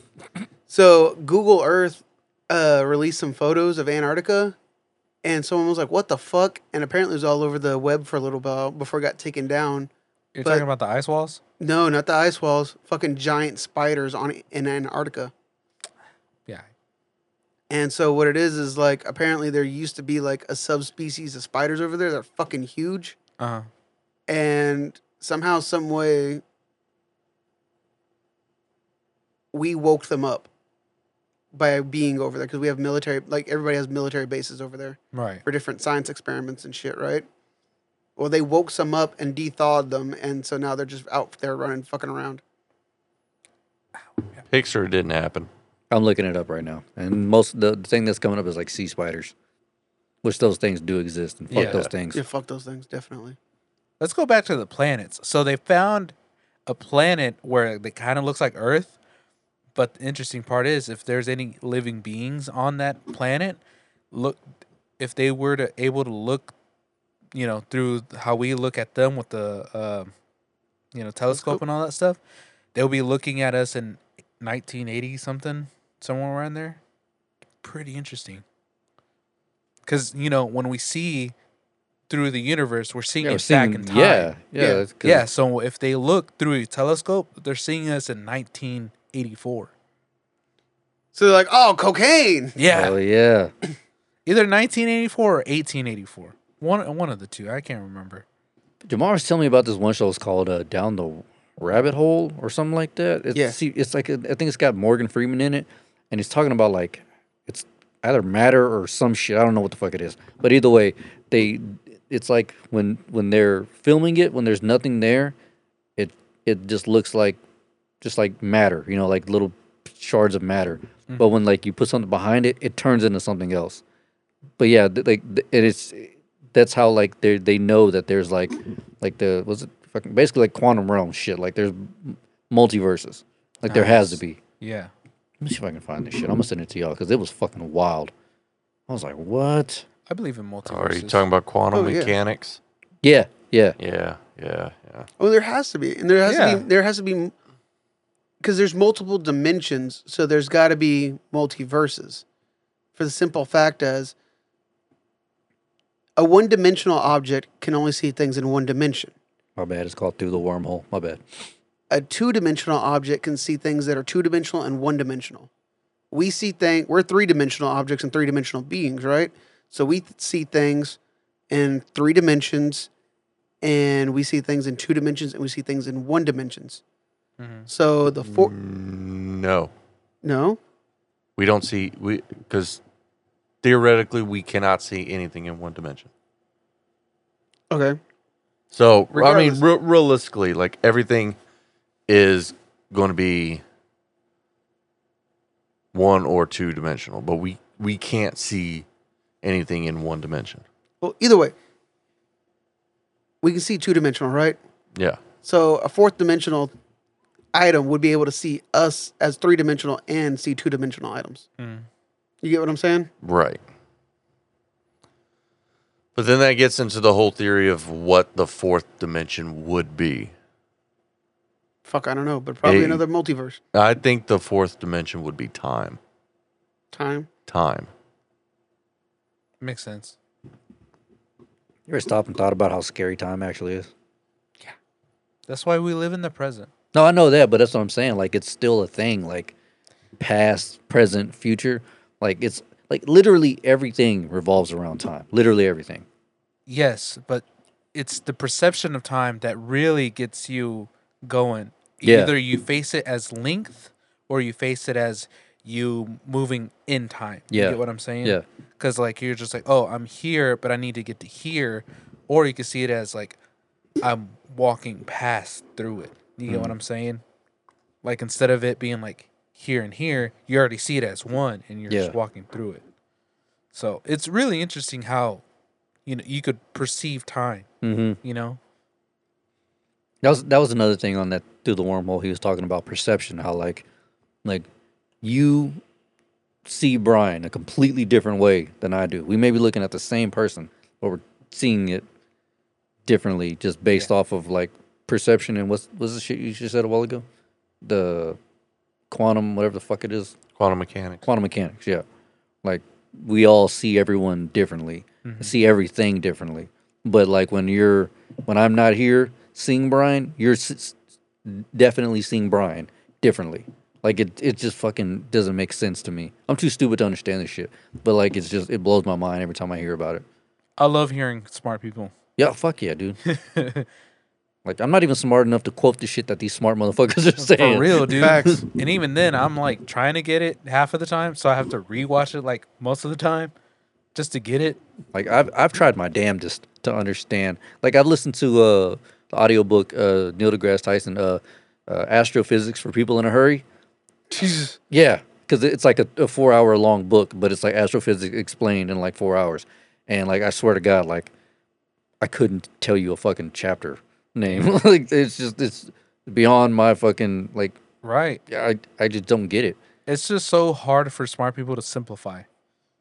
D: so Google Earth uh, released some photos of Antarctica, and someone was like, "What the fuck?" And apparently, it was all over the web for a little while before it got taken down.
C: You're
D: But-
C: talking about the ice walls?
D: No, not the ice walls. Fucking giant spiders on in Antarctica.
C: Yeah.
D: And so what it is is like apparently there used to be like a subspecies of spiders over there. They're fucking huge,
C: Uh huh.
D: and somehow, some way, we woke them up by being over there because we have military. Like everybody has military bases over there
C: Right.
D: for different science experiments and shit, right? Well, they woke some up and thawed them, and so now they're just out there running fucking around.
A: picture didn't happen.
E: I'm looking it up right now, and most the thing that's coming up is like sea spiders, which those things do exist, and fuck
C: Yeah.
E: those things.
D: Yeah, fuck those things, definitely.
C: Let's go back to the planets. So they found a planet where it kind of looks like Earth, but the interesting part is if there's any living beings on that planet, look if they were to able to look, you know, through how we look at them with the, uh, you know, telescope and all that stuff, they'll be looking at us in 1980 something, somewhere around there. Pretty interesting. Because you know when we see through the universe, we're seeing
E: Yeah, we're
C: it
E: seeing-
C: back in time.
E: yeah, yeah,
D: Yeah.
E: that's 'cause
C: Yeah, so if they look through a telescope, they're seeing us in 1984.
D: So they're like, "Oh, cocaine."
C: Yeah,
E: Hell yeah.
C: either 1984 or 1884. One one of the two. I can't remember.
E: Jamar was telling me about this one show. It's called uh, Down the Rabbit Hole or something like that. It's,
D: Yeah.
E: see, it's like a, I think it's got Morgan Freeman in it, and he's talking about like it's either matter or some shit. I don't know what the fuck it is, but either way, they it's like when when they're filming it, when there's nothing there, it it just looks like just like matter, you know, like little shards of matter. But when like you put something behind it, it turns into something else. But yeah, th- like th- and it's that's how like they they know that there's like like the was it fucking basically like quantum realm shit. Like there's m- multiverses. Like there has to be.
C: Yeah.
E: Let me see if I can find this shit. I'm gonna send it to y'all because it was fucking wild. I was like, what?
C: I believe in multiverses.
A: Are you talking about quantum
D: Oh, yeah.
A: mechanics?
E: Yeah, yeah.
A: Yeah, yeah, yeah.
D: Oh, there has to be, and there has to
C: Yeah.
D: be, there has to be, because there's multiple dimensions, so there's got to be multiverses. For the simple fact as a one-dimensional object can only see things in one dimension.
E: My bad. It's called through the wormhole. My bad.
D: A two-dimensional object can see things that are two-dimensional and one-dimensional. We see things. We're three-dimensional objects and three-dimensional beings, right? So we th- see things in three dimensions, and we see things in two dimensions, and we see things in one dimensions. So the four.
A: No,
D: No.
A: we don't see we because theoretically we cannot see anything in one dimension.
D: Okay.
A: So
D: Regardless.
A: I mean, re- realistically, like everything is going to be one or two dimensional, but we we can't see anything in one dimension.
D: Well, either way, we can see two dimensional, right?
A: Yeah.
D: So a fourth dimensional item would be able to see us as three dimensional and see two dimensional items. You get what I'm saying?
A: Right. But then that gets into the whole theory of what the fourth dimension would be.
D: Fuck, I don't know, but probably
A: Hey.
D: another multiverse.
A: I think the fourth dimension would be time.
D: Time.
A: Time.
C: Makes sense.
E: You ever stop and thought about how scary time actually is?
C: That's why we live in the present.
E: No, I know that, but that's what I'm saying. Like it's still a thing. Like past, present, future. Like it's like literally everything revolves around time. Literally everything.
C: Yes, but it's the perception of time that really gets you going.
E: Yeah.
C: Either you face it as length or you face it as you moving in time.
E: Yeah.
C: You get what I'm saying?
E: Yeah.
C: Because like you're just like, oh, I'm here, but I need to get to here, or you can see it as like I'm walking past through it. You get what I'm saying? Like instead of it being like here and here, you already see it as one, and you're
E: Yeah.
C: just walking through it. So it's really interesting how you know you could perceive time.
E: Mm-hmm.
C: You know,
E: That was that was another thing on that through the wormhole. He was talking about perception, how like like you see Brian a completely different way than I do. We may be looking at the same person, but we're seeing it differently, just based off of like perception and what's what's the shit you just said a while ago, the quantum whatever the fuck it is,
A: Quantum mechanics.
E: quantum mechanics. Yeah, like we all see everyone differently,
C: Mm-hmm.
E: see everything differently. But like when you're when I'm not here seeing Brian, you're s- s- definitely seeing Brian differently. Like it, it just fucking doesn't make sense to me. I'm too stupid to understand this shit. But like, it's just it blows my mind every time I hear about it.
C: I love hearing smart people.
E: Yeah, fuck yeah, dude. like I'm not even smart enough to quote the shit that these smart motherfuckers are saying.
C: For real, dude.
A: Facts.
C: And even then, I'm like trying to get it half of the time, so I have to rewatch it like most of the time just to get it.
E: Like I've I've tried my damnedest to understand. Like I've listened to uh the audiobook uh Neil deGrasse Tyson uh, uh Astrophysics for People in a Hurry.
C: Jesus.
E: Yeah, cuz it's like a, a 4 hour long book, but it's like astrophysics explained in like 4 hours. And like I swear to god like I couldn't tell you a fucking chapter name. like it's just it's beyond my fucking like
C: Right.
E: I I just don't get it.
C: It's just so hard for smart people to simplify.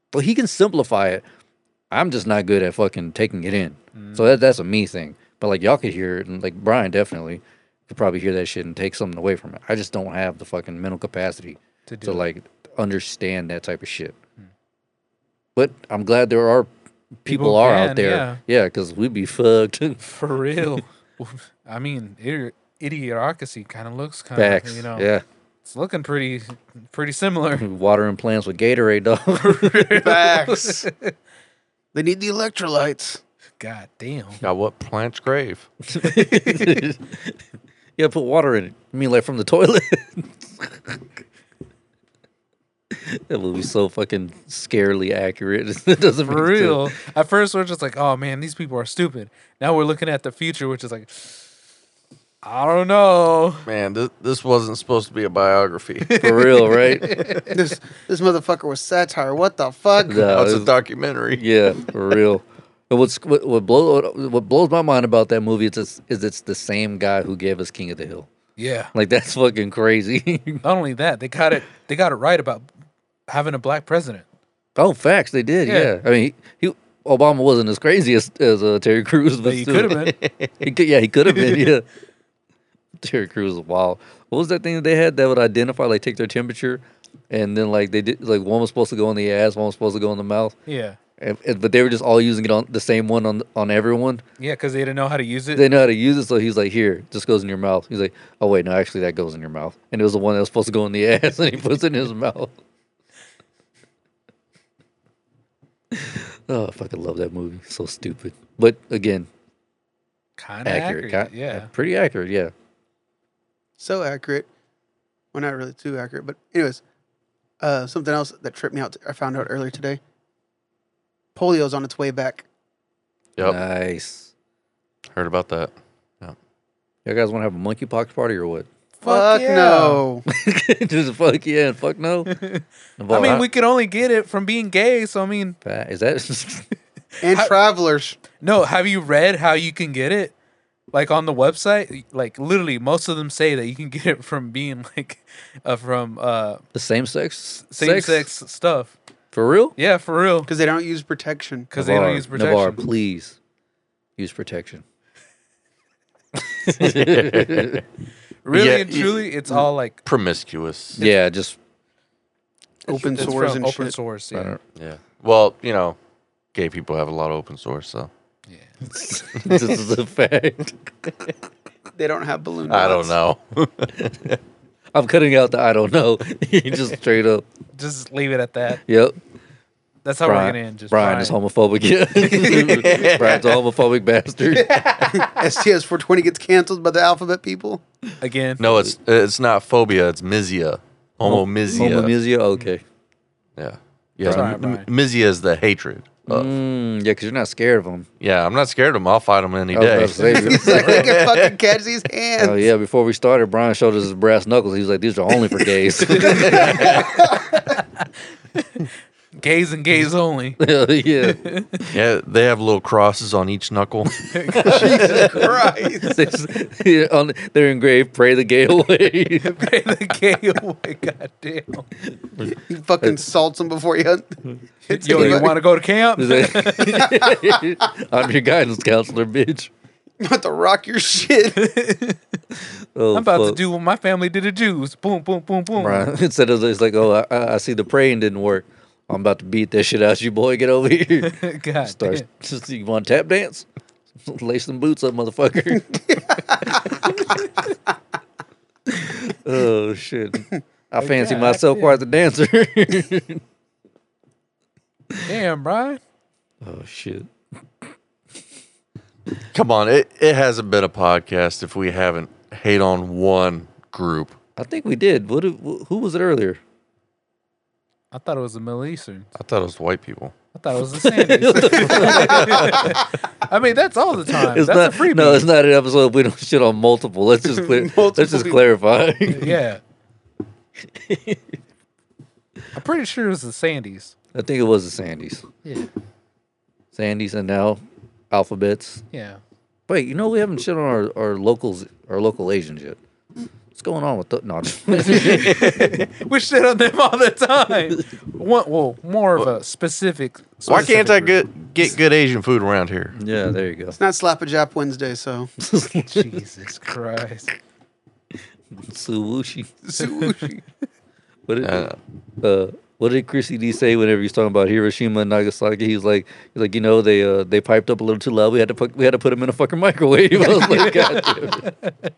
E: But he can simplify it. I'm just not good at fucking taking it in.
C: Mm-hmm.
E: So that, that's a me thing. But like y'all could hear it, and like Brian definitely could probably hear that shit and take something away from it. I just don't have the fucking mental capacity
C: To
E: to,
C: do it. Hmm.
E: like understand that type of shit. But I'm glad there are people,
C: People
E: are
C: can,
E: out there. Yeah, because we'd be fucked.
C: For real. I mean, idi- idiocracy kind of looks kind of,
E: Facts.
C: you know,
E: Yeah,
C: it's looking pretty, pretty similar.
E: watering plants with Gatorade, dog.
D: Facts. they need the electrolytes.
C: God damn.
A: Got what? Plant's grave.
E: yeah, put water in it. I mean, like from the toilet. that would be so fucking scarily accurate. it doesn't
C: For
E: make sense.
C: real. At first, we're just like, oh man, these people are stupid. Now we're looking at the future, which is like, I don't know.
A: Man, this, this wasn't supposed to be a biography.
E: For real, right?
D: this this motherfucker was satire. What the fuck?
E: No,
A: That's a
E: it's-
A: documentary.
E: yeah, for real. But what's what what, blow, what blows my mind about that movie is it's, is it's the same guy who gave us King of the Hill.
C: Yeah.
E: Like that's fucking crazy.
C: Not only that, they got it. They got it right about having a black president.
E: oh, facts, they did.
C: Yeah.
E: Yeah, I mean, he, he Obama wasn't as crazy as, as uh, Terry Crews, but
C: But he
E: still.
C: could have been.
E: He could, yeah, he could have been. Yeah. Terry Crews was wild. What was that thing that they had that would identify, like, take their temperature, and then like they did, like one was supposed to go in the ass, one was supposed to go in the mouth,
C: Yeah,
E: and, and- but they were just all using it on the same one on on everyone.
C: yeah, because they didn't know how to use it.
E: They know how to use it, so he's like, "Here, just goes in your mouth." He's like, "Oh wait, no, actually that goes in your mouth," and it was the one that was supposed to go in the ass, and he puts it in his mouth. oh, I fucking love that movie. So stupid, but again,
C: kind of accurate.
E: accurate. Ki-
C: yeah,
E: pretty accurate. Yeah.
D: So accurate. Well, not really too accurate, but anyways, uh, something else that tripped me out. I found out earlier today. Polio's on its way back.
A: Yep.
E: Nice.
A: Heard about that. Yep.
E: You guys want to have a monkeypox party or what?
D: Fuck,
C: yeah.
D: no.
E: Just fuck yeah and fuck no.
C: I mean, we could only get it from being gay. So I mean,
E: is that
D: And travelers.
C: no. Have you read how you can get it? Like on the website, like literally, most of them say that you can get it from being like, uh, from uh,
E: the same sex?
C: same sex stuff.
E: for real?
C: Yeah, for real.
D: Because they don't use protection.
C: Because they don't
E: Navar,
C: use
E: Navar,
C: protection.
E: please use protection.
C: Really
A: Yeah,
C: and
A: y-
C: truly, it's all like
A: Promiscuous.
E: yeah, just
D: Open
C: it's
D: source
C: from
D: and
C: open
D: shit.
C: source.
E: I
C: Yeah.
E: don't-
A: Yeah. Well, you know, gay people have a lot of open source, so
E: this is a fact.
D: They don't have balloon.
A: I don't
D: knots.
A: know.
E: I'm cutting out the I don't know. just straight up.
C: Just leave it at that.
E: Yep.
C: That's how we're
E: Brian,
C: gonna end. Just
E: Brian is homophobic. Yeah. Brian's a homophobic bastard.
D: STS 420 gets canceled by the alphabet people.
C: again.
A: No, it's it's not phobia. It's misia. Homomizia.
E: Homomizia? Okay.
A: Yeah. Yeah.
C: Sorry,
A: m-
C: Brian.
A: mizia is the hatred. of.
E: Mm, yeah, because you're not scared of them.
A: Yeah, I'm not scared of him. I'll fight him any
E: I was about
A: day.
E: to say,
D: He's like, I can fucking catch these hands.
E: Oh yeah! Before we started, Brian showed us his brass knuckles. He was like, "These are only for gays."
C: Gays and gays only.
E: yeah,
A: yeah, they have little crosses on each knuckle.
D: Jesus Christ.
E: It's- yeah, on- they're engraved. Pray the gay away.
C: Pray the gay away. Goddamn.
D: He fucking salts them before he hunt. hits
C: Yo, you
D: anybody.
C: want to go to camp?
E: He's like, I'm your guidance counselor, bitch.
D: You want to rock your shit.
E: Oh,
C: I'm about to
E: fuck.
C: do what my family did to Jews. Boom, boom, boom, boom.
E: Brian. Instead of it's like, oh, I- I, I see the praying didn't work. I'm about to beat that shit out you, boy. Get over here.
C: God
E: Starts.
C: damn.
E: You want to tap dance? Lace them boots up, motherfucker. oh shit! I fancy
C: God
E: myself quite the dancer.
C: Damn, Brian.
E: oh shit!
A: Come on, it, it hasn't been a podcast if we haven't hate on one group.
E: I think we did. What? did- wh- Who was it earlier?
C: I thought it was the Middle Eastern.
A: I thought it was white people.
C: I thought it was the Sandys. I mean, that's all the time.
E: It's
C: that's a
E: not.
C: freebie.
E: No, it's not an episode. We don't shit on multiple. Let's just clear. Let's just
D: Multiple.
E: clarify.
C: yeah. I'm pretty sure it was the Sandys.
E: I think it was the Sandys.
C: Yeah.
E: Sandys and now alphabets.
C: Yeah.
E: Wait, you know we haven't shit on our, our locals, our local Asians yet. What's going on with the? No, I'm just-
C: We shit on them all the time. One, well, more of a specific.
A: Why can't I
C: specific
A: get get good Asian food around here?
E: yeah, there you go.
D: It's not Slap a Jap Wednesday, so.
C: group. Jesus Christ.
E: Suwushi.
D: Sushi.
E: What did
A: Uh,
E: uh, what did Chrissy D say whenever he's talking about Hiroshima and Nagasaki? He's like, he's like, you know, they uh, they piped up a little too loud. We had to put, we had to put them in a fucking microwave. I was like, God damn it.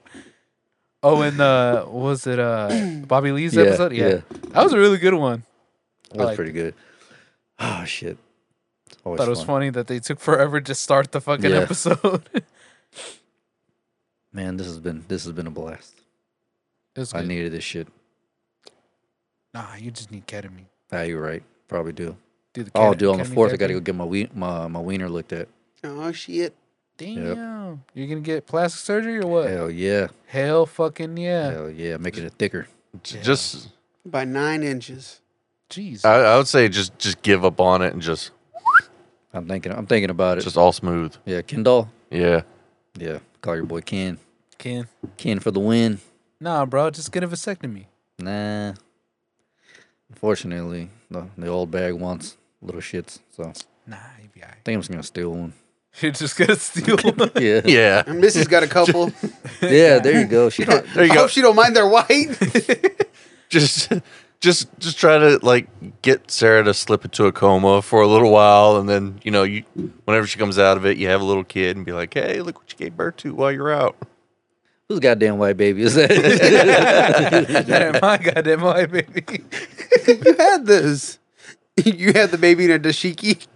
C: Oh, and uh, was it uh Bobby Lee's
E: Yeah,
C: episode? Yeah.
E: yeah.
C: That was a really good one.
E: That was
C: Like-
E: pretty good. Oh shit. It's always
C: Thought it was
E: fun.
C: funny that they took forever to start the fucking
E: Yeah.
C: episode. it
E: Man, this has been this has been a blast.
C: was
E: I
C: good.
E: needed this shit.
C: nah, you just need ketamine.
E: Ah, you're right. Probably do.
C: Do the
E: Oh,
C: keta-
E: dude, on the
C: ketamine
E: fourth, I gotta
C: therapy.
E: go get my we- my my wiener looked at.
D: Oh, shit.
C: Damn.
E: Yep.
C: You're going to get plastic surgery or what? Hell,
E: Hell yeah.
C: fucking yeah.
E: Hell yeah, making it thicker.
A: j- Just
D: By nine inches.
C: Jeez.
A: I, I would say just just give up on it and just
E: I'm thinking. I'm thinking about it.
A: just all smooth.
E: yeah, Ken doll.
A: Yeah.
E: Yeah, call your boy Ken.
C: Ken.
E: Ken for the win.
C: Nah, bro, just get a vasectomy.
E: Nah. Unfortunately, the, the old bag wants little shits, so I
C: Nah, you be all right.
E: think I'm just gonna steal one.
C: You're just going to steal one.
E: Yeah, yeah.
A: Yeah.
D: And Missy's got a couple.
E: there you go. She don't.
A: There you
D: I
A: go.
D: hope she don't mind their white.
A: just just just try to like get Sarah to slip into a coma for a little while and then, you know, you whenever she comes out of it, you have a little kid and be like, "Hey, look what you gave birth to while you're out."
E: Whose goddamn white baby is that?
C: that ain't my goddamn life, baby.
D: you had this. You had the baby in a dashiki.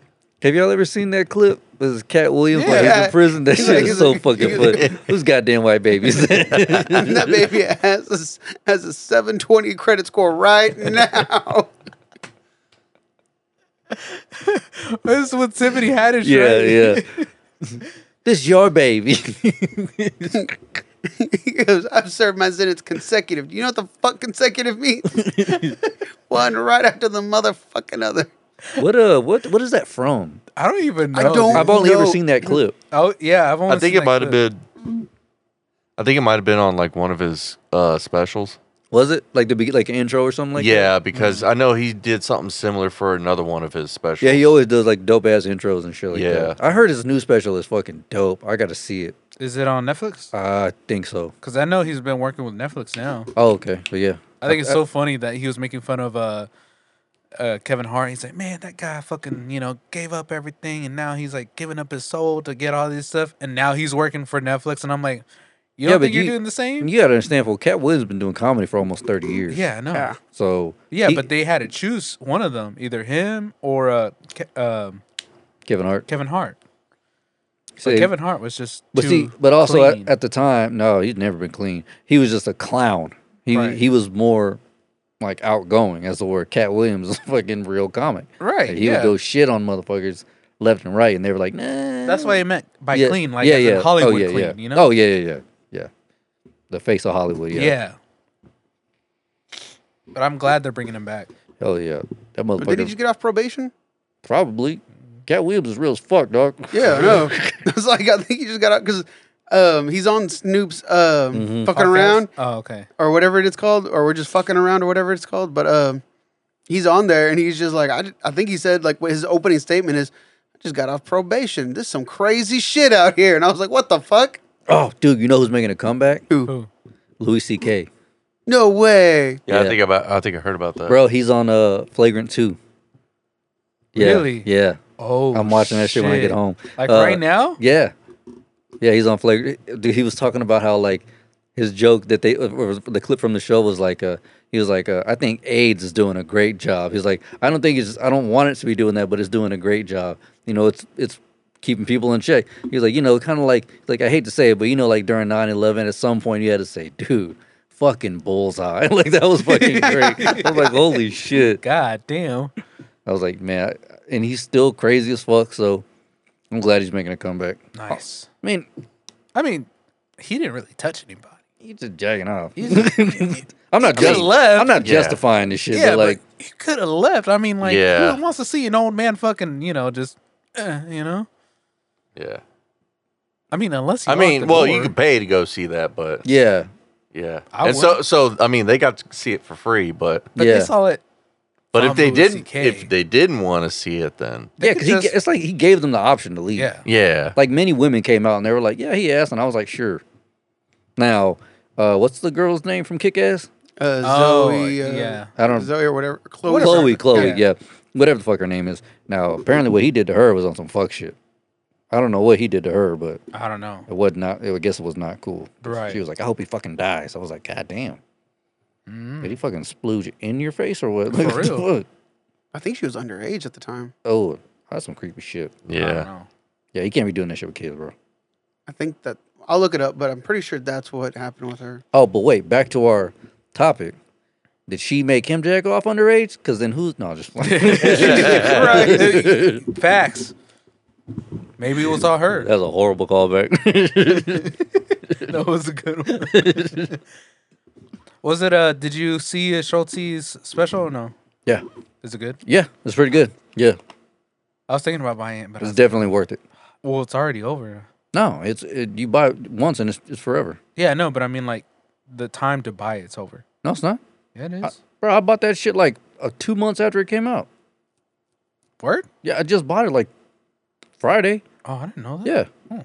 E: Have y'all ever seen that clip? This is Cat Williams while he's
D: Yeah.
E: in prison. That
D: He's
E: shit
D: like-
E: is
D: he's
E: so
D: like-
E: fucking
D: he's
E: funny. Whose goddamn white baby is that?
D: And that baby has a, has a 720 credit score right now.
C: this is what Tiffany Haddish,
E: yeah,
C: right?
E: yeah. this your baby.
D: He goes, I've served my sentence consecutive. Do you know what the fuck consecutive means? One right after the motherfucking other.
E: what uh? What what is that from?
C: I don't even know.
D: I don't-
C: dude.
E: Oh, I've only ever
D: No.
E: seen that clip.
C: Oh, yeah, I've only
A: I think
C: seen that
A: it might have
C: clip.
A: been I think it might have been on like one of his uh specials.
E: Was it like the be- like an intro or something like that? Mm-hmm.
A: yeah, because I know he did something similar for another one of his specials.
E: Yeah, he always does like dope ass intros and shit like
A: Yeah.
E: that. I heard his new special is fucking dope. I gotta see it.
C: Is it on Netflix?
E: I think so.
C: Because I know he's been working with Netflix now.
E: Oh, okay. But yeah.
C: I think it's so funny that he was making fun of uh, uh, Kevin Hart. He's like, man, that guy fucking, you know, gave up everything and now he's like giving up his soul to get all this stuff. And now he's working for Netflix. And I'm like, you
E: Yeah,
C: don't
E: but
C: think you're
E: you-
C: doing the same?
E: You gotta understand, well, Cat Williams been doing comedy for almost thirty years.
C: yeah, I know. Yeah,
D: Yeah.
E: So he-
C: but they had to choose one of them, either him or uh, Ke- um,
E: Kevin Hart.
C: Kevin Hart. So
E: See,
C: Kevin Hart was just
E: but
C: too
E: see, but also
C: clean.
E: at, at the time, no, he'd never been clean. He was just a clown. He
C: Right.
E: he was more like outgoing. That's the word. Cat Williams is a fucking real comic.
C: Right,
E: Like, he
C: yeah.
E: would go shit on motherfuckers left and right, and they were like, nah.
C: That's what I meant by
E: Yeah,
C: clean, like as in
E: Oh,
C: Hollywood
E: yeah,
C: clean,
E: yeah.
C: you know?
E: Oh yeah, yeah, yeah, yeah. The face of Hollywood. Yeah.
C: yeah. But I'm glad they're bringing him back.
E: Hell yeah. That
D: But
E: motherfucker.
D: did he just get off probation?
E: probably. Cat Williams is real as fuck, dog.
D: Yeah, I know. it's like I think he just got out because um, he's on Snoop's um, fucking
C: Podcast?
D: around
C: Oh, okay.
D: or whatever it's called, or we're just fucking around or whatever it's called. But um, he's on there and he's just like, I, I think he said like what his opening statement is, I just got off probation. This some crazy shit out here, and I was like, what the fuck?
E: Oh, dude, you know who's making a comeback?
C: Who?
E: Louis C.K.
D: No way.
A: Yeah, I
E: Yeah.
A: think about. I think I heard about that.
E: Bro, he's on uh Flagrant 2. Yeah,
C: Really?
E: Yeah.
C: Oh,
E: I'm watching that shit when I get home.
C: Like
E: Uh,
C: right now?
E: Yeah. Yeah, he's on Flagrant. Dude, he was talking about how like his joke that they or was- the clip from the show was like uh he was like uh, I think AIDS is doing a great job. He's like I don't think it's I don't want it to be doing that, but it's doing a great job. You know, it's it's keeping people in check. He was like, you know, kind of like like I hate to say it, but you know like during 9/11 at some point you had to say, dude, fucking bullseye. like that was fucking great. I was like, holy shit.
C: God damn.
E: I was like, man, I- and he's still crazy as fuck, so I'm glad he's making a comeback.
C: Nice.
E: I mean,
C: I mean, he didn't really touch anybody.
E: He's just jacking off. I'm not just,
C: left.
E: I'm not
A: Yeah.
E: justifying this shit.
C: Yeah,
E: but
C: but,
E: like,
C: he could have left. I mean, like,
A: Yeah.
C: who wants to see an old man fucking, you know, just, uh, you know?
A: Yeah.
C: I mean, unless he
A: I
C: locked
A: mean,
C: the
A: well,
C: door.
A: you could pay to go see that, but
E: yeah,
A: yeah.
C: I
A: and so, so I mean, they got to see it for free, but
C: but
E: yeah,
C: they saw it.
A: but
C: on
A: if they
C: Louis
A: didn't,
C: CK.
A: if they didn't want to see it, then
E: yeah.
C: could
E: Because he,
C: just-
E: ga- it's like he gave them the option to leave.
C: Yeah.
A: yeah,
E: Like many women came out and they were like, "Yeah, he asked," and I was like, "Sure." Now, uh, what's the girl's name from Kick Ass?
D: Uh,
C: Oh,
D: Zoe, uh,
C: yeah.
E: I don't-
D: Zoe or whatever. Chloe.
E: Chloe. Chloe.
C: Yeah.
E: Yeah. whatever the fuck her name is. Now, apparently, what he did to her was on some fuck shit. I don't know what he did to her, but
C: I don't know.
E: it was not. It, I guess it was not cool.
C: Right.
E: She was like, "I hope he fucking dies." I was like, "God damn." Did he fucking splooge in your face or what? Like,
C: Mm. For
E: what the
C: real.
E: fuck?
D: I think she was underage at the time.
E: Oh, that's some creepy shit.
C: I don't
A: yeah.
C: know.
E: Yeah, you can't be doing that shit with kids, bro.
D: I think that I'll look it up, but I'm pretty sure that's what happened with her.
E: Oh, but wait, back to our topic. Did she make him jack off underage? Because then who's no just that's
C: right. Facts. Maybe it was all her.
E: a horrible callback.
C: That was a good one. was it? Uh, did you see uh, Schultz's special or no?
E: yeah,
C: Is it good?
E: yeah, it's pretty good. Yeah,
C: I was thinking about buying it, but I
E: it's
C: was,
E: definitely worth it.
C: well, it's already over.
E: No, it's it, you buy it once and it's, it's forever.
C: Yeah, no, but I mean, like, the time to buy it's over. Uh,
E: No, it's not,
C: Yeah, it is.
E: bro. I bought that shit like uh, two months after it came out.
C: Word?
E: Yeah, I just bought it like Friday.
C: Oh, I didn't know that.
E: Yeah,
C: Hmm.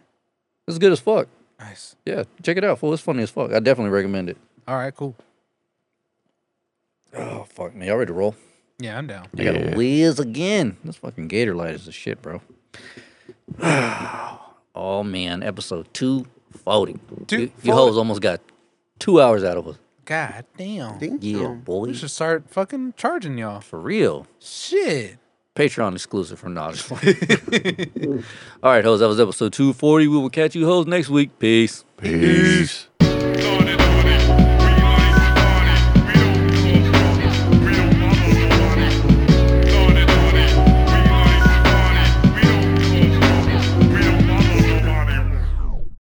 E: it's good as fuck.
C: Nice.
E: Yeah, check it out. Fool, it's funny as fuck. I definitely recommend it.
C: All right, cool.
E: Oh fuck me, y'all ready to roll?
C: Yeah, I'm down.
E: I got
A: Yeah.
E: to whiz again. This fucking gator light is a shit, bro. oh man, episode two forty. You, you
C: 240.
E: hoes almost got two hours out of us.
C: God damn.
D: Ding
E: Yeah,
D: dong.
E: boy,
C: We should start fucking charging y'all.
E: for real.
C: Shit.
E: Patreon exclusive from Knowledge. All right, hoes, that was episode two forty. We will catch you hoes next week. Peace.
A: Peace.
H: Lordy, Lordy.